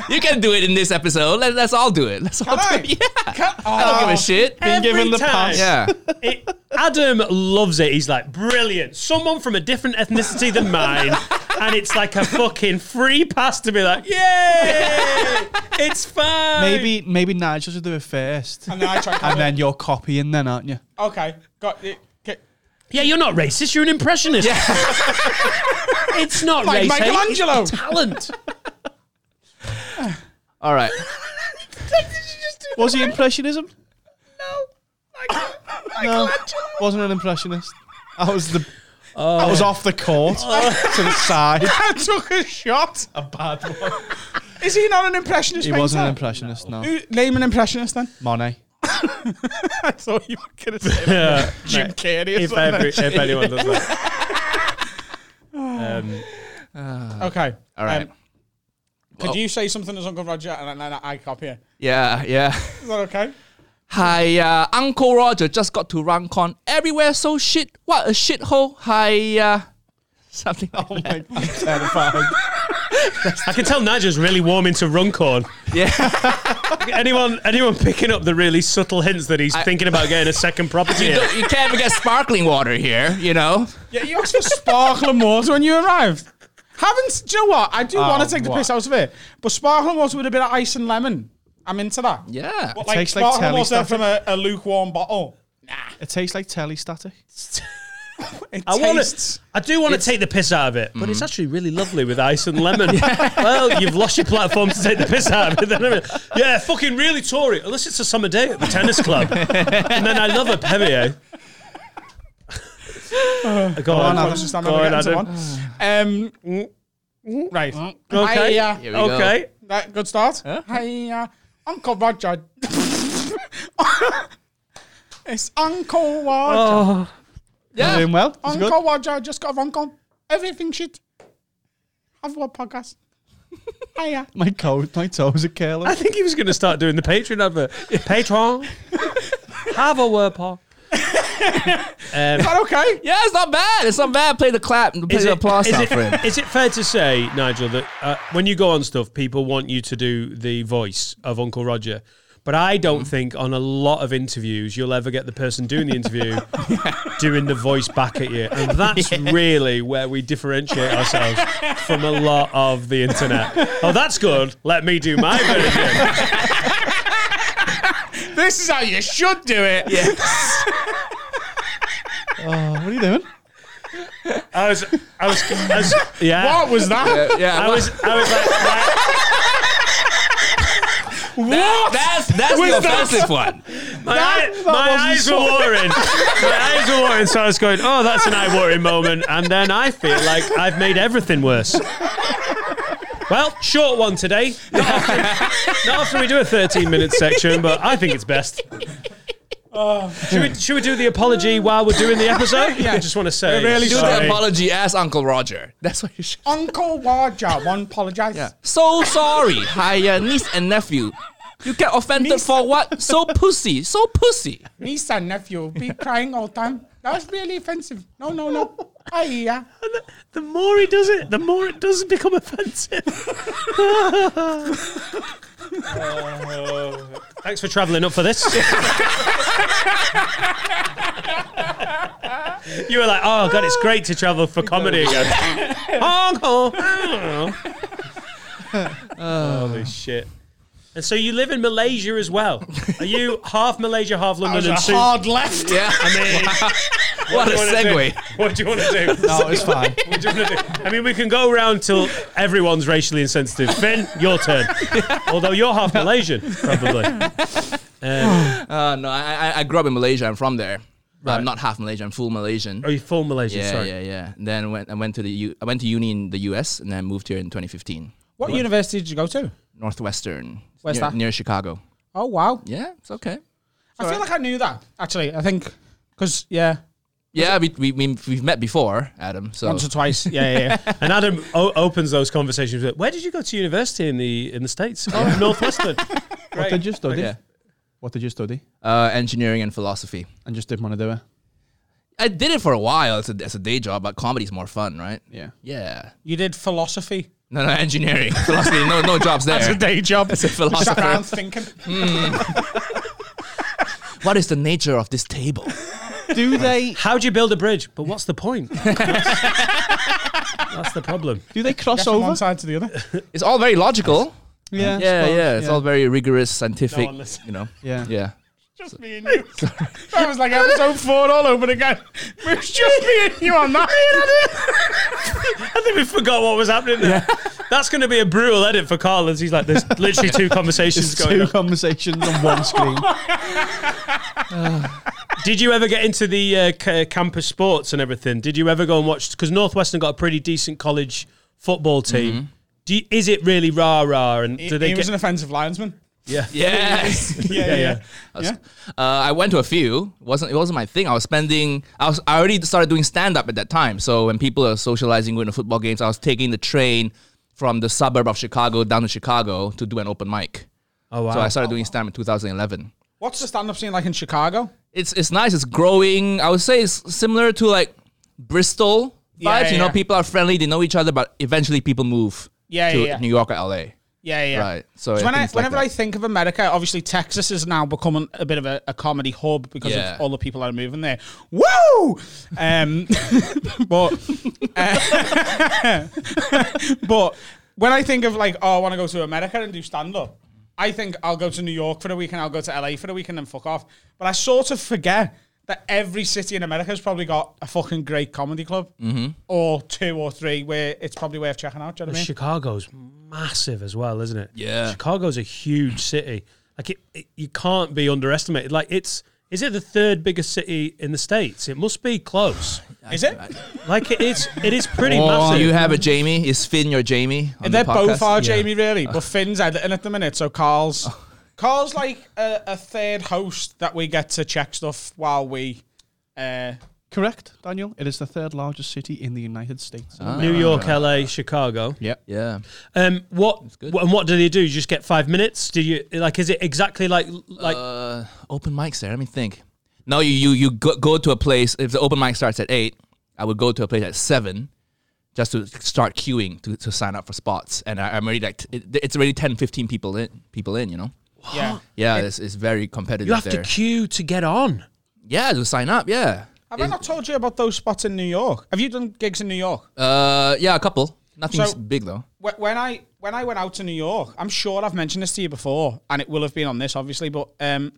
[SPEAKER 7] You can do it in this episode. Let, let's all do it. Let's all do it. Yeah.
[SPEAKER 9] Oh,
[SPEAKER 7] I don't give a shit.
[SPEAKER 1] Every time.
[SPEAKER 7] Yeah.
[SPEAKER 1] It- Adam loves it. He's like, brilliant. Someone from a different ethnicity than mine. And it's like a fucking free pass to be like, yay! It's fine.
[SPEAKER 10] Maybe maybe Nigel should do it first,
[SPEAKER 9] And then I try
[SPEAKER 10] and then you're copying, then aren't you?
[SPEAKER 9] okay, got it. Okay.
[SPEAKER 1] Yeah, you're not racist. You're an impressionist. it's not
[SPEAKER 9] Like
[SPEAKER 1] race. hate,
[SPEAKER 9] Michelangelo.
[SPEAKER 1] It's talent.
[SPEAKER 7] All right.
[SPEAKER 10] Was he impressionism? No, wasn't an impressionist. I was the. I was off the court to the side.
[SPEAKER 9] I took a shot.
[SPEAKER 10] A bad one.
[SPEAKER 9] Is he not an impressionist?
[SPEAKER 10] He wasn't an
[SPEAKER 9] painter?
[SPEAKER 10] impressionist. No,
[SPEAKER 9] Who- Name an impressionist then.
[SPEAKER 10] Monet.
[SPEAKER 9] I thought you were going to say
[SPEAKER 10] Yeah,
[SPEAKER 9] Jim
[SPEAKER 10] mate.
[SPEAKER 9] Carrey or
[SPEAKER 10] If
[SPEAKER 9] something.
[SPEAKER 10] every- if anyone does
[SPEAKER 1] Um,
[SPEAKER 9] okay.
[SPEAKER 7] All right.
[SPEAKER 9] Um, could
[SPEAKER 7] Well-
[SPEAKER 9] you say something as Uncle Roger and then I copy it?
[SPEAKER 7] Yeah. Yeah.
[SPEAKER 9] Is that okay?
[SPEAKER 7] Hi, uh, Uncle Roger just got to Rancon. Everywhere so shit. What a shithole. Hi, uh, something. Like oh that. my
[SPEAKER 1] I can tell Nigel's really warm into Runcorn.
[SPEAKER 7] Yeah.
[SPEAKER 1] anyone anyone picking up the really subtle hints that he's thinking about getting a second property?
[SPEAKER 7] You,
[SPEAKER 1] in?
[SPEAKER 7] don't- you can't even get sparkling water here, you know?
[SPEAKER 9] Yeah, you asked for sparkling water when you arrived. Haven't do you know what? I do
[SPEAKER 7] Oh,
[SPEAKER 9] want to take the
[SPEAKER 7] what?
[SPEAKER 9] piss out of it, but sparkling water with a bit of ice and lemon. I'm into that.
[SPEAKER 7] Yeah,
[SPEAKER 9] but
[SPEAKER 10] It
[SPEAKER 9] like
[SPEAKER 10] tastes like
[SPEAKER 9] sparkling
[SPEAKER 10] telly
[SPEAKER 9] water
[SPEAKER 10] stuff.
[SPEAKER 9] from a, a lukewarm bottle.
[SPEAKER 10] It tastes like telly static.
[SPEAKER 1] I want
[SPEAKER 9] tastes-
[SPEAKER 1] I do want to take the piss out of it, but it's actually really lovely with ice and lemon. Well, you've lost your platform to take the piss out of it. then, haven't you? yeah, fucking really Tory. Unless it's a summer day at the tennis club, and then I love a Perrier.
[SPEAKER 9] Go on, Adam. Go on, Um, right.
[SPEAKER 1] Okay.
[SPEAKER 9] Hiya.
[SPEAKER 1] Here we go. Okay.
[SPEAKER 9] Right, good start. Hiya. Uncle Roger. it's Uncle
[SPEAKER 1] Oh,
[SPEAKER 9] Roger.
[SPEAKER 10] Yeah. Doing well. It's
[SPEAKER 9] Uncle
[SPEAKER 10] good.
[SPEAKER 9] Roger just got Uncle. Everything shit. Have what podcast? Hiya.
[SPEAKER 10] My coat, my toes are curling.
[SPEAKER 1] I think he was going to start doing the Patreon advert. Patreon, have a word, Paul. Um,
[SPEAKER 7] Is
[SPEAKER 9] that okay?
[SPEAKER 7] Yeah, it's not bad. It's not bad. Play the clap and play the applause
[SPEAKER 1] is
[SPEAKER 7] sound
[SPEAKER 1] it-
[SPEAKER 7] for him.
[SPEAKER 1] is it fair to say, Nigel, that uh, when you go on stuff, people want you to do the voice of Uncle Roger? But I don't
[SPEAKER 7] Mm.
[SPEAKER 1] think on a lot of interviews you'll ever get the person doing the interview doing the voice back at you. And that's really where we differentiate ourselves from a lot of the internet. Oh, that's good. Let me do my version.
[SPEAKER 9] This is how you should do it. Yes.
[SPEAKER 10] Oh, what are you doing?
[SPEAKER 1] I was, I was, I was yeah.
[SPEAKER 9] What was that?
[SPEAKER 7] Yeah, yeah.
[SPEAKER 1] I was, I was like,
[SPEAKER 9] what?
[SPEAKER 7] That's that's
[SPEAKER 9] Was
[SPEAKER 7] the
[SPEAKER 9] that-
[SPEAKER 7] offensive one.
[SPEAKER 1] My,
[SPEAKER 9] That-
[SPEAKER 1] eye-
[SPEAKER 9] that
[SPEAKER 1] my
[SPEAKER 9] wasn't
[SPEAKER 1] eyes were
[SPEAKER 9] so-
[SPEAKER 1] watering. My eyes were watering, so I was going, oh, that's an eye watering moment. And then I feel like I've made everything worse. Well, short one today. Not often, not often we do a 13 minute section, but I think it's best.
[SPEAKER 9] Oh.
[SPEAKER 1] Should we, should we do the apology while we're doing the episode? I just want to say.
[SPEAKER 7] do the
[SPEAKER 1] sorry.
[SPEAKER 7] apology as Uncle Roger. That's what you should.
[SPEAKER 9] Uncle Roger, one apologize.
[SPEAKER 7] So sorry, hiya niece and nephew. You get offended for what? So pussy, so pussy.
[SPEAKER 9] Niece and nephew be crying all time. That was really offensive. No, no, no. I yeah.
[SPEAKER 1] The more he does it, the more it does become offensive. Thanks for travelling up for this. you were like, oh god, it's great to travel for comedy again. Hong Kong. Holy shit. And so you live in Malaysia as well. Are you half Malaysia, half London?
[SPEAKER 9] was a
[SPEAKER 1] and Su-
[SPEAKER 9] hard left.
[SPEAKER 7] Yeah.
[SPEAKER 1] I mean,
[SPEAKER 7] What a
[SPEAKER 1] do you wanna do?
[SPEAKER 7] segue.
[SPEAKER 1] What do you want to do?
[SPEAKER 10] No, Oh, it's fine.
[SPEAKER 1] What do you wanna do? I mean, we can go round till everyone's racially insensitive. Finn, your turn. Although you're half Malaysian, probably.
[SPEAKER 7] Uh, no, I, I I grew up in Malaysia. I'm from there. I'm not half Malaysian. I'm full Malaysian.
[SPEAKER 1] Are Oh, you full Malaysian?
[SPEAKER 7] yeah,
[SPEAKER 1] Sorry.
[SPEAKER 7] yeah, yeah. And then went, I went to the U, I went to uni in the US, and then moved here in 2015.
[SPEAKER 9] What university did you go to?
[SPEAKER 7] Northwestern.
[SPEAKER 9] Where's
[SPEAKER 7] near,
[SPEAKER 9] that?
[SPEAKER 7] Near Chicago.
[SPEAKER 9] Oh wow.
[SPEAKER 7] Yeah, it's okay.
[SPEAKER 9] I feel like I knew that. Actually, I think because yeah,
[SPEAKER 7] Yeah, we, we, we, we've met before, Adam. So
[SPEAKER 9] once or twice. Yeah, yeah, yeah.
[SPEAKER 1] And Adam o- opens those conversations with, "Where did you go to university in the in the states? Oh, Northwestern."
[SPEAKER 10] What did you study?
[SPEAKER 7] Yeah.
[SPEAKER 10] What did you study?
[SPEAKER 7] uh, engineering and philosophy.
[SPEAKER 10] And just didn't want to do it.
[SPEAKER 7] I did it for a while as a, as a day job, but comedy's more fun, right?
[SPEAKER 10] Yeah.
[SPEAKER 7] Yeah.
[SPEAKER 9] you did philosophy.
[SPEAKER 7] No, no, engineering. philosophy, no, no jobs there.
[SPEAKER 9] day job.
[SPEAKER 7] As a
[SPEAKER 9] Sat
[SPEAKER 7] philosopher.
[SPEAKER 9] around thinking.
[SPEAKER 7] Hmm. what is the nature of this table?
[SPEAKER 10] Do they
[SPEAKER 1] How do you build a bridge? But what's the point? That's, that's the problem.
[SPEAKER 10] do they cross
[SPEAKER 9] From one
[SPEAKER 10] over?
[SPEAKER 9] side to the other.
[SPEAKER 7] It's all very logical.
[SPEAKER 10] Yeah,
[SPEAKER 7] Yeah,
[SPEAKER 10] suppose,
[SPEAKER 7] yeah. It's all very rigorous, scientific.
[SPEAKER 1] one listens.
[SPEAKER 7] you know.
[SPEAKER 10] Yeah.
[SPEAKER 7] Yeah.
[SPEAKER 9] Just me and you. that was like episode four all over again. It was just me and you on that.
[SPEAKER 1] I think we forgot what was happening there. That's going to be a brutal edit for Carl as he's like, there's literally two conversations
[SPEAKER 10] Just
[SPEAKER 1] going
[SPEAKER 10] two
[SPEAKER 1] on.
[SPEAKER 10] conversations on one screen.
[SPEAKER 1] Did you ever get into the uh, ca- campus sports and everything? Did you ever go and watch? Because Northwestern got a pretty decent college football team.
[SPEAKER 7] Mm-hmm.
[SPEAKER 1] Do you, is it really rah rah? And do they
[SPEAKER 9] he
[SPEAKER 1] get?
[SPEAKER 9] was an offensive linesman.
[SPEAKER 1] yeah.
[SPEAKER 7] Yes.
[SPEAKER 1] yeah, yeah, yeah.
[SPEAKER 7] Uh, I went to a few. wasn't It wasn't my thing. I was spending. I was. I already started doing stand up at that time. So when people are socializing, going to football games, I was taking the train from the suburb of Chicago down to Chicago to do an open mic.
[SPEAKER 1] Oh wow.
[SPEAKER 7] So I started doing stand up in 2011.
[SPEAKER 9] What's the stand up scene like in Chicago?
[SPEAKER 7] It's it's nice. It's growing. I would say it's similar to like Bristol vibes.
[SPEAKER 9] Yeah, yeah,
[SPEAKER 7] you know,
[SPEAKER 9] yeah.
[SPEAKER 7] people are friendly. They know each other, but eventually people move
[SPEAKER 9] Yeah,
[SPEAKER 7] to
[SPEAKER 9] yeah, yeah.
[SPEAKER 7] New York or LA.
[SPEAKER 9] Yeah, yeah.
[SPEAKER 7] Right. So
[SPEAKER 9] So
[SPEAKER 7] I
[SPEAKER 9] when I,
[SPEAKER 7] think it's like
[SPEAKER 9] whenever
[SPEAKER 7] that.
[SPEAKER 9] I think of America, obviously Texas is now becoming a bit of a, a comedy hub because
[SPEAKER 7] Yeah.
[SPEAKER 9] of all the people that are moving there. Woo! Um, but uh, but when I think of like, oh, I want to go to America and do stand up, I think I'll go to New York for the weekend, I'll go to LA for the weekend, and fuck off. But I sort of forget that every city in America has probably got a fucking great comedy club
[SPEAKER 7] Mm-hmm.
[SPEAKER 9] or two or three where it's probably worth checking out. Do you know what I mean?
[SPEAKER 1] Chicago's massive as well, isn't it?
[SPEAKER 7] Yeah.
[SPEAKER 1] Chicago's a huge city. Like it, it you can't be underestimated. Like it's is it the third biggest city in the states? It must be close.
[SPEAKER 9] Is it?
[SPEAKER 1] Like it is it is pretty
[SPEAKER 7] Oh,
[SPEAKER 1] massive.
[SPEAKER 7] you have a Jamie? Is Finn your Jamie? on
[SPEAKER 9] And
[SPEAKER 7] the
[SPEAKER 9] they're both
[SPEAKER 7] podcast?
[SPEAKER 9] our Jamie, really. But Finn's editing at the minute, so Carl's
[SPEAKER 7] Oh.
[SPEAKER 9] Carl's like a, a third host that we get to check stuff while we uh,
[SPEAKER 10] Correct, Daniel. It is the third largest city in the United States.
[SPEAKER 7] Ah.
[SPEAKER 10] of
[SPEAKER 1] New
[SPEAKER 10] America.
[SPEAKER 1] York, LA, Chicago.
[SPEAKER 10] Yep.
[SPEAKER 7] Yeah.
[SPEAKER 1] Um, what wh- and what do they do? You just get five minutes? Do you like? Is it exactly like like?
[SPEAKER 7] Uh, open mics there. Let me think. No, you you you go, go to a place. If the open mic starts at eight, I would go to a place at seven, just to start queuing to, to sign up for spots. And I, I'm already like t- it, it's already 10, 15 people in people in. You know.
[SPEAKER 9] Yeah.
[SPEAKER 7] Yeah, it's, it's very competitive.
[SPEAKER 1] you have
[SPEAKER 7] Uh, there.
[SPEAKER 1] to queue to get on.
[SPEAKER 7] Yeah, to sign up. Yeah.
[SPEAKER 9] Have I not told you about those spots in New York? Have you done gigs in New York?
[SPEAKER 7] Uh, yeah, a couple. Nothing
[SPEAKER 9] So-
[SPEAKER 7] big though.
[SPEAKER 9] Wh- When I when I went out to New York, I'm sure I've mentioned this to you before, and it will have been on this obviously, but um,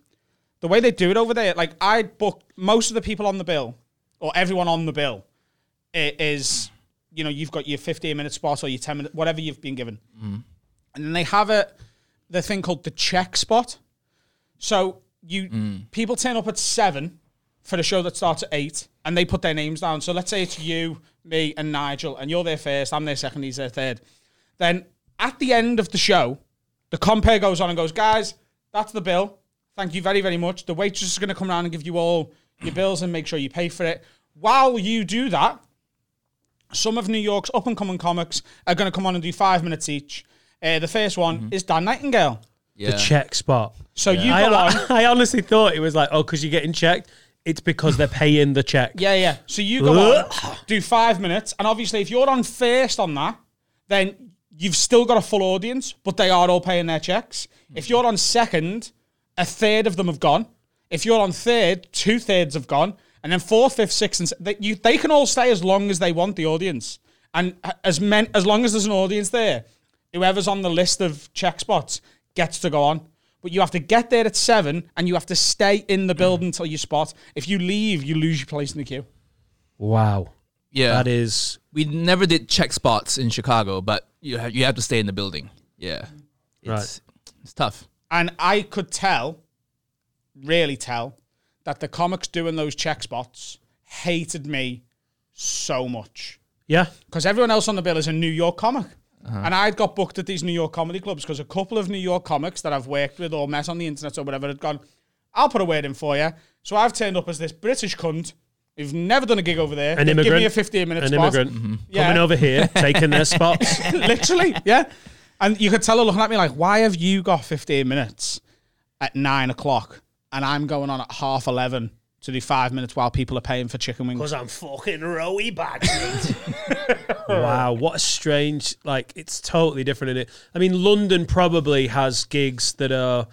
[SPEAKER 9] the way they do it over there, like I booked most of the people on the bill, or everyone on the bill, i- is you know you've got your 15 minute spot or your 10 minute whatever you've been given, and then they have a the thing called the check spot. So you people turn up at seven for the show that starts at eight, and they put their names down. So let's say it's you, me, and Nigel, and you're there first. I'm there second. He's there third. Then at the end of the show, the compere goes on and goes, guys, that's the bill. Thank you very, very much. The waitress is going to come around and give you all your bills and make sure you pay for it. While you do that, some of New York's up and coming comics are going to come on and do five minutes each. Uh, the first one is Dan Nightingale.
[SPEAKER 7] Yeah.
[SPEAKER 1] The check spot.
[SPEAKER 9] So you
[SPEAKER 1] I,
[SPEAKER 9] go on.
[SPEAKER 1] I honestly thought it was like, oh, because you're getting checked. It's because they're paying the check.
[SPEAKER 9] Yeah, yeah. So you go on, do five minutes, and obviously, if you're on first on that, then you've still got a full audience, but they are all paying their checks. If you're on second, a third of them have gone. If you're on third, two thirds have gone, and then fourth, fifth, sixth, and se- they, you, they can all stay as long as they want the audience, and a- as men, as long as there's an audience there, whoever's on the list of check spots gets to go on. But you have to get there at seven, and you have to stay in the building until you spot. If you leave, you lose your place in the queue.
[SPEAKER 1] Wow.
[SPEAKER 7] Yeah.
[SPEAKER 1] That is
[SPEAKER 7] we never did check spots in Chicago, but you have, you have to stay in the building. Yeah. It's it's tough.
[SPEAKER 9] And I could tell, really tell, that the comics doing those check spots hated me so much.
[SPEAKER 1] yeah.
[SPEAKER 9] because everyone else on the bill is a New York comic.
[SPEAKER 1] Uh-huh.
[SPEAKER 9] And I'd got booked at these New York comedy clubs because a couple of New York comics that I've worked with or met on the internet or whatever had gone, I'll put a word in for you. So I've turned up as this British cunt who've never done a gig over there.
[SPEAKER 1] An
[SPEAKER 9] They've
[SPEAKER 1] immigrant.
[SPEAKER 9] Give me a 15 minute
[SPEAKER 1] An
[SPEAKER 9] spot. Mm-hmm.
[SPEAKER 1] immigrant
[SPEAKER 9] Yeah.
[SPEAKER 1] coming over here, taking their spots.
[SPEAKER 9] Literally, yeah. And you could tell her looking at me like, why have you got 15 minutes at nine o'clock and I'm going on at half 11 to do five minutes while people are paying for chicken wings?
[SPEAKER 1] Because I'm fucking rowy bags. wow, what a strange like it's totally different in it. I mean, London probably has gigs that are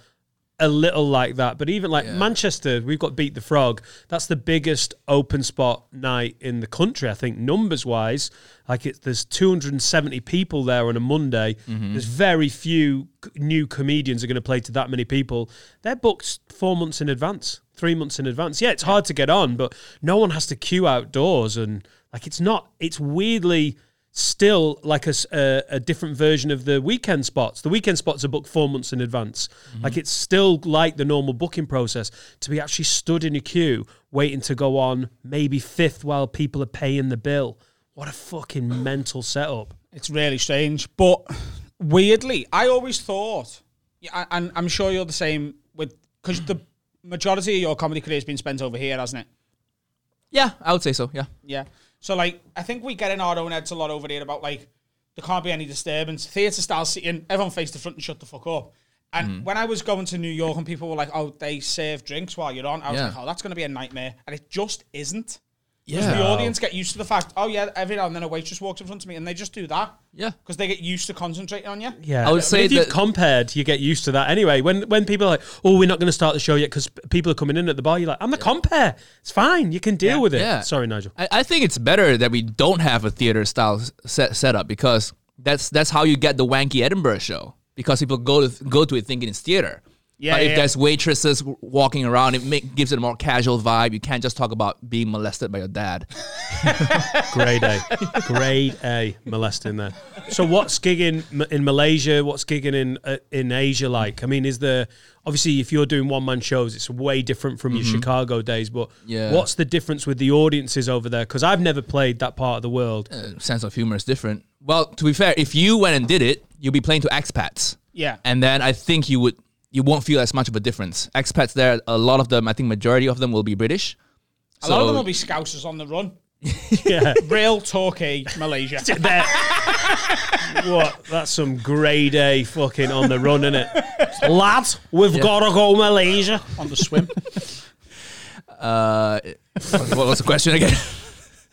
[SPEAKER 1] a little like that, but even like Manchester, we've got Beat the Frog. That's the biggest open spot night in the country, I think, numbers wise. Like it's there's 270 people there on a Monday. There's very few c- new comedians are going to play to that many people. They're booked four months in advance, three months in advance. Yeah, it's hard to get on, but no one has to queue outdoors, and like it's not. It's weirdly still like a, s- a- a different version of the weekend spots. The weekend spots are booked four months in advance. Like it's still like the normal booking process to be actually stood in a queue waiting to go on maybe fifth while people are paying the bill. What a fucking mental setup.
[SPEAKER 9] It's really strange, but weirdly, I always thought, yeah, I- and I'm sure you're the same with because the majority of your comedy career has been spent over here, hasn't it?
[SPEAKER 7] Yeah, I would say so. Yeah.
[SPEAKER 9] Yeah. So like, I think we get in our own heads a lot over here about like there can't be any disturbance, theatre style seating, everyone face the front and shut the fuck up. And
[SPEAKER 7] Mm-hmm.
[SPEAKER 9] when I was going to New York and people were like, "Oh, they serve drinks while you're on," I was
[SPEAKER 7] Yeah.
[SPEAKER 9] like, "Oh, that's going to be a nightmare," and it just isn't. Because
[SPEAKER 7] Yeah.
[SPEAKER 9] the audience get used to the fact, "Oh yeah, every now and then a waitress walks in front of me," and they just do that
[SPEAKER 7] Yeah.
[SPEAKER 9] because they get used to concentrating on you.
[SPEAKER 1] Yeah,
[SPEAKER 7] I would say
[SPEAKER 1] if you've
[SPEAKER 7] that-
[SPEAKER 1] compared, you get used to that anyway. When when people are like, "Oh, we're not going to start the show yet because people are coming in at the bar," you're like, "I'm the compare. It's fine. You can deal with it."
[SPEAKER 7] Yeah.
[SPEAKER 1] Sorry, Nigel.
[SPEAKER 7] I, I think it's better that we don't have a theater style s- set setup because that's that's how you get the wanky Edinburgh show because people go to go to it thinking it's theater.
[SPEAKER 9] Yeah,
[SPEAKER 7] But if
[SPEAKER 9] yeah.
[SPEAKER 7] there's waitresses w- walking around, it make, gives it a more casual vibe. You can't just talk about being molested by your dad.
[SPEAKER 1] Grade A, grade A, molesting there. So what's gigging m- in Malaysia? What's gigging in uh, in Asia like? I mean, is there obviously if you're doing one man shows, it's way different from your Chicago days. But
[SPEAKER 7] Mm-hmm. Yeah.
[SPEAKER 1] what's the difference with the audiences over there? Because I've never played that part of the world.
[SPEAKER 7] sense of humor is different. Well, to be fair, if you went and did it, you'd be playing to expats.
[SPEAKER 9] Yeah.
[SPEAKER 7] And then I think you would you won't feel as much of a difference. Expats there, a lot of them, I think majority of them will be British.
[SPEAKER 9] A
[SPEAKER 7] so
[SPEAKER 9] lot of them will be scousers on the run.
[SPEAKER 1] yeah.
[SPEAKER 9] Real Torquay, Malaysia.
[SPEAKER 1] There. What? That's some grade A fucking on the run, isn't it? Lad, we've
[SPEAKER 7] Yeah.
[SPEAKER 1] gotta go Malaysia.
[SPEAKER 9] On the swim.
[SPEAKER 7] Uh, what was the question again?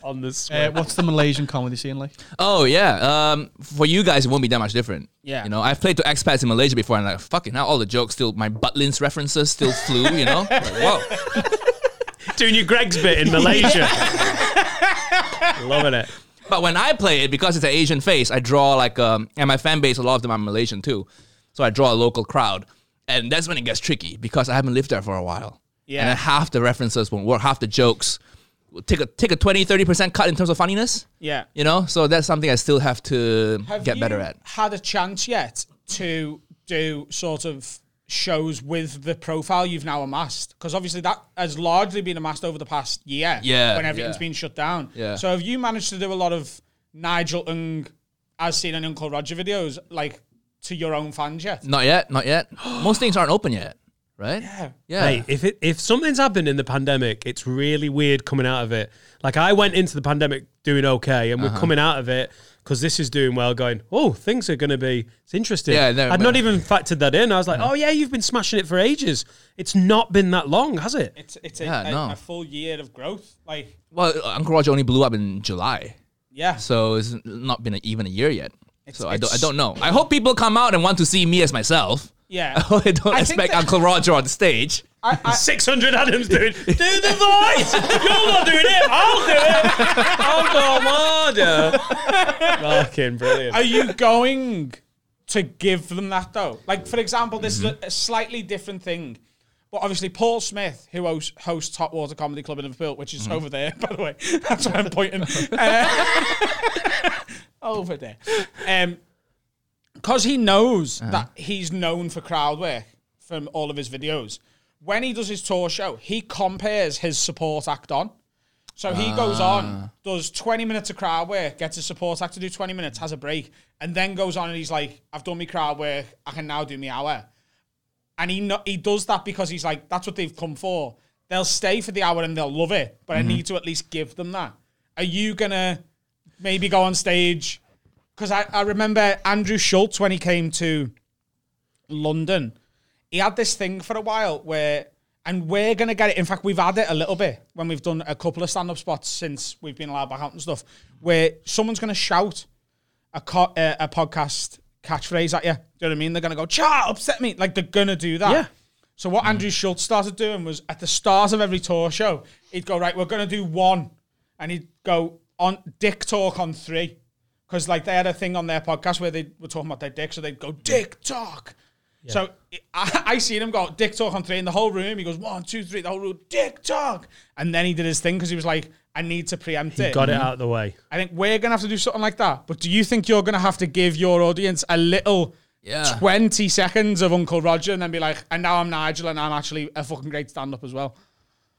[SPEAKER 1] on the
[SPEAKER 10] Uh,
[SPEAKER 1] swim.
[SPEAKER 10] what's the Malaysian comedy scene like?
[SPEAKER 7] Oh yeah. Um, for you guys, it won't be that much different.
[SPEAKER 9] Yeah.
[SPEAKER 7] You know, I've played to expats in Malaysia before, and like fucking hell, all the jokes still, my Butlins references still flew. You know, like, whoa.
[SPEAKER 1] Doing your Greg's bit in Malaysia. Loving it.
[SPEAKER 7] But when I play it, because it's an Asian face, I draw like um, and my fan base, a lot of them are Malaysian too, so I draw a local crowd, and that's when it gets tricky because I haven't lived there for a while.
[SPEAKER 9] Yeah.
[SPEAKER 7] And then half the references won't work, half the jokes will take a take a 20 30 percent cut in terms of funniness.
[SPEAKER 9] Yeah.
[SPEAKER 7] You know, so that's something I still have to
[SPEAKER 9] Have
[SPEAKER 7] get better
[SPEAKER 9] you
[SPEAKER 7] at.
[SPEAKER 9] Had a chance yet to do sort of shows with the profile you've now amassed? Because obviously that has largely been amassed over the past year.
[SPEAKER 7] Yeah,
[SPEAKER 9] When everything's
[SPEAKER 7] yeah.
[SPEAKER 9] been shut down.
[SPEAKER 7] Yeah.
[SPEAKER 9] So have you managed to do a lot of Nigel Ung as seen in Uncle Roger videos, like to your own fans yet?
[SPEAKER 7] Not yet, not yet. Most things aren't open yet, right? Yeah. Yeah.
[SPEAKER 1] Hey, if it, if something's happened in the pandemic, it's really weird coming out of it. Like I went into the pandemic doing okay, and we're
[SPEAKER 7] Uh-huh.
[SPEAKER 1] coming out of it because this is doing well. Going, oh, things are going to be. It's interesting.
[SPEAKER 7] Yeah, no,
[SPEAKER 1] I'd
[SPEAKER 7] but-
[SPEAKER 1] not even factored that in. I was like, oh yeah, you've been smashing it for ages. It's not been that long, has it?
[SPEAKER 9] It's it's a,
[SPEAKER 7] Yeah,
[SPEAKER 9] a-
[SPEAKER 7] no.
[SPEAKER 9] a full year of growth. Like
[SPEAKER 7] Well, Uncle Roger only blew up in July.
[SPEAKER 9] yeah.
[SPEAKER 7] So it's not been a, even a year yet. so I don't, I
[SPEAKER 9] it's-
[SPEAKER 7] don't know. I hope people come out and want to see me as myself.
[SPEAKER 9] Yeah.
[SPEAKER 7] I hope they don't
[SPEAKER 9] I think
[SPEAKER 7] expect
[SPEAKER 9] that-
[SPEAKER 7] Uncle Roger on stage.
[SPEAKER 1] Six hundred Adams doing. Do the voice. You're not doing it. I'll do it. Uncle Roger. Fucking brilliant.
[SPEAKER 9] Are you going to give them that though? Like, for example, this is a, a slightly different thing. But obviously, Paul Smith, who hosts, hosts Hot Water Comedy Club in Liverpool, which is over there, by the way. That's where I'm pointing. Uh, over there. Because he knows that he's known for crowd work from all of his videos. When he does his tour show, he compares his support act on. So he goes on, does 20 minutes of crowd work, gets a support act to do 20 minutes, has a break, and then goes on and he's like, I've done my crowd work, I can now do my hour. And he no- he does that because he's like, that's what they've come for. They'll stay for the hour and they'll love it, but I need to at least give them that. Are you going to maybe go on stage? Because I, I remember Andrew Schultz when he came to London, he had this thing for a while where, and we're going to get it. In fact, we've had it a little bit when we've done a couple of stand up spots since we've been allowed back out and stuff, where someone's going to shout a, co- uh, a podcast catchphrase at you. Do you know what I mean? They're going to go, Cha, upset me. Like they're going to do that.
[SPEAKER 1] Yeah.
[SPEAKER 9] So what Andrew Schultz started doing was at the start of every tour show, he'd go, right, we're going to do one. And he'd go on dick talk on three. Because like they had a thing on their podcast where they were talking about their dick, so they'd go dick talk. So I, I seen him go dick talk on three in the whole room. He goes one, two, three, the whole room dick talk, and then he did his thing because he was like, I need to preempt it.
[SPEAKER 1] Got it out of the way.
[SPEAKER 9] I think we're gonna have to do something like that. But do you think you're gonna have to give your audience a little
[SPEAKER 7] Yeah.
[SPEAKER 9] twenty seconds of Uncle Roger and then be like, and now I'm Nigel and I'm actually a fucking great stand up as well?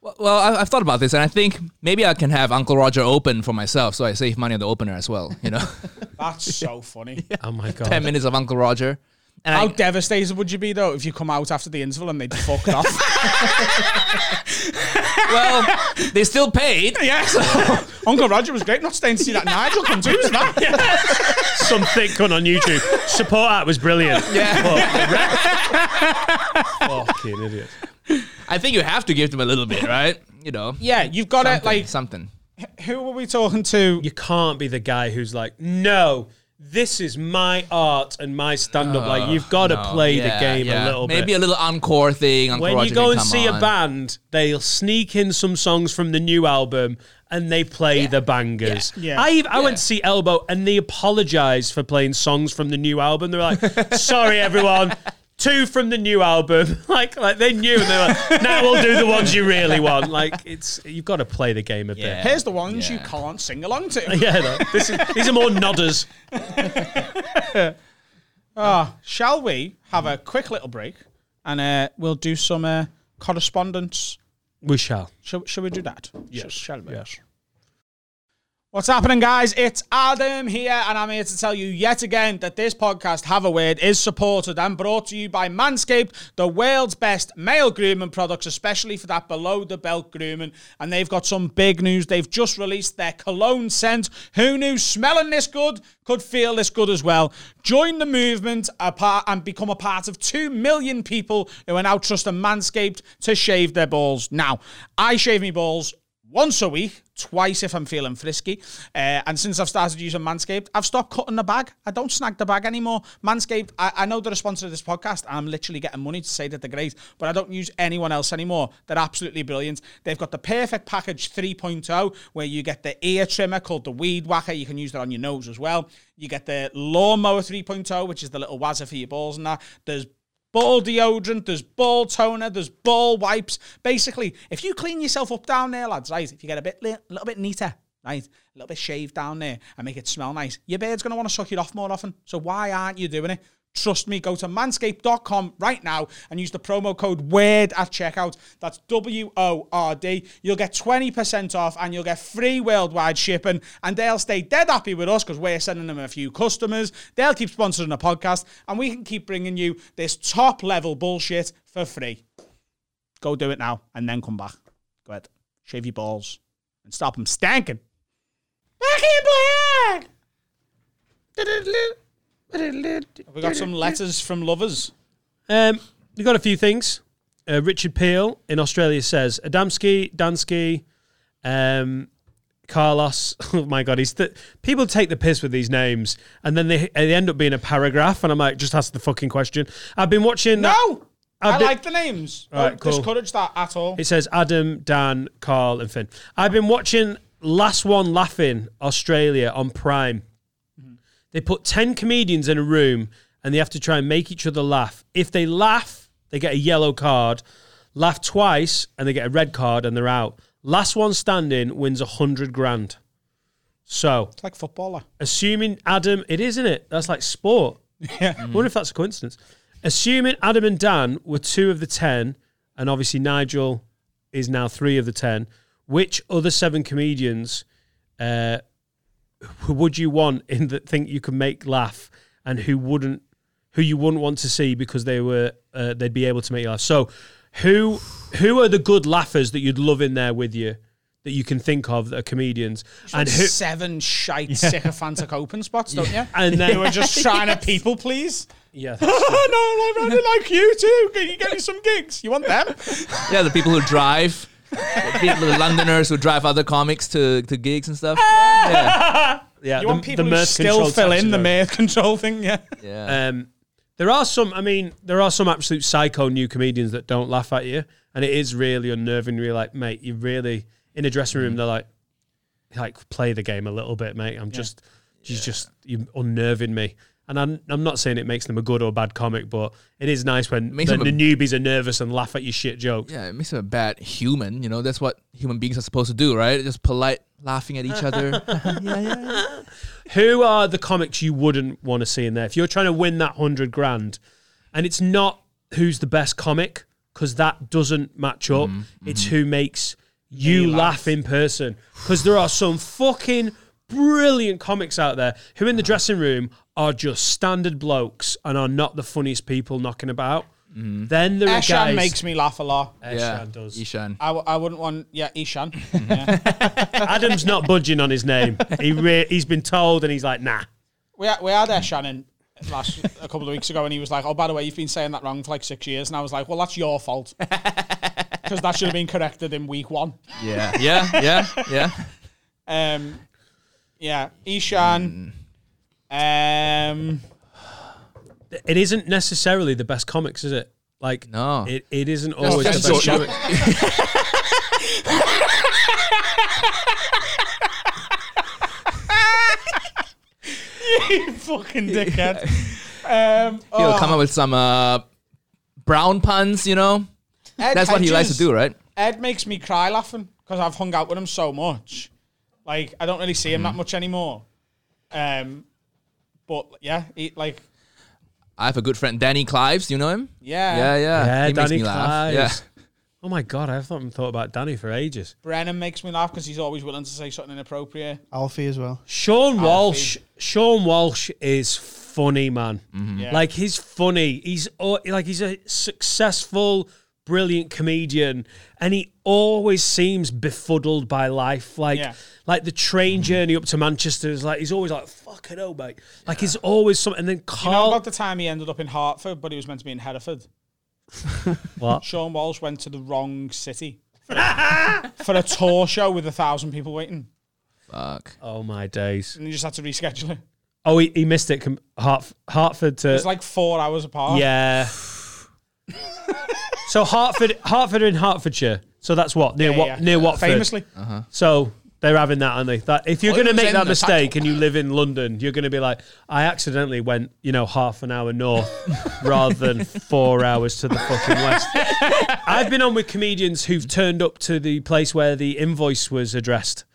[SPEAKER 7] Well, well, I- I've thought about this, and I think maybe I can have Uncle Roger open for myself, so I save money on the opener as well. You know,
[SPEAKER 9] That's so funny.
[SPEAKER 1] Oh my god.
[SPEAKER 7] ten minutes of Uncle Roger. And
[SPEAKER 9] How
[SPEAKER 7] I,
[SPEAKER 9] devastated would you be though if you come out after the interval and they'd fucked off?
[SPEAKER 7] well, they still paid.
[SPEAKER 9] yes. Uncle Roger was great not staying to see that Nigel come too, isn't that?
[SPEAKER 1] some thick cunt on YouTube. Support act was brilliant. Yeah. Fucking idiot.
[SPEAKER 7] I think you have to give them a little bit, right? You know.
[SPEAKER 9] Yeah, you've got
[SPEAKER 7] something,
[SPEAKER 9] to like.
[SPEAKER 7] something.
[SPEAKER 9] Who were we talking to?
[SPEAKER 1] You can't be the guy who's like, no, this is my art and my stand up. like, you've got to
[SPEAKER 7] No,
[SPEAKER 1] play
[SPEAKER 7] yeah,
[SPEAKER 1] the game
[SPEAKER 7] yeah.
[SPEAKER 1] a little
[SPEAKER 7] maybe
[SPEAKER 1] bit.
[SPEAKER 7] a little encore thing. Uncle
[SPEAKER 1] when
[SPEAKER 7] Roger
[SPEAKER 1] you go
[SPEAKER 7] can
[SPEAKER 1] and
[SPEAKER 7] come
[SPEAKER 1] see
[SPEAKER 7] on.
[SPEAKER 1] a band, they'll sneak in some songs from the new album and they play the bangers.
[SPEAKER 9] Yeah.
[SPEAKER 1] I, I went to see Elbow and they apologized for playing songs from the new album. They were like, sorry, everyone. Two from the new album, like like they knew, and they were like, "Now we'll do the ones you really want." Like it's you've got to play the game a
[SPEAKER 7] Yeah.
[SPEAKER 9] Here's the ones you
[SPEAKER 7] Yeah.
[SPEAKER 9] can't sing along to.
[SPEAKER 1] bit. Yeah, no, this is these are more nodders.
[SPEAKER 9] Shall we have a quick little break and uh, we'll do some uh, correspondence?
[SPEAKER 1] We shall.
[SPEAKER 9] Shall, shall we do that?
[SPEAKER 1] Yes,
[SPEAKER 9] Shall we?
[SPEAKER 1] yes.
[SPEAKER 9] What's happening, guys? It's Adam here, and I'm here to tell you yet again that this podcast, Have a Word, is supported and brought to you by Manscaped, the world's best male grooming products, especially for that below the belt grooming. And they've got some big news. They've just released their cologne scent. Who knew smelling this good could feel this good as well? Join the movement apart and become a part of 2 million people who are now trusting Manscaped to shave their balls. Now, I shave my balls once a week, twice if I'm feeling frisky. Uh, and since I've started using Manscaped, I've stopped cutting the bag. I don't snag the bag anymore. Manscaped, I, I know they're a sponsor of this podcast, and I'm literally getting money to say that they're great, but I don't use anyone else anymore. They're absolutely brilliant. They've got the perfect package 3.0, where you get the ear trimmer called the Weed Whacker. You can use that on your nose as well. You get the Lawnmower 3.0, which is the little wazzer for your balls and that. There's ball deodorant, there's ball toner, there's ball wipes. Basically, if you clean yourself up down there, lads, right, if you get a bit li- little bit neater, right, a little bit shaved down there and make it smell nice, your beard's going to want to suck it off more often. So why aren't you doing it? Trust me, go to manscaped.com right now and use the promo code WORD at checkout. That's W O R D. You'll get 20% off and you'll get free worldwide shipping. And they'll stay dead happy with us because we're sending them a few customers. They'll keep sponsoring the podcast and we can keep bringing you this top level bullshit for free. Go do it now and then come back. Go ahead, shave your balls and stop them stanking.
[SPEAKER 14] Back
[SPEAKER 9] in black! Have we got some letters from lovers?
[SPEAKER 1] Um, we got a few things. Uh, Richard Peel in Australia says Adamski, Dansky, um, Carlos. Oh my God, he's th- people take the piss with these names, and then they they end up being a paragraph, and I'm like, just ask the fucking question. I've been watching.
[SPEAKER 9] No!
[SPEAKER 1] I've
[SPEAKER 9] I
[SPEAKER 1] been-
[SPEAKER 9] like the names.
[SPEAKER 1] All right,
[SPEAKER 9] Don't
[SPEAKER 1] cool.
[SPEAKER 9] discourage that at all.
[SPEAKER 1] It says Adam, Dan, Carl, and Finn. I've been watching Last One Laughing Australia on Prime. They put 10 comedians in a room and they have to try and make each other laugh. If they laugh, they get a yellow card. Laugh twice and they get a red card and they're out. Last one standing wins a 100 grand. So,
[SPEAKER 9] It's like footballer.
[SPEAKER 1] assuming Adam, it is, isn't it? That's like sport. Yeah. I wonder if that's a coincidence. Assuming Adam and Dan were two of the 10, and obviously Nigel is now three of the 10, which other seven comedians uh, who would you want in that think you can make laugh and who wouldn't, who you wouldn't want to see because they were, uh, they'd be able to make you laugh? So, who, who are the good laughers that you'd love in there with you that you can think of that are comedians?
[SPEAKER 9] and
[SPEAKER 1] who,
[SPEAKER 9] seven shite
[SPEAKER 1] Yeah.
[SPEAKER 9] sycophantic open spots, don't you?
[SPEAKER 1] And then-
[SPEAKER 9] they were just trying
[SPEAKER 1] Yes.
[SPEAKER 9] to people please.
[SPEAKER 1] Yeah.
[SPEAKER 9] no, I really like you too. Can you get me some gigs? You want them?
[SPEAKER 7] Yeah, the people who drive, the people, the Londoners who drive other comics to, to gigs and stuff. Yeah.
[SPEAKER 1] Yeah,
[SPEAKER 9] you want people who
[SPEAKER 1] mirth
[SPEAKER 9] still
[SPEAKER 1] control
[SPEAKER 9] fill
[SPEAKER 1] taxi
[SPEAKER 9] in the
[SPEAKER 1] driver.
[SPEAKER 9] mirth control thing? Yeah.
[SPEAKER 7] Yeah.
[SPEAKER 1] Um, there are some. I mean, there are some absolute psycho new comedians that don't laugh at you, and it is really unnerving. You're like, mate, you really in a dressing room. They're like, like play the game a little bit, mate. I'm just, you just you unnerving me. And I'm, I'm not saying it makes them a good or bad comic, but it is nice when
[SPEAKER 7] Makes
[SPEAKER 1] the,
[SPEAKER 7] them a-
[SPEAKER 1] the newbies are nervous and laugh at your shit jokes.
[SPEAKER 7] Yeah, it makes them a bad human. You know, that's what human beings are supposed to do, right? Just polite, laughing at each other.
[SPEAKER 1] Who are the comics you wouldn't want to see in there? If you're trying to win that hundred grand, and it's not who's the best comic because that doesn't match up. It's who makes Mm-hmm. you laugh in person because there are some fucking brilliant comics out there who in the dressing room are just standard blokes and are not the funniest people knocking about. Then there are
[SPEAKER 9] Eshan
[SPEAKER 1] guys.
[SPEAKER 9] makes me laugh a lot. I
[SPEAKER 7] yeah,
[SPEAKER 1] does.
[SPEAKER 7] Ishan.
[SPEAKER 9] w- I wouldn't want, yeah, Ishan.
[SPEAKER 1] Adam's not budging on his name. He re- he's been told and he's like, nah.
[SPEAKER 9] We had, we had Eshan in last a couple of weeks ago, and he was like, "Oh, by the way, you've been saying that wrong for like six years," and I was like, "Well, that's your fault." Because that should have been corrected in week one.
[SPEAKER 7] Yeah, yeah, yeah, yeah.
[SPEAKER 9] Um, yeah, Ishan.
[SPEAKER 7] Mm.
[SPEAKER 9] Um,
[SPEAKER 1] it isn't necessarily the best comics, is it? Like
[SPEAKER 7] No.
[SPEAKER 1] it, it isn't always
[SPEAKER 7] offense
[SPEAKER 1] the best
[SPEAKER 7] to-
[SPEAKER 1] comics.
[SPEAKER 9] you fucking dickhead. Um,
[SPEAKER 7] He'll
[SPEAKER 9] oh,
[SPEAKER 7] come up with some uh, brown puns, you know?
[SPEAKER 9] Ed
[SPEAKER 7] That's what he likes to
[SPEAKER 9] Hedges.
[SPEAKER 7] do, right?
[SPEAKER 9] Ed makes me cry laughing because I've hung out with him so much. Like I don't really see him
[SPEAKER 7] Mm-hmm.
[SPEAKER 9] that much anymore. Um, but yeah, he, like
[SPEAKER 7] I have a good friend, Danny Clives. You know him?
[SPEAKER 9] Yeah.
[SPEAKER 7] Yeah, yeah.
[SPEAKER 1] Yeah,
[SPEAKER 7] he makes
[SPEAKER 1] Danny
[SPEAKER 7] me laugh.
[SPEAKER 1] Clives.
[SPEAKER 7] Yeah.
[SPEAKER 1] Oh my god, I haven't thought about Danny for ages.
[SPEAKER 9] Brennan makes me laugh because he's always willing to say something inappropriate.
[SPEAKER 10] Alfie as well.
[SPEAKER 1] Sean
[SPEAKER 9] Alfie.
[SPEAKER 1] Walsh. Sean Walsh is funny, man.
[SPEAKER 7] Mm-hmm.
[SPEAKER 9] Yeah.
[SPEAKER 1] Like he's funny. He's al- like he's a successful, brilliant comedian, and he always seems befuddled by life. Like
[SPEAKER 9] Yeah.
[SPEAKER 1] like the train journey up to Manchester is like he's always like fucking hell, mate. Like he's always something. And then
[SPEAKER 9] You know
[SPEAKER 1] Carl.
[SPEAKER 9] about the time he ended up in Hartford, but he was meant to be in Hereford.
[SPEAKER 1] What?
[SPEAKER 9] Sean Walsh went to the wrong city for a tour show with a thousand people waiting,
[SPEAKER 7] Fuck.
[SPEAKER 1] Oh my days.
[SPEAKER 9] and he just had to reschedule it.
[SPEAKER 1] Oh, he, he missed it. Com- Hart- Hartford to
[SPEAKER 9] It's like four hours apart.
[SPEAKER 1] Yeah. so Hartford, Hartford are in Hertfordshire. So that's what near
[SPEAKER 9] Yeah,
[SPEAKER 1] what
[SPEAKER 9] yeah,
[SPEAKER 1] near Watford.
[SPEAKER 9] Famously.
[SPEAKER 7] Uh-huh.
[SPEAKER 1] So they're having that, aren't they? That if you're
[SPEAKER 7] Oh,
[SPEAKER 1] going to
[SPEAKER 7] it was
[SPEAKER 1] make
[SPEAKER 7] in
[SPEAKER 1] that
[SPEAKER 7] the
[SPEAKER 1] mistake
[SPEAKER 7] title.
[SPEAKER 1] and you live in London, you're going to be like, I accidentally went, you know, half an hour north rather than four hours to the fucking west. I've been on with comedians who've turned up to the place where the invoice was addressed.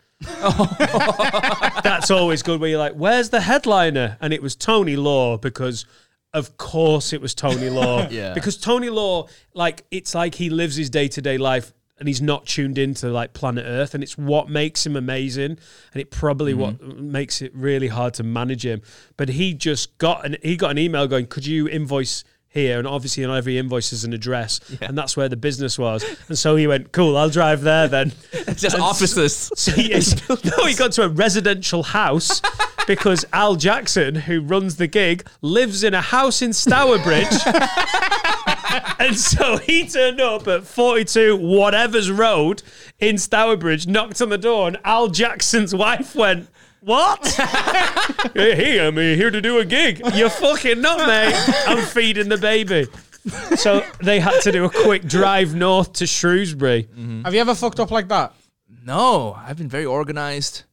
[SPEAKER 1] That's always good. Where you're like, "Where's the headliner?" And it was Tony Law because, of course, it was Tony Law.
[SPEAKER 7] Yeah.
[SPEAKER 1] Because Tony Law, like, it's like he lives his day to day life and he's not tuned into like planet Earth, and it's what makes him amazing, and it probably what makes it really hard to manage him. But he just got an he got an email going, "Could you invoice?" Here and obviously on every invoice is an address, and that's where the business was. And so he went, "Cool, I'll drive there then."
[SPEAKER 7] It's just
[SPEAKER 1] And s-
[SPEAKER 7] offices.
[SPEAKER 1] So he is, no, he got to a residential house because Al Jackson, who runs the gig, lives in a house in Stourbridge. and so he turned up at 42 whatever's road in Stourbridge, knocked on the door, and Al Jackson's wife went, what? hey, hey, I'm uh, here to do a gig. You're fucking not, mate. I'm feeding the baby. So they had to do a quick drive north to Shrewsbury.
[SPEAKER 9] Have you ever fucked up like that?
[SPEAKER 7] No, I've been very organized.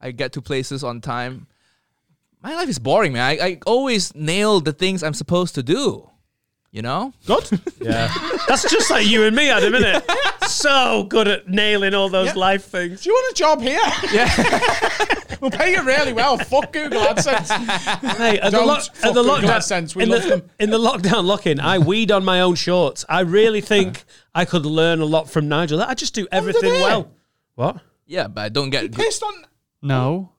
[SPEAKER 7] I get to places on time. My life is boring, man. I, I always nail the things I'm supposed to do. You know?
[SPEAKER 1] Good. Yeah. That's just like you and me, Adam, isn't it? So good at nailing all those life things.
[SPEAKER 9] Do you want a job here? Yeah. we'll pay you really well. Fuck Google AdSense.
[SPEAKER 1] Hey, at the,
[SPEAKER 9] Don't
[SPEAKER 1] lo-
[SPEAKER 9] fuck
[SPEAKER 1] at the
[SPEAKER 9] with
[SPEAKER 1] lockdown,
[SPEAKER 9] God sense, we
[SPEAKER 1] in,
[SPEAKER 9] love
[SPEAKER 1] the,
[SPEAKER 9] them.
[SPEAKER 1] in the lockdown lock-in, I weed on my own shorts. I really think I could learn a lot from Nigel. I just do everything
[SPEAKER 9] there.
[SPEAKER 1] well. What?
[SPEAKER 7] Yeah, but I don't get. Good.
[SPEAKER 9] Pissed on.
[SPEAKER 10] No.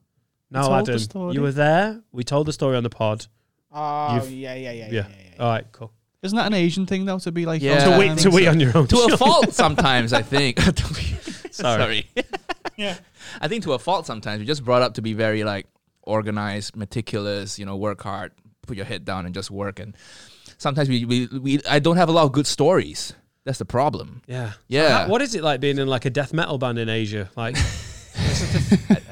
[SPEAKER 1] No,
[SPEAKER 10] told the
[SPEAKER 1] Adam,
[SPEAKER 10] story.
[SPEAKER 1] you were there. We told the story on the pod.
[SPEAKER 9] Oh,
[SPEAKER 1] You've-
[SPEAKER 9] yeah, yeah, yeah, yeah,
[SPEAKER 1] Yeah.
[SPEAKER 9] yeah, yeah.
[SPEAKER 1] All right, cool.
[SPEAKER 10] Isn't that an Asian thing though to be like?
[SPEAKER 7] Yeah.
[SPEAKER 10] oh,
[SPEAKER 7] To
[SPEAKER 8] Uh,
[SPEAKER 7] wait-
[SPEAKER 10] I
[SPEAKER 1] Wait,
[SPEAKER 10] think
[SPEAKER 1] to wait
[SPEAKER 10] so.
[SPEAKER 1] on your own.
[SPEAKER 7] To a
[SPEAKER 1] shorts.
[SPEAKER 7] fault sometimes, I think. Sorry.
[SPEAKER 9] Yeah.
[SPEAKER 7] I think to a fault sometimes. You're just brought up to be very like organized, meticulous, you know, work hard, put your head down and just work. And sometimes we, we, we I don't have a lot of good stories. That's the problem.
[SPEAKER 1] Yeah.
[SPEAKER 7] Yeah.
[SPEAKER 1] How- what is it like being in like a death metal band in Asia? Like,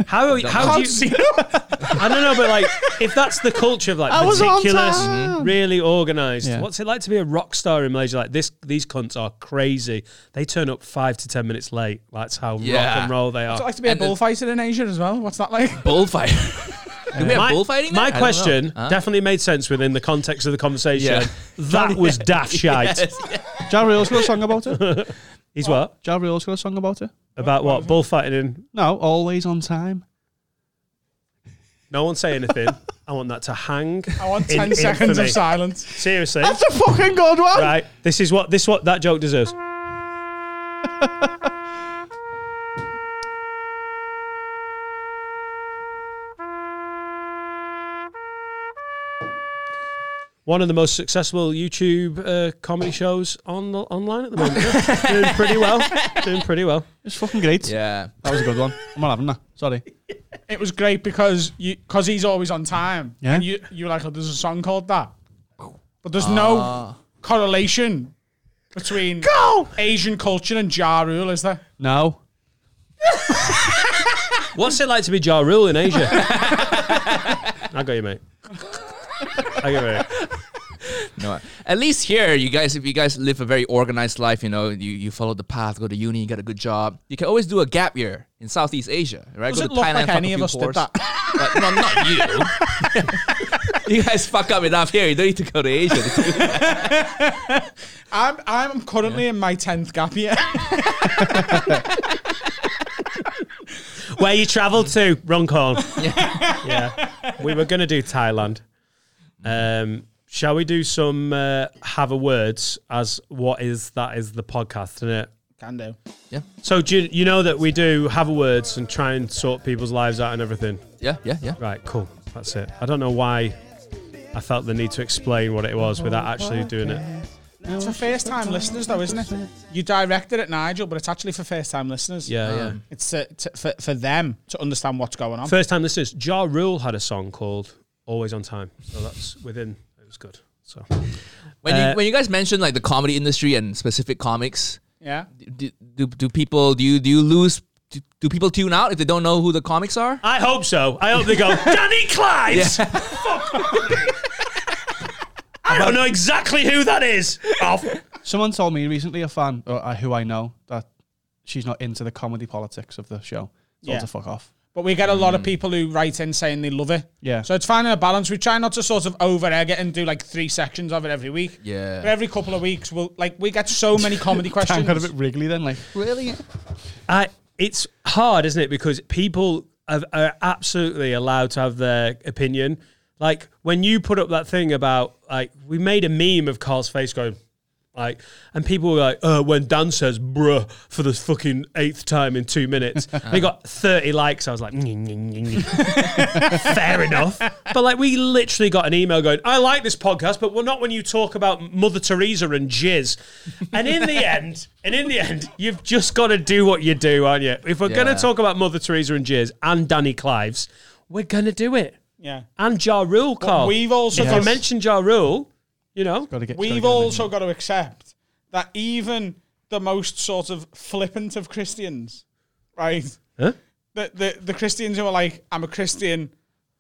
[SPEAKER 1] how are you, how do you? I don't know, but like, if that's the culture of like
[SPEAKER 10] was on
[SPEAKER 1] meticulous,
[SPEAKER 10] time.
[SPEAKER 1] really organized,
[SPEAKER 10] Yeah.
[SPEAKER 1] what's it like to be a rock star in Malaysia? Like this, these cunts are crazy. They turn up five to ten minutes late. That's how rock
[SPEAKER 7] Yeah.
[SPEAKER 1] and roll they
[SPEAKER 9] It's
[SPEAKER 1] are.
[SPEAKER 9] like to be a
[SPEAKER 7] And the-
[SPEAKER 9] bullfighter in Asia as well. What's that like?
[SPEAKER 7] Bullfighting. Do we have
[SPEAKER 1] Uh, My, my
[SPEAKER 7] bullfighting? there? I don't know.
[SPEAKER 1] question
[SPEAKER 7] Huh?
[SPEAKER 1] definitely made sense within the context of the conversation.
[SPEAKER 7] Yeah.
[SPEAKER 1] That was daft shite.
[SPEAKER 10] Ja Rule's got a song about it.
[SPEAKER 1] He's what?
[SPEAKER 10] Ja Rule's got a song about it.
[SPEAKER 1] About what? Bullfighting in
[SPEAKER 10] No, always on time.
[SPEAKER 1] No one say anything. I want that to hang.
[SPEAKER 9] I want
[SPEAKER 1] in
[SPEAKER 9] 10 Oh, seconds
[SPEAKER 1] infamy.
[SPEAKER 9] of silence.
[SPEAKER 1] Seriously.
[SPEAKER 10] That's a fucking good one.
[SPEAKER 1] right. This is what this what that joke deserves. One of the most successful YouTube uh, comedy shows on the, online at the moment. Yeah. Doing pretty well. Doing pretty well.
[SPEAKER 10] It's fucking great.
[SPEAKER 7] Yeah.
[SPEAKER 10] That was a good one. I'm not having that. Sorry.
[SPEAKER 9] It was great because you because he's always on time.
[SPEAKER 10] Yeah.
[SPEAKER 9] And you you were like, oh, there's a song called that. But there's no correlation between Asian culture and Ja Rule, is there?
[SPEAKER 10] No.
[SPEAKER 1] What's it like to be Ja Rule in Asia? I got you, mate. I got you, mate.
[SPEAKER 7] No, at least here, you guys, if you guys live a very organized life, you know, you, you follow the path, go to uni, you get a good job. You can always do a gap year in Southeast Asia, right?
[SPEAKER 9] Does
[SPEAKER 7] go
[SPEAKER 9] it
[SPEAKER 7] to
[SPEAKER 9] look
[SPEAKER 7] Thailand,
[SPEAKER 9] like
[SPEAKER 7] fuck
[SPEAKER 9] any
[SPEAKER 7] a
[SPEAKER 9] of
[SPEAKER 7] few
[SPEAKER 9] us did
[SPEAKER 7] whores. But, no, not you. you guys fuck up enough here. You don't need to go to Asia. to do that.
[SPEAKER 9] I'm I'm currently in my tenth gap year.
[SPEAKER 1] Where you travelled to, wrong call. Yeah. We were going to do Thailand. Um, shall we do some uh, have a words as what is that is the podcast, is it?
[SPEAKER 9] Can do.
[SPEAKER 7] Yeah.
[SPEAKER 1] So do you, you know that we do have a words and try and sort people's lives out and everything.
[SPEAKER 7] Yeah, yeah, yeah.
[SPEAKER 1] Right, cool. That's it. I don't know why I felt the need to explain what it was without actually doing it.
[SPEAKER 9] It's for first time listeners, though, isn't it? You directed at Nigel, but it's actually for first time listeners.
[SPEAKER 1] Yeah, yeah.
[SPEAKER 9] It's uh, t- for, for them to understand what's going on.
[SPEAKER 1] Um, First time listeners, Ja Rule had a song called "Always on Time," so that's within. It was good. So
[SPEAKER 7] When
[SPEAKER 1] Uh,
[SPEAKER 7] you when you guys mention like the comedy industry and specific comics,
[SPEAKER 9] Yeah.
[SPEAKER 7] do, do, do people do you do you lose do, do people tune out if they don't know who the comics
[SPEAKER 9] Uh,
[SPEAKER 7] are?
[SPEAKER 1] I hope so. I hope they go Danny Clives.
[SPEAKER 7] Yeah.
[SPEAKER 1] I don't know exactly who that is. Oh,
[SPEAKER 10] Someone told me recently, a fan uh, uh, who I know, that she's not into the comedy politics of the show. So
[SPEAKER 9] Yeah.
[SPEAKER 10] to fuck off.
[SPEAKER 9] But we get a lot of people who write in saying they love it.
[SPEAKER 10] Mm. Yeah.
[SPEAKER 9] So it's finding a balance. We try not to sort of over egg it and do like three sections of it every week.
[SPEAKER 7] Yeah.
[SPEAKER 9] But every couple of weeks, we'll like we get so many comedy questions.
[SPEAKER 10] Kind of a bit wriggly then, like
[SPEAKER 7] really?
[SPEAKER 1] I, it's hard, isn't it? Because people have, are absolutely allowed to have their opinion. Like when you put up that thing about like we made a meme of Carl's face going like, and people were like, uh, when Dan says "bruh" for the fucking eighth time in two minutes, they got thirty likes. I was like, "Nyeh, nyeh, nyeh, nyeh." fair enough. But like, we literally got an email going, "I like this podcast, but well, not when you talk about Mother Teresa and jizz." And in the end, and in the end, you've just got to do what you do, aren't you? If we're
[SPEAKER 7] Yeah.
[SPEAKER 1] gonna talk about Mother Teresa and jizz and Danny Clives, we're gonna do it.
[SPEAKER 9] yeah.
[SPEAKER 1] And Ja Rule,
[SPEAKER 10] Oh.
[SPEAKER 1] Carl.
[SPEAKER 9] we've also
[SPEAKER 1] if
[SPEAKER 9] got-
[SPEAKER 1] you mention Ja Rule, you know,
[SPEAKER 10] gotta get. gotta
[SPEAKER 9] We've
[SPEAKER 10] get them in.
[SPEAKER 9] also got to accept that even the most sort of flippant of Christians, right?
[SPEAKER 1] Huh?
[SPEAKER 9] The, the the Christians who are like, I'm a Christian,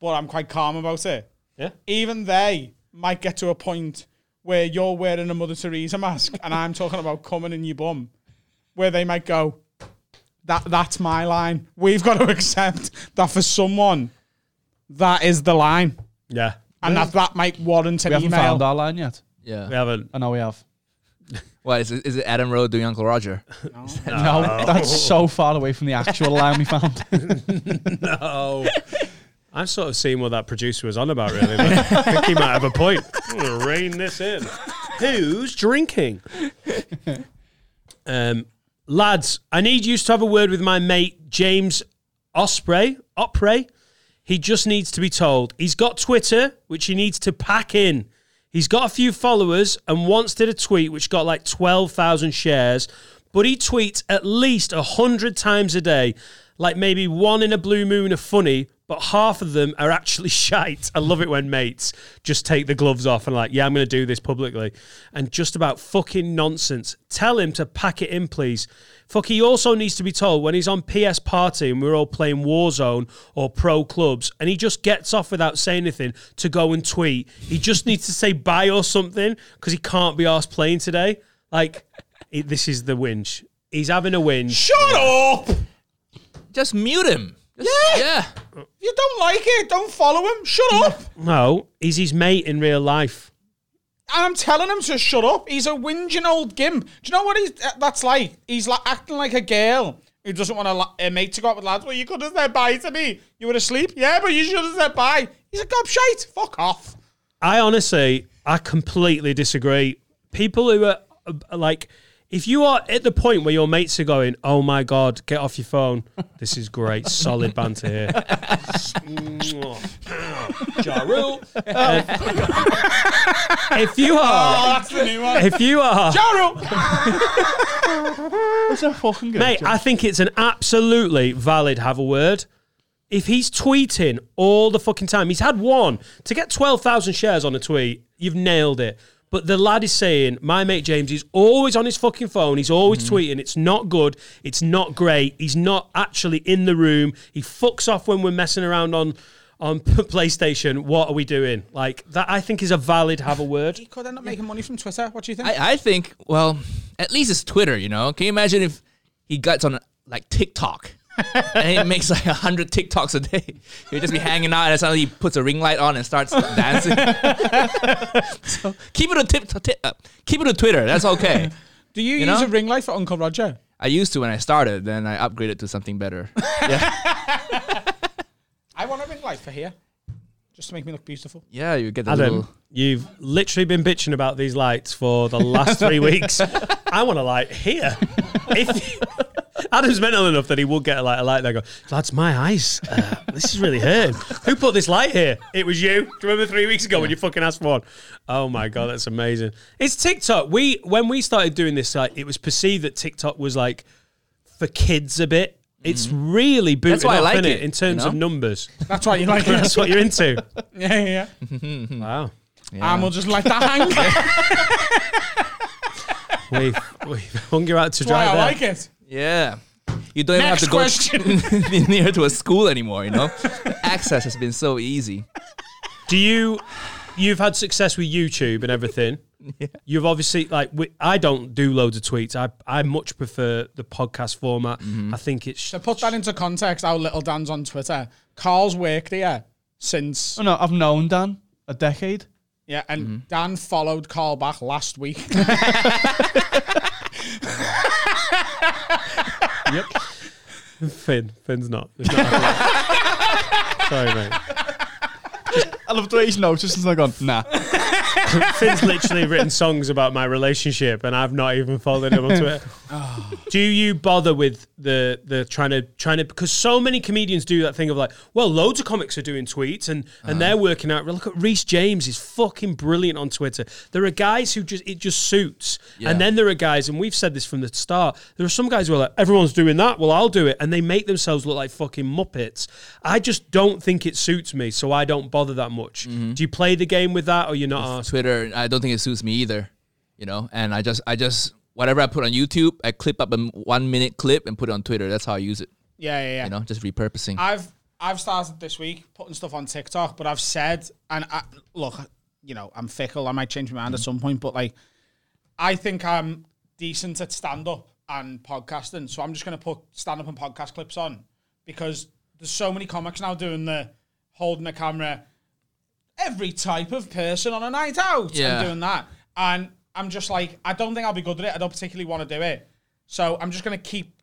[SPEAKER 9] but I'm quite calm about it.
[SPEAKER 1] Yeah.
[SPEAKER 9] Even they might get to a point where you're wearing a Mother Teresa mask and I'm talking about coming in your bum, where they might go, that that's my line. We've got to accept that for someone, that is the line,
[SPEAKER 1] yeah,
[SPEAKER 9] and that that might warrant an
[SPEAKER 10] we haven't
[SPEAKER 9] email.
[SPEAKER 10] found our line yet.
[SPEAKER 1] we
[SPEAKER 7] Yeah.
[SPEAKER 1] haven't.
[SPEAKER 10] I know we have.
[SPEAKER 7] What is it, is it Adam Rowe doing Uncle Roger?
[SPEAKER 10] No, that's so far away from the actual line we found.
[SPEAKER 1] Oh. I've sort of seen what that producer was on about, really. But I think he might have a point. I'm gonna rein this in. Who's drinking? Um, lads, I need you to have a word with my mate James Osprey. Opray. He just needs to be told. He's got Twitter, which he needs to pack in. He's got a few followers and once did a tweet which got like 12,000 shares, but he tweets at least 100 times a day, like maybe one in a blue moon are funny, but half of them are actually shite. I love it when mates just take the gloves off and like, yeah, I'm going to do this publicly. And just about fucking nonsense. Tell him to pack it in, please. Fuck, he also needs to be told when he's on PS Party and we're all playing Warzone or pro clubs and he just gets off without saying anything to go and tweet. He just needs to say bye or something because he can't be asked playing today. Like, it, this is the whinge. He's having a whinge.
[SPEAKER 9] Shut up!
[SPEAKER 7] Just mute him. Just- yeah.
[SPEAKER 9] You don't like it, don't follow him. Shut up.
[SPEAKER 1] No, he's his mate in real life.
[SPEAKER 9] And I'm telling him to shut up. He's a whinging old gimp. Do you know what he's uh, that's like? He's like acting like a girl who doesn't want a, la- a mate to go out with lads. Well, you could have said bye to me. You were asleep. Yeah, but you should have said bye. He's a gobshite. Fuck off.
[SPEAKER 1] I honestly, I completely disagree. People who are uh, like, if you are at the point where your mates are going, oh my God, get off your phone, this is great, solid banter here. Ja Rule. Uh, if you
[SPEAKER 7] Oh,
[SPEAKER 1] are,
[SPEAKER 9] Oh, That's the new one.
[SPEAKER 1] if you are,
[SPEAKER 10] It's a fucking good.
[SPEAKER 1] Mate,
[SPEAKER 10] joke.
[SPEAKER 1] I think it's an absolutely valid have a word. If he's tweeting all the fucking time, he's had one to get 12,000 shares on a tweet, you've nailed it. But the lad is saying, my mate James is always on his fucking phone. He's always tweeting. It's not good. It's not great. He's not actually in the room. He fucks off when we're messing around on on PlayStation. What are we doing? Like that, I think is a valid have a word.
[SPEAKER 9] He could end up making money from Twitter. What do you think?
[SPEAKER 7] I, I think, well, at least it's Twitter, you know? Can you imagine if he gets on like TikTok and he makes like 100 TikToks a day? He'll just be hanging out and suddenly he puts a ring light on and starts dancing. so keep it on tip, tip, uh, keep it on Twitter. That's okay.
[SPEAKER 9] do you,
[SPEAKER 7] you
[SPEAKER 9] use
[SPEAKER 7] know?
[SPEAKER 9] a ring light for Uncle Roger?
[SPEAKER 7] I used to when I started, then I upgraded to something better.
[SPEAKER 9] I want a ring light for here. just to make me look beautiful.
[SPEAKER 7] Yeah, you get the
[SPEAKER 1] Adam,
[SPEAKER 7] little-
[SPEAKER 1] you've literally been bitching about these lights for the last three weeks. I want a light here. If Adam's mental enough that he will get a light, a light there, and go, lads, my eyes, uh, this is really hurting. Who put this light here? It was you. Do you remember three weeks ago when you fucking asked for one? Oh my God, that's amazing. It's TikTok. We When we started doing this, like, it was perceived that TikTok was like for kids a bit. It's really booting
[SPEAKER 7] Mm. That's why I
[SPEAKER 1] up,
[SPEAKER 7] like
[SPEAKER 1] innit,
[SPEAKER 7] it,
[SPEAKER 1] in terms
[SPEAKER 7] you
[SPEAKER 1] of
[SPEAKER 7] know?
[SPEAKER 1] numbers.
[SPEAKER 9] That's why you like it.
[SPEAKER 1] That's what you're into.
[SPEAKER 9] Yeah, yeah.
[SPEAKER 1] Wow.
[SPEAKER 9] yeah. And we'll just let that hang. That's
[SPEAKER 1] we we hung you out to
[SPEAKER 9] why
[SPEAKER 1] dry
[SPEAKER 9] I
[SPEAKER 1] there.
[SPEAKER 9] like it.
[SPEAKER 7] Yeah. You don't even have
[SPEAKER 9] Next
[SPEAKER 7] to go be near to a school anymore, you know? Access has been so easy.
[SPEAKER 1] Do you? You've had success with YouTube and everything. You've obviously like we, I don't do loads of tweets. I I much prefer the podcast format.
[SPEAKER 9] Mm-hmm.
[SPEAKER 1] I think it's
[SPEAKER 9] To put that into context, how little Dan's on Twitter. Carl's worked here since
[SPEAKER 10] Oh no, I've known Dan a decade.
[SPEAKER 9] yeah, and
[SPEAKER 7] Mm-hmm.
[SPEAKER 9] Dan followed Carl back last week.
[SPEAKER 1] yep. Finn, Finn's not. There's not- Sorry, mate.
[SPEAKER 10] I love the way he's noticed since I gone. Nah,
[SPEAKER 1] Finn's literally written songs about my relationship, and I've not even followed him on Twitter. do you bother with the the trying to trying to because so many comedians do that thing of like, well, loads of comics are doing tweets and and they're working out. Look at Reese James; he's fucking brilliant on Twitter. There are guys who just it just suits,
[SPEAKER 7] Yeah.
[SPEAKER 1] and then there are guys, and we've said this from the start. There are some guys who are like, everyone's doing that, well, I'll do it, and they make themselves look like fucking muppets. I just don't think it suits me, so I don't bother that much. Do you play the game with that, or you're not? arsed?
[SPEAKER 7] Twitter, I don't think it suits me either, you know? And I just, I just, whatever I put on YouTube, I clip up a m- one minute clip and put it on Twitter. That's how I use it,
[SPEAKER 9] yeah, yeah, yeah.
[SPEAKER 7] you know? Just repurposing.
[SPEAKER 9] I've I've started this week putting stuff on TikTok, but I've said and I, look, you know, I'm fickle. I might change my mind
[SPEAKER 7] Mm.
[SPEAKER 9] at some point, but like, I think I'm decent at stand up and podcasting, so I'm just gonna put stand up and podcast clips on because there's so many comics now doing the holding a camera, every type of person on a night out
[SPEAKER 7] Yeah.
[SPEAKER 9] and doing that, and I'm just like, I don't think I'll be good at it. I don't particularly want to do it, so I'm just gonna keep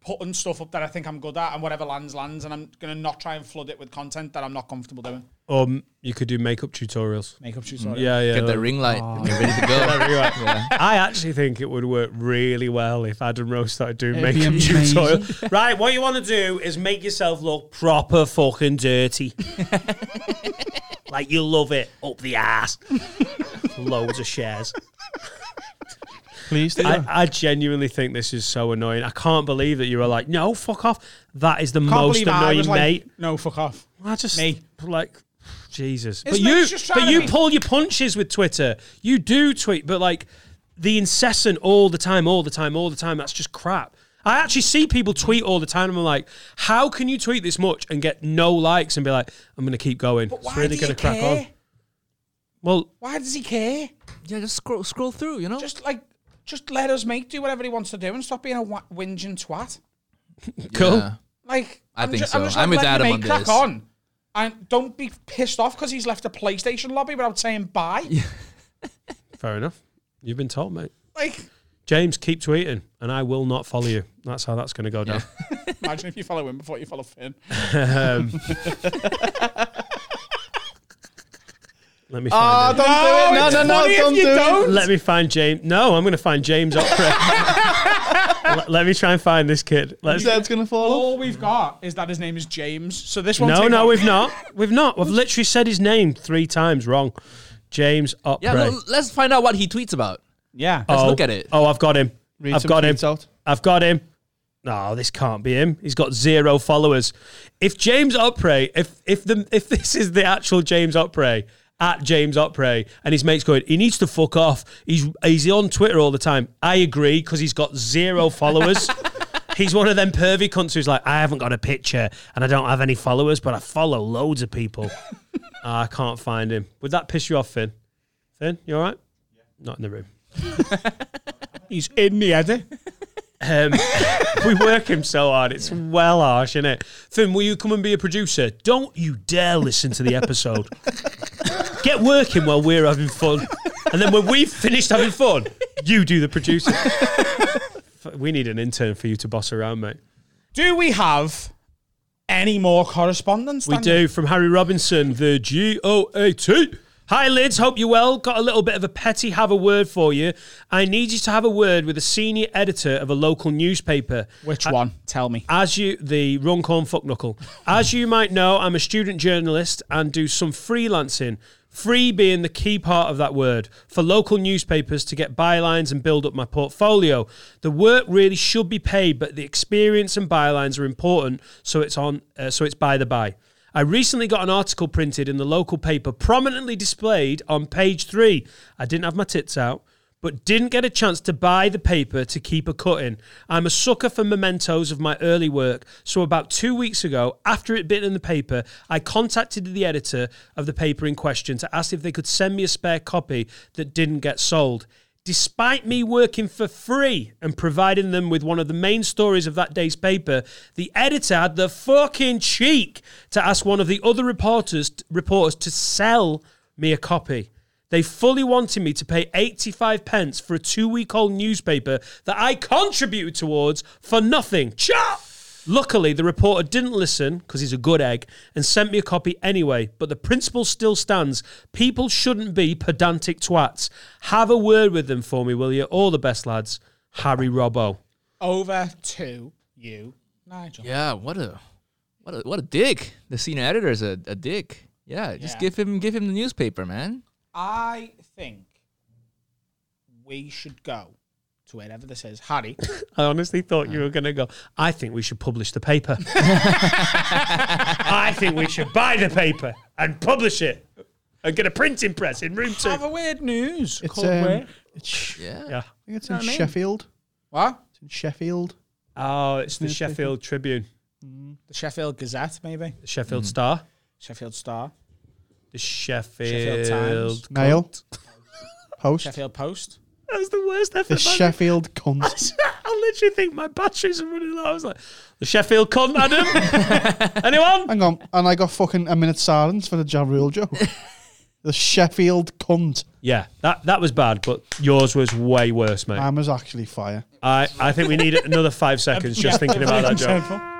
[SPEAKER 9] putting stuff up that I think I'm good at, and whatever lands lands, and I'm gonna not try and flood it with content that I'm not comfortable doing.
[SPEAKER 1] Or m- Um, you could do makeup tutorials.
[SPEAKER 9] Makeup
[SPEAKER 7] Mm.
[SPEAKER 9] tutorial.
[SPEAKER 1] Yeah, yeah.
[SPEAKER 7] Get the ring light. You're ready to go. Yeah.
[SPEAKER 1] I actually think it would work really well if Adam Rose started doing
[SPEAKER 10] It'd be
[SPEAKER 1] makeup
[SPEAKER 10] amazing.
[SPEAKER 1] tutorials. right, what you want to do is make yourself look proper fucking dirty. like you love it up the ass. Loads of shares.
[SPEAKER 10] please. Do
[SPEAKER 1] I,
[SPEAKER 10] that.
[SPEAKER 1] I genuinely think this is so annoying. I can't believe that you were like, no, fuck off. That is the most
[SPEAKER 9] believe I
[SPEAKER 1] annoying
[SPEAKER 9] was like,
[SPEAKER 1] mate.
[SPEAKER 9] No, fuck off.
[SPEAKER 1] I just
[SPEAKER 9] Me.
[SPEAKER 1] like Jesus.
[SPEAKER 9] It's
[SPEAKER 1] but
[SPEAKER 9] me,
[SPEAKER 1] you,
[SPEAKER 9] it's just trying
[SPEAKER 1] but
[SPEAKER 9] to
[SPEAKER 1] you
[SPEAKER 9] be-
[SPEAKER 1] pull your punches with Twitter. You do tweet, but like the incessant all the time, all the time, all the time. That's just crap. I actually see people tweet all the time, and I'm like, how can you tweet this much and get no likes and be like, I'm gonna keep going.
[SPEAKER 9] But why
[SPEAKER 1] it's really
[SPEAKER 9] do you
[SPEAKER 1] gonna crack
[SPEAKER 9] care?
[SPEAKER 1] on. Well,
[SPEAKER 9] Why does he care?
[SPEAKER 7] yeah, just scroll, scroll through, you know?
[SPEAKER 9] Just like, just let us make do whatever he wants to do, and stop being a wa- whinging twat.
[SPEAKER 1] cool.
[SPEAKER 7] Yeah.
[SPEAKER 9] Like,
[SPEAKER 7] I
[SPEAKER 9] I'm
[SPEAKER 7] think
[SPEAKER 9] just,
[SPEAKER 7] so.
[SPEAKER 9] I'm, just
[SPEAKER 7] I'm
[SPEAKER 9] like,
[SPEAKER 7] with
[SPEAKER 9] let
[SPEAKER 7] Adam
[SPEAKER 9] your
[SPEAKER 7] on
[SPEAKER 9] mate crack
[SPEAKER 7] this.
[SPEAKER 9] on. And don't be pissed off because he's left a PlayStation lobby without saying bye.
[SPEAKER 1] Fair enough. You've been told, mate.
[SPEAKER 9] Like,
[SPEAKER 1] James, keep tweeting, and I will not follow you. That's how that's gonna go down.
[SPEAKER 9] imagine if you follow him before you follow Finn.
[SPEAKER 1] Let me. Find it.
[SPEAKER 9] No, no, no, no, don't do it.
[SPEAKER 1] Let me find James. No, I'm going to find James Opera. let, let me try and find this kid. Let's.
[SPEAKER 10] His head's gonna fall off.
[SPEAKER 9] All we've got is that his name is James. So this one.
[SPEAKER 1] No, no, we've not. We've not. We've literally said his name three times wrong. James Opera.
[SPEAKER 7] Yeah, no, let's find out what he tweets about.
[SPEAKER 9] Yeah.
[SPEAKER 7] Let's
[SPEAKER 1] oh,
[SPEAKER 7] look at it.
[SPEAKER 1] Oh, I've got him.
[SPEAKER 10] Read
[SPEAKER 1] I've
[SPEAKER 10] some
[SPEAKER 1] got him.
[SPEAKER 10] tweets out.
[SPEAKER 1] I've got him. No, this can't be him. He's got zero followers. If James Opray, if if the if this is the actual James Opray at James Opray, and his mates going, he needs to fuck off. He's he's on Twitter all the time. I agree because he's got zero followers. He's one of them pervy cunts who's like, I haven't got a picture and I don't have any followers, but I follow loads of people. Ah, I can't find him. Would that piss you off, Finn? Finn, you all right? Not in the room.
[SPEAKER 9] He's in the edit.
[SPEAKER 1] Um, we work him so hard. It's well harsh, isn't it? Finn, will you come and be a producer? Don't you dare listen to the episode. Get working while we're having fun. And then when we've finished having fun, you do the producing. F- we need an intern for you to boss around, mate.
[SPEAKER 9] Do we have any more correspondence?
[SPEAKER 1] We
[SPEAKER 9] Daniel?
[SPEAKER 1] do from Harry Robinson, the G O A T. Hi, Lids. Hope you're well. Got a little bit of a petty have a word for you. I need you to have a word with a senior editor of a local newspaper.
[SPEAKER 9] Which one? Tell me.
[SPEAKER 1] As you, the Runcorn Fuck Knuckle. As you might know, I'm a student journalist and do some freelancing. Free being the key part of that word for local newspapers to get bylines and build up my portfolio. The work really should be paid, but the experience and bylines are important, so it's on, uh, so it's by the by. I recently got an article printed in the local paper, prominently displayed on page three. I didn't have my tits out but didn't get a chance to buy the paper to keep a cutting. I'm a sucker for mementos of my early work, so about two weeks ago, after it bit in the paper, I contacted the editor of the paper in question to ask if they could send me a spare copy that didn't get sold. Despite me working for free and providing them with one of the main stories of that day's paper, the editor had the fucking cheek to ask one of the other reporters reporters to sell me a copy. They fully wanted me to pay 85 pence for a two week old newspaper that I contributed towards for nothing. Chop! Luckily, the reporter didn't listen because he's a good egg and sent me a copy anyway. But the principle still stands. People shouldn't be pedantic twats. Have a word with them for me, will you? All the best, lads. Harry Robbo.
[SPEAKER 9] Over to you, Nigel.
[SPEAKER 7] Yeah, what a what a what a dick. The senior editor is a, a dick. Yeah, just
[SPEAKER 9] Yeah.
[SPEAKER 7] give him give him the newspaper, man.
[SPEAKER 9] I think we should go to wherever this is. Harry,
[SPEAKER 1] I honestly thought you were going to go, I think we should publish the paper. I think we should buy the paper and publish it and get a printing press in room two.
[SPEAKER 9] have a weird news.
[SPEAKER 10] It's,
[SPEAKER 9] called
[SPEAKER 10] um,
[SPEAKER 9] where?
[SPEAKER 10] it's,
[SPEAKER 7] Yeah.
[SPEAKER 1] Yeah.
[SPEAKER 10] I think it's
[SPEAKER 9] Know
[SPEAKER 10] in
[SPEAKER 9] what I mean?
[SPEAKER 10] Sheffield.
[SPEAKER 9] What?
[SPEAKER 10] It's in Sheffield.
[SPEAKER 1] Oh, it's the
[SPEAKER 10] Newspaper.
[SPEAKER 1] Sheffield Tribune,
[SPEAKER 9] The Sheffield Gazette, maybe?
[SPEAKER 1] the Sheffield Star,
[SPEAKER 9] Sheffield Star,
[SPEAKER 1] the Sheffield,
[SPEAKER 9] Sheffield Times.
[SPEAKER 10] Nail. Post.
[SPEAKER 9] Sheffield Post.
[SPEAKER 1] That was the worst effort.
[SPEAKER 10] The
[SPEAKER 1] man.
[SPEAKER 10] Sheffield cunt.
[SPEAKER 1] I literally think my batteries are running low. I was like, the Sheffield cunt, Adam. Anyone?
[SPEAKER 10] Hang on. And I got fucking a minute silence for the Ja Rule joke. the Sheffield cunt.
[SPEAKER 1] Yeah, that, that was bad, but yours was way worse,
[SPEAKER 8] Um,
[SPEAKER 1] mate.
[SPEAKER 10] I was actually fire.
[SPEAKER 1] I, I think we need another five seconds just thinking about that joke.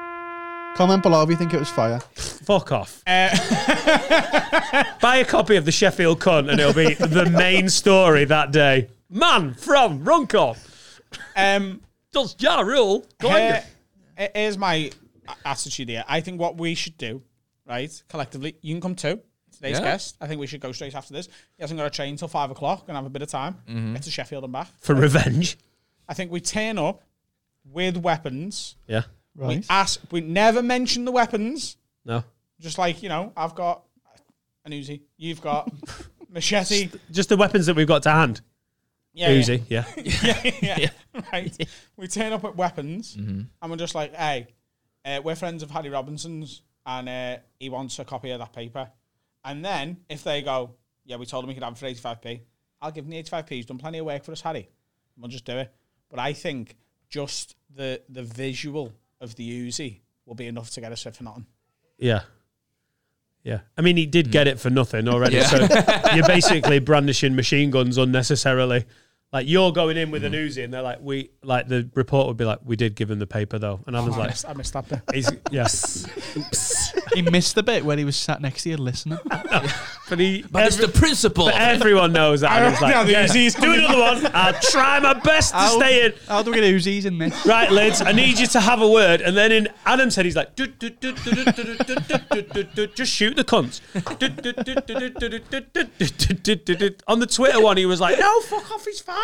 [SPEAKER 10] Comment below if you think it was fire.
[SPEAKER 1] Fuck off. Buy a copy of The Sheffield Cunt and it'll be the main story that day. Man from Runcorn
[SPEAKER 9] Um,
[SPEAKER 1] does Ja Rule. Go on,
[SPEAKER 9] here- here's my a- attitude here. I think what we should do, right, collectively, you can come too. Today's
[SPEAKER 7] Yeah.
[SPEAKER 9] guest. I think we should go straight after this. He hasn't got a train till five o'clock and have a bit of time. Get to Sheffield and back.
[SPEAKER 1] For revenge.
[SPEAKER 9] I think we turn up with weapons.
[SPEAKER 1] Yeah.
[SPEAKER 9] We
[SPEAKER 10] Right.
[SPEAKER 9] ask. We never mention the weapons.
[SPEAKER 1] No.
[SPEAKER 9] Just like you know, I've got an Uzi. You've got machete.
[SPEAKER 1] Just the weapons that we've got to hand.
[SPEAKER 9] Yeah, yeah.
[SPEAKER 1] Uzi, yeah.
[SPEAKER 9] yeah, yeah. Mm-hmm. Right. We turn up at weapons and we're just like, hey, uh, we're friends of Harry Robinson's and uh, he wants a copy of that paper. And then if they go, yeah, we told him he could have it for 85p, I'll give him the 85p. He's done plenty of work for us, Harry. We'll just do it. But I think just the the visual of the Uzi will be enough to get us it for nothing.
[SPEAKER 1] Yeah. Yeah. I mean, he did get it for nothing already. So you're basically brandishing machine guns unnecessarily. Like you're going in with an Uzi, and they're like, "We like the report would be like, we did give him the paper though," and I was
[SPEAKER 9] I
[SPEAKER 1] like,
[SPEAKER 9] missed, I missed that bit.
[SPEAKER 1] he's, "Yes,
[SPEAKER 10] he missed the bit where he was sat next to you listening.
[SPEAKER 1] but he,
[SPEAKER 7] But it's the principle.
[SPEAKER 1] Everyone knows that. And it's
[SPEAKER 9] Yeah,
[SPEAKER 1] like,
[SPEAKER 9] the
[SPEAKER 1] yeah,
[SPEAKER 9] Uzi's
[SPEAKER 1] do another one. I'll try my best to stay in.
[SPEAKER 10] How do we get Uzis in this?
[SPEAKER 1] Right, lads, I need you to have a word. And then in Adam's head, he's like, "Do, do, do, do, do, do, do, do, do, do, do, just shoot the cunts. Do, do, do, do, do, do, do, do, do, do, do, do, do. On the Twitter one, he was like, no, fuck off, he's fine.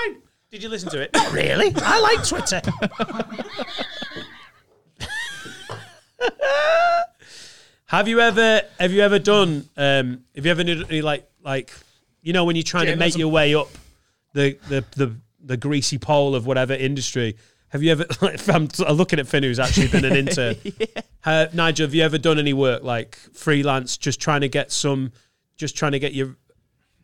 [SPEAKER 1] Did you listen to it? Not really. I like Twitter. Have you ever have you ever done um have you ever done any, like like you know when you're trying to make
[SPEAKER 9] Journalism.
[SPEAKER 1] your way up the the the, the greasy pole of whatever industry have you ever like, I'm I'm looking at Finn who's actually been an intern uh, Nigel have you ever done any work like freelance just trying to get some just trying to get you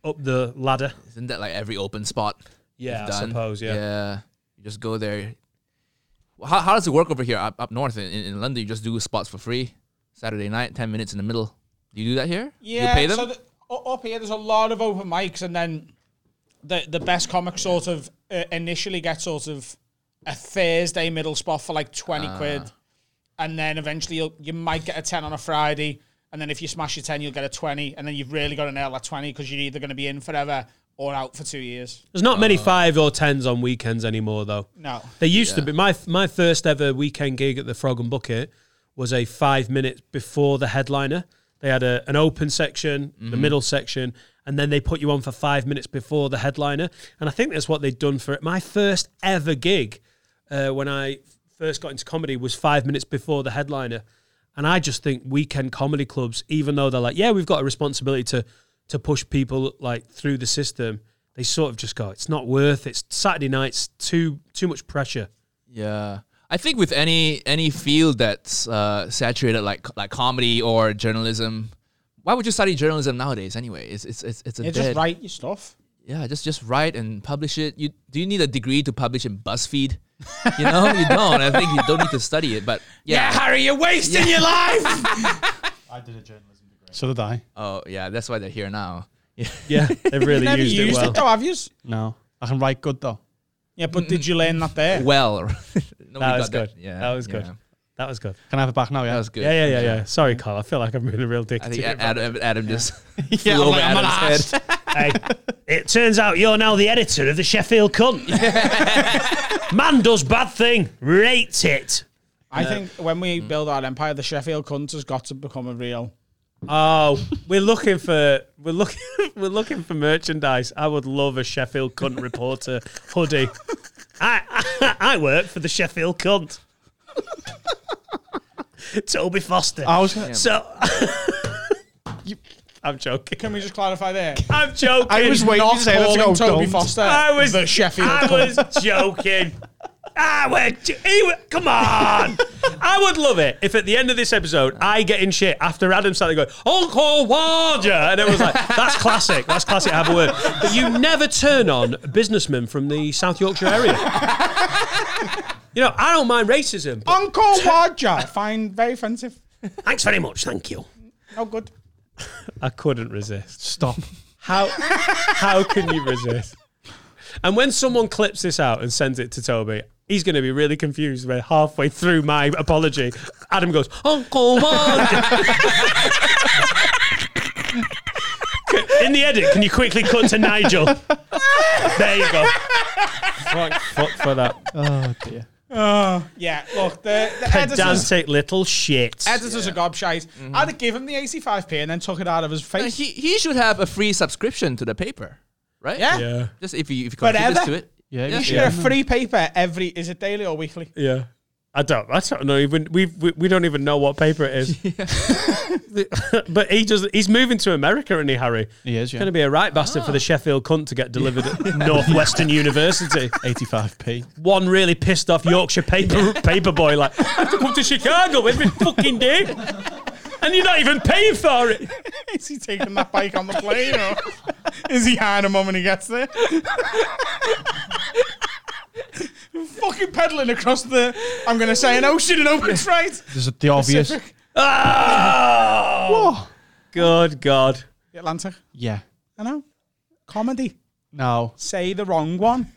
[SPEAKER 1] up the ladder
[SPEAKER 7] Isn't that like every open spot?
[SPEAKER 1] Yeah,
[SPEAKER 7] you've
[SPEAKER 1] I
[SPEAKER 7] done?
[SPEAKER 1] suppose, yeah.
[SPEAKER 7] Yeah. You just go there. Well, How, how does it work over here up, up north in, in in London? You just do spots for free. Saturday night, 10 minutes in the middle. Do you do that here?
[SPEAKER 9] Yeah,
[SPEAKER 7] You pay them?
[SPEAKER 9] so the, u- up here there's a lot of open mics, and then the the best comic sort of
[SPEAKER 7] Ah.
[SPEAKER 9] uh, initially gets sort of a Thursday middle spot for like twenty quid, and then eventually you'll, you might get a 10 on a Friday. And then if you smash your 10, you'll get a 20. And then you've really got to nail that 20 because you're either going to be in forever or out for two years.
[SPEAKER 1] There's not many five or tens on weekends anymore, though.
[SPEAKER 9] No.
[SPEAKER 1] They used to be.
[SPEAKER 9] Yeah.
[SPEAKER 1] My my first ever weekend gig at the Frog and Bucket was a five minutes before the headliner. They had a, an open section, the
[SPEAKER 16] Mhm.
[SPEAKER 1] middle section, and then they put you on for five minutes before the headliner. And I think that's what they'd done for it. My first ever gig uh, when I first got into comedy was five minutes before the headliner. And I just think weekend comedy clubs, even though they're like, yeah, we've got a responsibility to to push people like through the system, they sort of just go, it's not worth it. It's Saturday nights too too much pressure.
[SPEAKER 7] Yeah, I think with any any field that's uh, saturated like like comedy or journalism, why would you study journalism nowadays anyway? It's it's it's, it's a
[SPEAKER 9] Yeah,
[SPEAKER 7] dead-
[SPEAKER 9] just write your stuff.
[SPEAKER 7] Yeah, just just write and publish it. You do you need a degree to publish in BuzzFeed? You know, you don't. I think you don't need to study it, but yeah, Yeah.
[SPEAKER 8] I did a journalism degree. So did I.
[SPEAKER 7] Oh yeah, that's why they're here now.
[SPEAKER 1] Yeah, they've
[SPEAKER 9] really never used it used it Oh, well. though, have yous?
[SPEAKER 8] No, I can write good though.
[SPEAKER 9] Yeah, but did you learn that there?
[SPEAKER 7] Well,
[SPEAKER 1] that was good. that was good. That was good.
[SPEAKER 8] Can I have it back now? Yeah,
[SPEAKER 1] That was good. Yeah, yeah, yeah, yeah. Sorry, Carl. I feel like I'm being a real dick.
[SPEAKER 7] I think
[SPEAKER 1] to you.
[SPEAKER 7] Adam, Adam just
[SPEAKER 1] Yeah,
[SPEAKER 7] flew
[SPEAKER 1] I'm
[SPEAKER 7] over
[SPEAKER 1] like, I'm an
[SPEAKER 7] Adam's head.
[SPEAKER 1] hey, it turns out you're now the editor of the Sheffield Cunt. Man does bad thing. Rate it.
[SPEAKER 9] I
[SPEAKER 1] Uh,
[SPEAKER 9] think when we
[SPEAKER 7] mm.
[SPEAKER 9] build our empire, the Sheffield cunt has got to become a real.
[SPEAKER 1] Oh, we're looking for we're looking we're looking for merchandise. I would love a Sheffield cunt reporter hoodie. I, I I work for the Sheffield cunt. Toby Foster.
[SPEAKER 8] I was gonna-
[SPEAKER 1] so. I'm joking.
[SPEAKER 9] Can we just clarify there?
[SPEAKER 1] I'm joking.
[SPEAKER 9] I was waiting to say that to go, Toby don't. Foster,
[SPEAKER 1] I was
[SPEAKER 9] the Sheffield
[SPEAKER 1] I
[SPEAKER 9] cunt.
[SPEAKER 1] was joking. I went. He wa- come on. I would love it if at the end of this episode I get in shit after Adam started going Uncle Roger, and it was like that's classic. That's classic. Have a word. But you never turn on a businessman from the South Yorkshire area. You know, I don't mind racism. but-
[SPEAKER 9] Uncle Roger, I find very offensive.
[SPEAKER 1] Thanks very much. Thank you.
[SPEAKER 9] No good.
[SPEAKER 1] I couldn't resist.
[SPEAKER 8] Stop.
[SPEAKER 1] How how can you resist? And when someone clips this out and sends it to Toby, he's going to be really confused. Where halfway through my apology, Adam goes, "Uncle Roger." In the edit, can you quickly cut to Nigel? There you go. Fuck, fuck for that.
[SPEAKER 8] Oh dear.
[SPEAKER 9] Uh, yeah, look, the, the editors,
[SPEAKER 1] Pedantic little shit.
[SPEAKER 9] editors are gobshite. I'd have given him the 85p and then took it out of his face.
[SPEAKER 7] He he should have a free subscription to the paper, right?
[SPEAKER 9] Yeah. Yeah.
[SPEAKER 7] Just if you if you contributes
[SPEAKER 9] Whatever.
[SPEAKER 7] to it.
[SPEAKER 9] you should get a free paper every. Is it daily or weekly?
[SPEAKER 1] Yeah. I don't. I don't know. Even we've, we we don't even know what paper it is. but he just he's moving to America, isn't he, Harry?
[SPEAKER 8] He is, yeah. Ah.
[SPEAKER 1] Going to be a right bastard for the Sheffield cunt to get delivered at Northwestern University.
[SPEAKER 8] 85p.
[SPEAKER 1] One really pissed off Yorkshire paper paper boy, like I have to come to Chicago every fucking day, and you're not even paying for it.
[SPEAKER 9] Is he taking that bike on the plane or is he hiring him on when he gets there? Fucking pedaling across the. I'm going to say an ocean and open freight.
[SPEAKER 8] There's the obvious.
[SPEAKER 1] Oh, good God!
[SPEAKER 9] The Atlantic.
[SPEAKER 8] Yeah.
[SPEAKER 9] I know. Comedy.
[SPEAKER 8] No.
[SPEAKER 9] Say the wrong one.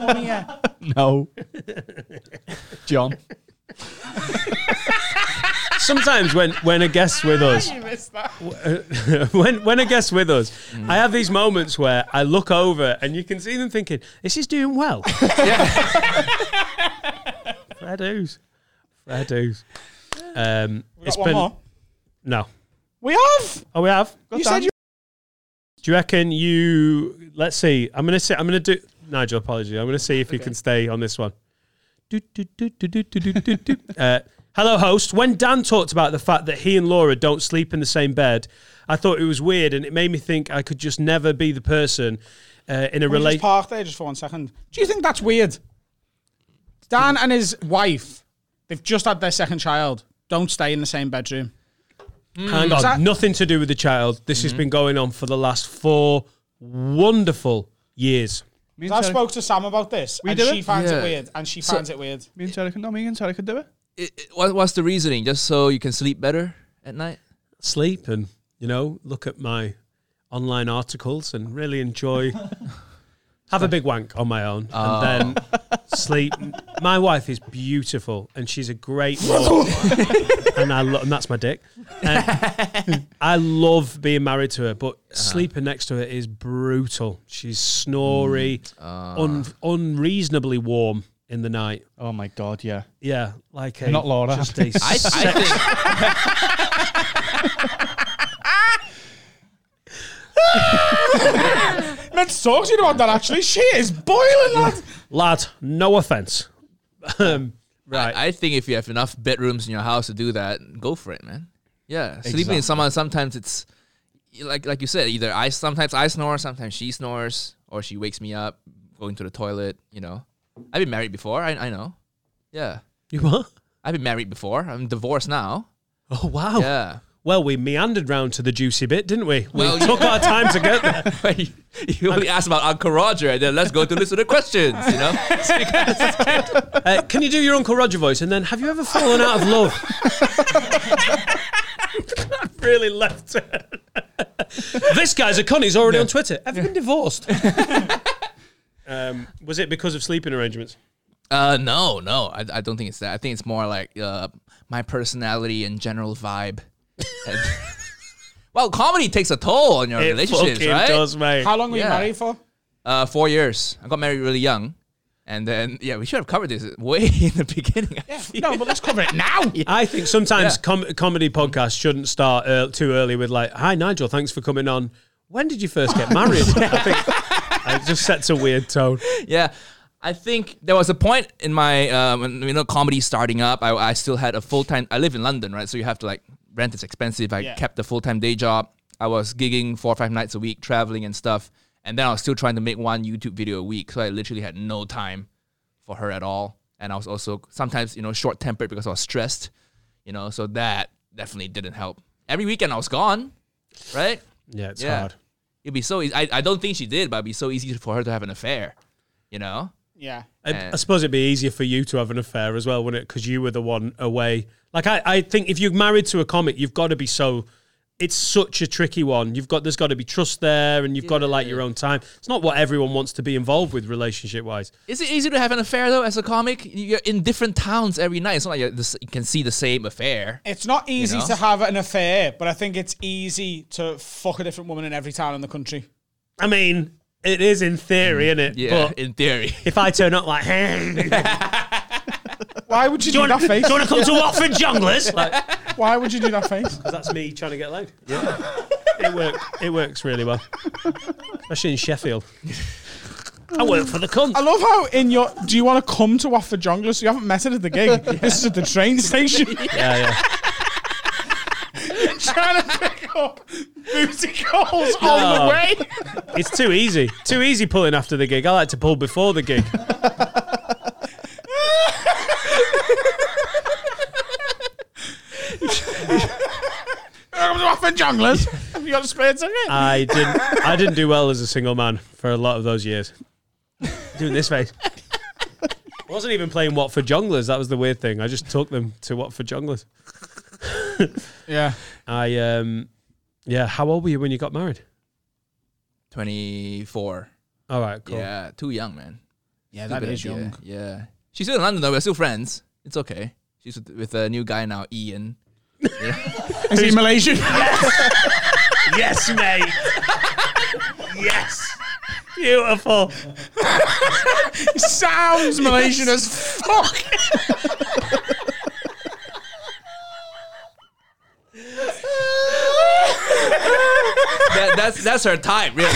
[SPEAKER 9] oh, yeah.
[SPEAKER 8] No. John.
[SPEAKER 1] Sometimes when when a guest's with us,
[SPEAKER 9] You missed that.
[SPEAKER 1] when when a guest's with us, I have these moments where I look over and you can see them thinking, "This is doing well." Fair dues, fair dues. Um, it's
[SPEAKER 9] one more.
[SPEAKER 1] no.
[SPEAKER 9] We have.
[SPEAKER 1] Oh, we have.
[SPEAKER 9] You said you.
[SPEAKER 1] Do you reckon you? Let's see. I'm gonna say. I'm gonna do. Nigel, apology. I'm gonna see if you can stay on this one. Do, do, do, do, do, do, do, do, do. Uh, hello, host. When Dan talked about the fact that he and Laura don't sleep in the same bed, I thought it was weird, and it made me think I could just never be the person uh, in a
[SPEAKER 9] Can we just
[SPEAKER 1] relationship.
[SPEAKER 9] park there just for one second. Do you think that's weird? Dan and his wife, they've just had their second child. Don't stay in the same bedroom.
[SPEAKER 1] Hang on,
[SPEAKER 9] Is that-
[SPEAKER 1] nothing to do with the child. This has been going on for the last four wonderful years.
[SPEAKER 8] Me
[SPEAKER 9] So I spoke to Sam about this,
[SPEAKER 8] We
[SPEAKER 9] and
[SPEAKER 8] did it?
[SPEAKER 9] she finds
[SPEAKER 7] Yeah.
[SPEAKER 9] it weird, and she
[SPEAKER 7] So-
[SPEAKER 9] finds it weird.
[SPEAKER 8] Me and Terry can. No, me and Terry could do it.
[SPEAKER 7] It- it- what, what's the reasoning? Just so you can sleep better at night?
[SPEAKER 1] sleep and you know look at my online articles and
[SPEAKER 10] Ah.
[SPEAKER 1] really enjoy have a big wank on my own and then sleep My wife is beautiful and she's a great woman. and I lo- and that's my dick. And I love being married to her, but
[SPEAKER 10] Uh-huh.
[SPEAKER 1] sleeping next to her is brutal. She's snory,
[SPEAKER 10] Mm.
[SPEAKER 1] un-
[SPEAKER 10] Ah.
[SPEAKER 1] unreasonably warm in the night.
[SPEAKER 10] Oh my god, yeah.
[SPEAKER 1] Yeah, like a
[SPEAKER 10] Not Laura.
[SPEAKER 1] Just a
[SPEAKER 10] I- I
[SPEAKER 1] sex-
[SPEAKER 9] Meant to talk to you about that actually. Shit is boiling, lad.
[SPEAKER 1] lad. No offense. Um,
[SPEAKER 7] Right. I, I think if you have enough bedrooms in your house to do that, go for it, man. Yeah, sleeping
[SPEAKER 1] Exactly.
[SPEAKER 7] in someone. Sometimes it's like like you said, either I sometimes I snore, sometimes she snores, or she wakes me up going to the toilet. You know, I've been married before. I I know. Yeah,
[SPEAKER 1] you what?
[SPEAKER 7] I've been married before. I'm divorced now.
[SPEAKER 1] Oh wow.
[SPEAKER 7] Yeah.
[SPEAKER 1] Well, we meandered round to the juicy bit, didn't we? We
[SPEAKER 7] Well, you-
[SPEAKER 1] took our time to get there.
[SPEAKER 7] You only asked about Uncle Roger, and then let's go to listen to the questions. You know,
[SPEAKER 1] Uh, can you do your Uncle Roger voice? And then, have you ever fallen out of love? I've really left it. this guy's a cunt. He's already on Twitter. Have you been divorced? um, was it because of sleeping arrangements?
[SPEAKER 7] Uh, no, no, I, I don't think it's that. I think it's more like uh, my personality and general vibe. And- well, comedy takes a toll on your
[SPEAKER 1] It
[SPEAKER 7] relationships,
[SPEAKER 1] fucking
[SPEAKER 7] right?
[SPEAKER 1] does, mate.
[SPEAKER 9] How long were you
[SPEAKER 7] Yeah.
[SPEAKER 9] married for?
[SPEAKER 7] Uh, four years. I got married really young, and then yeah, we should have covered this way in the beginning.
[SPEAKER 9] No, but let's cover it now.
[SPEAKER 1] I think sometimes com- comedy podcasts shouldn't start ear- too early with like, "Hi Nigel, thanks for coming on. When did you first get married?" I think it just sets a weird tone.
[SPEAKER 7] yeah. I think there was a point in my uh, when you know comedy starting up. I, I still had a full time. I live in London, right? So you have to like rent is expensive. I
[SPEAKER 9] Yeah.
[SPEAKER 7] kept a full time day job. I was gigging four or five nights a week, traveling and stuff. And then I was still trying to make one YouTube video a week, so I literally had no time for her at all. And I was also sometimes you know short tempered because I was stressed, you know. So that definitely didn't help. Every weekend I was gone, right?
[SPEAKER 1] Yeah, it's
[SPEAKER 7] Yeah.
[SPEAKER 1] hard.
[SPEAKER 7] It'd be so easy. I, I don't think she did, but it'd be so easy for her to have an affair, you know.
[SPEAKER 9] Yeah.
[SPEAKER 1] I, I
[SPEAKER 7] And-
[SPEAKER 1] suppose it'd be easier for you to have an affair as well, wouldn't it? Because you were the one away. Like I, I think if you're married to a comic, you've got to be so. It's such a tricky one. You've got there's got to be trust there, and you've got to like your own time. It's not what everyone wants to be involved with relationship wise.
[SPEAKER 7] Is it easy to have an affair though as a comic? You're in different towns every night. It's not like you're the, you can see the same affair.
[SPEAKER 9] It's not easy
[SPEAKER 7] know?
[SPEAKER 9] to have an affair, but I think it's easy to fuck a different woman in every town in the country.
[SPEAKER 1] I mean, it is in theory, isn't it?
[SPEAKER 7] Mm. Yeah,
[SPEAKER 1] But
[SPEAKER 7] in theory.
[SPEAKER 1] if I turn up like, hey, do
[SPEAKER 9] Why would you
[SPEAKER 1] you
[SPEAKER 9] do,
[SPEAKER 1] want
[SPEAKER 9] that face?
[SPEAKER 1] to come to Watford Junglers? Like,
[SPEAKER 9] Why would you do that face?
[SPEAKER 1] that's me trying to get laid. Yeah. it works. It works really well, especially in Sheffield. I work for the cunt.
[SPEAKER 9] I love how in your do you want to come to Watford Junglers? So you haven't met it at the gig. This is at the train station.
[SPEAKER 1] Yeah, yeah.
[SPEAKER 9] trying to pick up booty calls on the way.
[SPEAKER 1] Oh, It's too easy. Too easy pulling after the gig. I like to pull before the gig.
[SPEAKER 9] Welcome to Watford Junglers. Have you got a spare ticket?
[SPEAKER 1] I didn't. I didn't do well as a single man for a lot of those years. Doing this face. I wasn't even playing Watford Junglers. That was the weird thing. I just took them to Watford Junglers.
[SPEAKER 9] yeah.
[SPEAKER 1] I um, yeah. How old were you when you got married?
[SPEAKER 7] Twenty four.
[SPEAKER 1] All right, cool.
[SPEAKER 7] Yeah, too young, man. Yeah,
[SPEAKER 9] that is young.
[SPEAKER 7] Yeah, she's still in London though. We're still friends. It's okay. She's with, with a new guy now, Ian.
[SPEAKER 9] Is he Malaysian?
[SPEAKER 1] Yes, mate. yes. Beautiful.
[SPEAKER 9] Sounds Malaysian as fuck.
[SPEAKER 7] That, that's that's her type, really.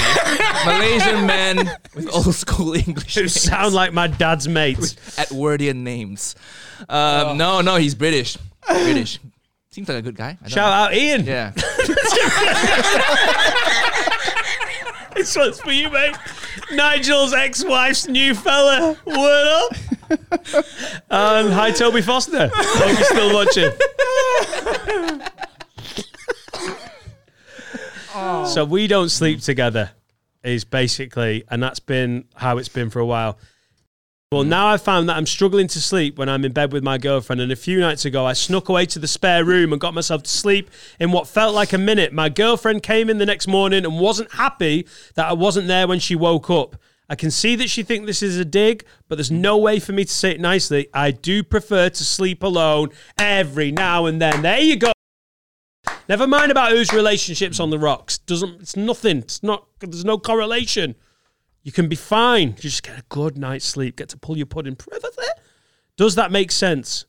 [SPEAKER 7] Malaysian men with old school English
[SPEAKER 1] Who
[SPEAKER 7] names.
[SPEAKER 1] sound like my dad's mates.
[SPEAKER 7] Edwardian names. Um,
[SPEAKER 1] Oh.
[SPEAKER 7] No, no, he's British. British. Seems like a good guy. I don't
[SPEAKER 1] Shout out, Ian.
[SPEAKER 7] know. Yeah.
[SPEAKER 1] This one's for you, mate. Nigel's ex-wife's new fella. What up? Um, hi, Toby Foster. Hope you're still watching. So we don't sleep together is basically, and that's been how it's been for a while. Well, now I've found that I'm struggling to sleep when I'm in bed with my girlfriend. And a few nights ago, I snuck away to the spare room and got myself to sleep in what felt like a minute. My girlfriend came in the next morning and wasn't happy that I wasn't there when she woke up. I I can see that she thinks this is a dig, but there's no way for me to say it nicely. I do prefer to sleep alone every now and then. There you go. Never mind about whose relationships on the rocks. Doesn't it's nothing. It's not there's no correlation. You can be fine. You just get a good night's sleep. Get to pull your pudding forever there. Does that make sense?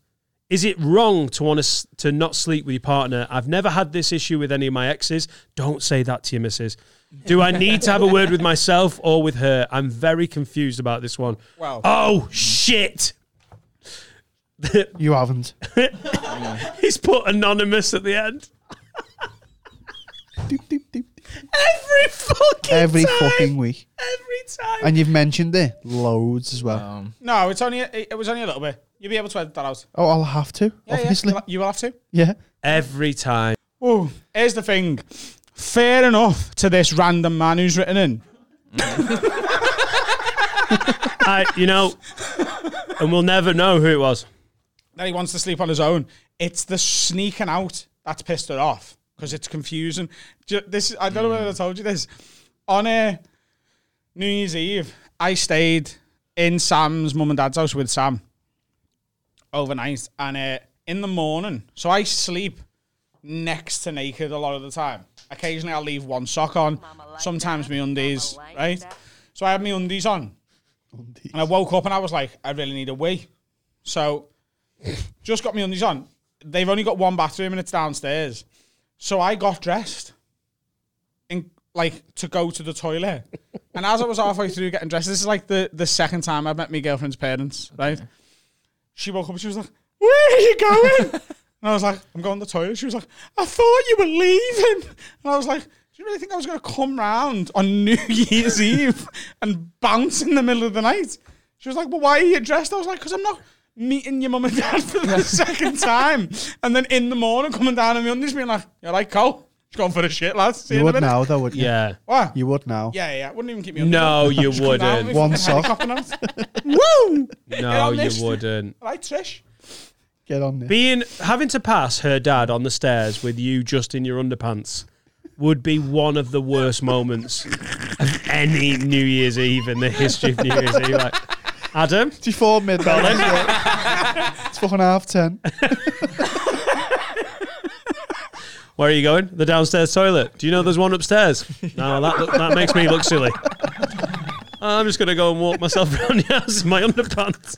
[SPEAKER 1] Is it wrong to want to, to not sleep with your partner? I've never had this issue with any of my exes. Don't say that to your missus. Do I need to have a word with myself or with her? I'm very confused about this one.
[SPEAKER 9] Wow.
[SPEAKER 1] Oh, shit.
[SPEAKER 8] you haven't.
[SPEAKER 1] He's put anonymous at the end. Every fucking
[SPEAKER 8] Every
[SPEAKER 1] time.
[SPEAKER 8] fucking week.
[SPEAKER 1] Every time.
[SPEAKER 8] And you've mentioned it loads as well.
[SPEAKER 9] No, it's only it, it was only a little bit. You'll be able to edit that out.
[SPEAKER 8] oh, I'll have to,
[SPEAKER 9] Yeah, yeah,
[SPEAKER 8] obviously.
[SPEAKER 9] you'll- you will have to.
[SPEAKER 8] Yeah.
[SPEAKER 1] Every time.
[SPEAKER 9] Oh, here's the thing. Fair enough to this random man who's written in.
[SPEAKER 1] I, you know, and we'll never know who it was.
[SPEAKER 9] that he wants to sleep on his own. It's the sneaking out that's pissed her off because it's confusing. Ju- This I don't know whether I told you this. On uh, New Year's Eve, I stayed in Sam's mum and dad's house with Sam overnight, and uh, in the morning, so I sleep next to naked a lot of the time. Occasionally, I'll leave one sock on. Sometimes me undies, right? So I had my undies on, and I woke up and I was like, I really need a wee. So just got my undies on. They've only got one bathroom and it's downstairs. So I got dressed in like to go to the toilet. And as I was halfway through getting dressed, this is like the, the second time I've met my girlfriend's parents, right? She woke up and she was like, Where are you going? and I was like, I'm going to the toilet. She was like, I thought you were leaving. And I was like, Do you really think I was gonna come round on New Year's Eve and bounce in the middle of the night? She was like, Well, why are you dressed? I was like, Because I'm not meeting your mum and dad for the second time. And then in the morning, coming down on me on this, being like, You're like, Cole, she's gone for a shit, lads. See
[SPEAKER 8] You
[SPEAKER 9] in a
[SPEAKER 8] would
[SPEAKER 9] minute.
[SPEAKER 8] now, though, wouldn't you?
[SPEAKER 1] Yeah.
[SPEAKER 9] What?
[SPEAKER 8] You would now.
[SPEAKER 9] Yeah, yeah. Wouldn't even keep me on.
[SPEAKER 1] No, you
[SPEAKER 9] Just come down
[SPEAKER 1] wouldn't.
[SPEAKER 9] with
[SPEAKER 8] One
[SPEAKER 9] the
[SPEAKER 8] sock.
[SPEAKER 9] helicopter nose. Woo!
[SPEAKER 1] No,
[SPEAKER 9] Yeah,
[SPEAKER 1] you
[SPEAKER 9] listen.
[SPEAKER 1] wouldn't.
[SPEAKER 9] Right, Trish.
[SPEAKER 8] Get on there.
[SPEAKER 1] Being having to pass her dad on the stairs with you just in your underpants would be one of the worst moments of any New Year's Eve in the history of New Year's Eve. Like, Adam,
[SPEAKER 8] Before midnight.
[SPEAKER 1] Colin?
[SPEAKER 8] it's fucking half ten.
[SPEAKER 1] where are you going? The downstairs toilet. Do you know there's one upstairs? No, that look, that makes me look silly. I'm just gonna go and walk myself around the house in my underpants.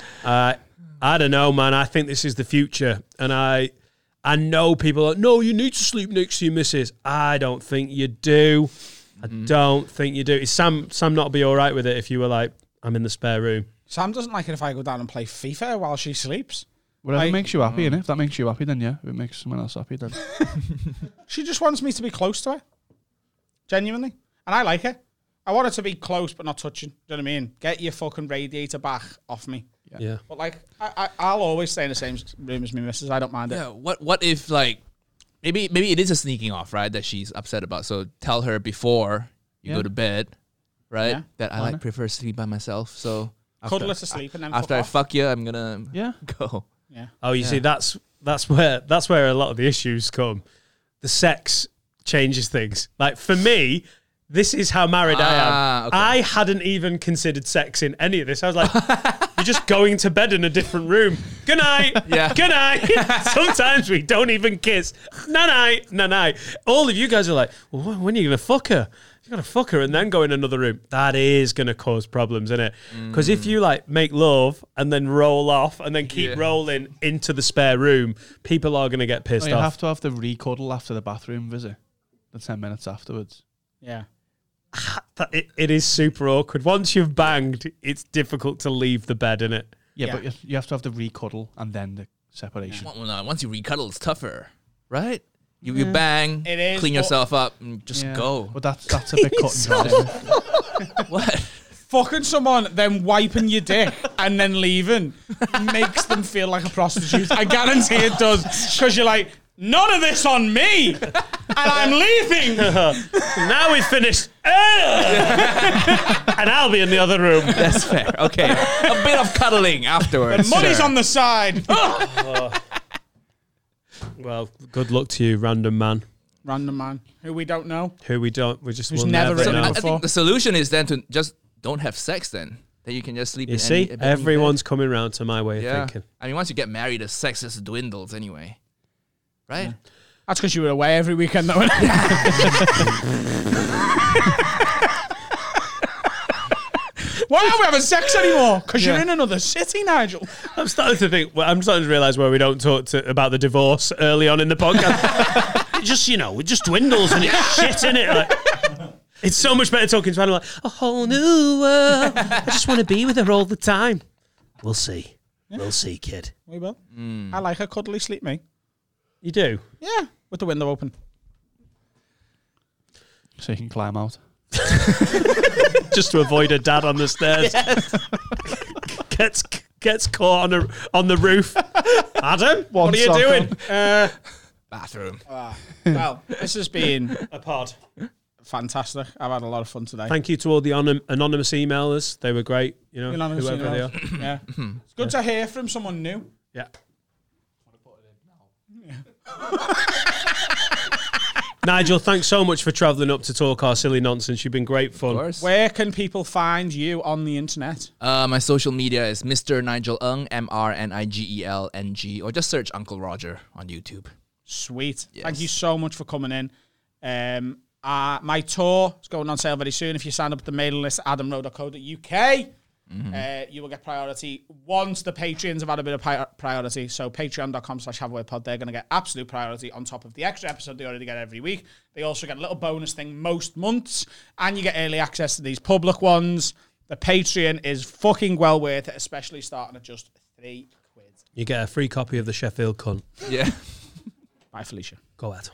[SPEAKER 1] uh, I don't know, man. I think this is the future, and I, I know people. Are, no, you need to sleep next to your missus. I don't think you do. I don't think you do. Is Sam Sam not be all right with it if you were like, I'm in the spare room?
[SPEAKER 9] Sam doesn't like it if I go down and play FIFA while she sleeps.
[SPEAKER 8] Whatever
[SPEAKER 9] Like-
[SPEAKER 8] makes you happy, innit? If that makes you happy, then yeah. If it makes someone else happy, then
[SPEAKER 9] She just wants me to be close to her, genuinely, and I like her. I want her to be close but not touching. Do you know what I mean? Get your fucking radiator back off me.
[SPEAKER 1] Yeah.
[SPEAKER 9] But like, I, I, I'll always stay in the same room as me missus. I don't mind it.
[SPEAKER 7] Yeah. What What if like maybe maybe it is a sneaking off right that she's upset about. So tell her before you
[SPEAKER 8] Yeah.
[SPEAKER 7] go to bed, right?
[SPEAKER 9] Yeah.
[SPEAKER 7] That I like prefer sleep by myself. So
[SPEAKER 9] Cuddle us to sleep and then
[SPEAKER 7] after
[SPEAKER 9] fuck
[SPEAKER 7] I
[SPEAKER 9] off.
[SPEAKER 7] fuck you, I'm gonna
[SPEAKER 8] yeah.
[SPEAKER 7] go.
[SPEAKER 1] Oh, you see, that's that's where that's where a lot of the issues come. The sex changes things. Like for me, this is how married I am.
[SPEAKER 7] Ah, okay.
[SPEAKER 1] I hadn't even considered sex in any of this. I was like, you're just going to bed in a different room. Good night.
[SPEAKER 7] Yeah.
[SPEAKER 1] Good night. Sometimes we don't even kiss. Na night. Na night. All of you guys are like, well, wh- when are you gonna fuck her? You gotta fuck her and then go in another room. That is gonna cause problems, isn't it?
[SPEAKER 7] Mm.
[SPEAKER 1] Because if you like make love and then roll off and then keep
[SPEAKER 7] Yeah.
[SPEAKER 1] rolling into the spare room, people are gonna get
[SPEAKER 8] No,
[SPEAKER 1] pissed
[SPEAKER 8] Oh, you
[SPEAKER 1] off.
[SPEAKER 8] have to have the recuddle after the bathroom visit. The ten minutes afterwards.
[SPEAKER 9] Yeah.
[SPEAKER 1] That- it- it is super awkward. Once you've banged, it's difficult to leave the bed, isn't it?
[SPEAKER 8] Yeah,
[SPEAKER 9] Yeah.
[SPEAKER 8] but you have- you have to have the recuddle and then the separation.
[SPEAKER 7] Well, no, once you recuddle, it's tougher, right? You, you bang,
[SPEAKER 9] It is,
[SPEAKER 7] clean
[SPEAKER 9] but-
[SPEAKER 7] yourself up, and just
[SPEAKER 8] Yeah.
[SPEAKER 7] go.
[SPEAKER 8] But that's that's a bit cut and dry. isn't it?
[SPEAKER 7] What?
[SPEAKER 9] Fucking someone, then wiping your dick and then leaving makes them feel like a prostitute. I guarantee it does. Because you're like, none of this on me. And I'm leaving.
[SPEAKER 1] now we've finished. and I'll be in the other room.
[SPEAKER 7] That's fair. Okay, a bit of cuddling afterwards.
[SPEAKER 9] Money's
[SPEAKER 7] sure.
[SPEAKER 9] on the side.
[SPEAKER 1] Well, good luck to you, random man.
[SPEAKER 9] random man who we don't know.
[SPEAKER 1] Who we don't, we just
[SPEAKER 9] Who's
[SPEAKER 1] will
[SPEAKER 9] never
[SPEAKER 1] never
[SPEAKER 9] written
[SPEAKER 1] know.
[SPEAKER 7] I think the solution is then to just don't have sex then. Then you can just sleep
[SPEAKER 1] You
[SPEAKER 7] in
[SPEAKER 1] see,
[SPEAKER 7] any- any bed.
[SPEAKER 1] everyone's coming round to my way of
[SPEAKER 7] yeah.
[SPEAKER 1] thinking.
[SPEAKER 7] I mean, once you get married, the sex just dwindles anyway. Right?
[SPEAKER 9] That's because you were away every weekend, though. Why aren't we having sex anymore? Because you're
[SPEAKER 1] Yeah.
[SPEAKER 9] in another city, Nigel.
[SPEAKER 1] I'm starting to think. Well, I'm starting to realise why we don't talk to, about the divorce early on in the podcast. it just you know, it just dwindles and it's shit in it. it's so much better talking to Anna like a whole new world. I just want to be with her all the time. We'll see. We'll see, kid.
[SPEAKER 9] We will. I like a cuddly sleep, me.
[SPEAKER 1] You do.
[SPEAKER 9] Yeah, with the window open.
[SPEAKER 10] so you can climb out.
[SPEAKER 1] just to avoid her dad on the stairs. gets gets caught on a, on the roof. Adam,
[SPEAKER 10] One
[SPEAKER 1] what are you
[SPEAKER 10] sock
[SPEAKER 1] doing? Uh,
[SPEAKER 7] Bathroom.
[SPEAKER 9] well, this has been
[SPEAKER 1] a pod.
[SPEAKER 9] fantastic. I've had a lot of fun today.
[SPEAKER 1] Thank you to all the anon- anonymous emailers. They were great. You know,
[SPEAKER 9] Anonymous
[SPEAKER 1] whoever they are.
[SPEAKER 9] emails. yeah. It's good to hear from someone new.
[SPEAKER 1] Yeah. Nigel, thanks so much for travelling up to talk our silly nonsense. You've been great fun.
[SPEAKER 9] Where can people find you on the internet?
[SPEAKER 7] Uh, my social media is Mr. Nigel Ng, M R N I G E L N G, or just search Uncle Roger on YouTube.
[SPEAKER 9] Sweet. Thank
[SPEAKER 7] Yes.
[SPEAKER 9] you so much for coming in. Um, uh, my tour is going on sale very soon. If you sign up at the mailing list, adamrow.co.uk, uh, you will get priority once the Patreons have had a bit of pri- priority. So patreon.com slash haveawaypod, they're going to get absolute priority on top of the extra episode they already get every week. They also get a little bonus thing most months, and you get early access to these public ones. The Patreon is fucking well worth it, especially starting at just three quid.
[SPEAKER 1] You get a free copy of the Sheffield Cunt.
[SPEAKER 7] Yeah.
[SPEAKER 9] Bye, Felicia.
[SPEAKER 1] Go ahead.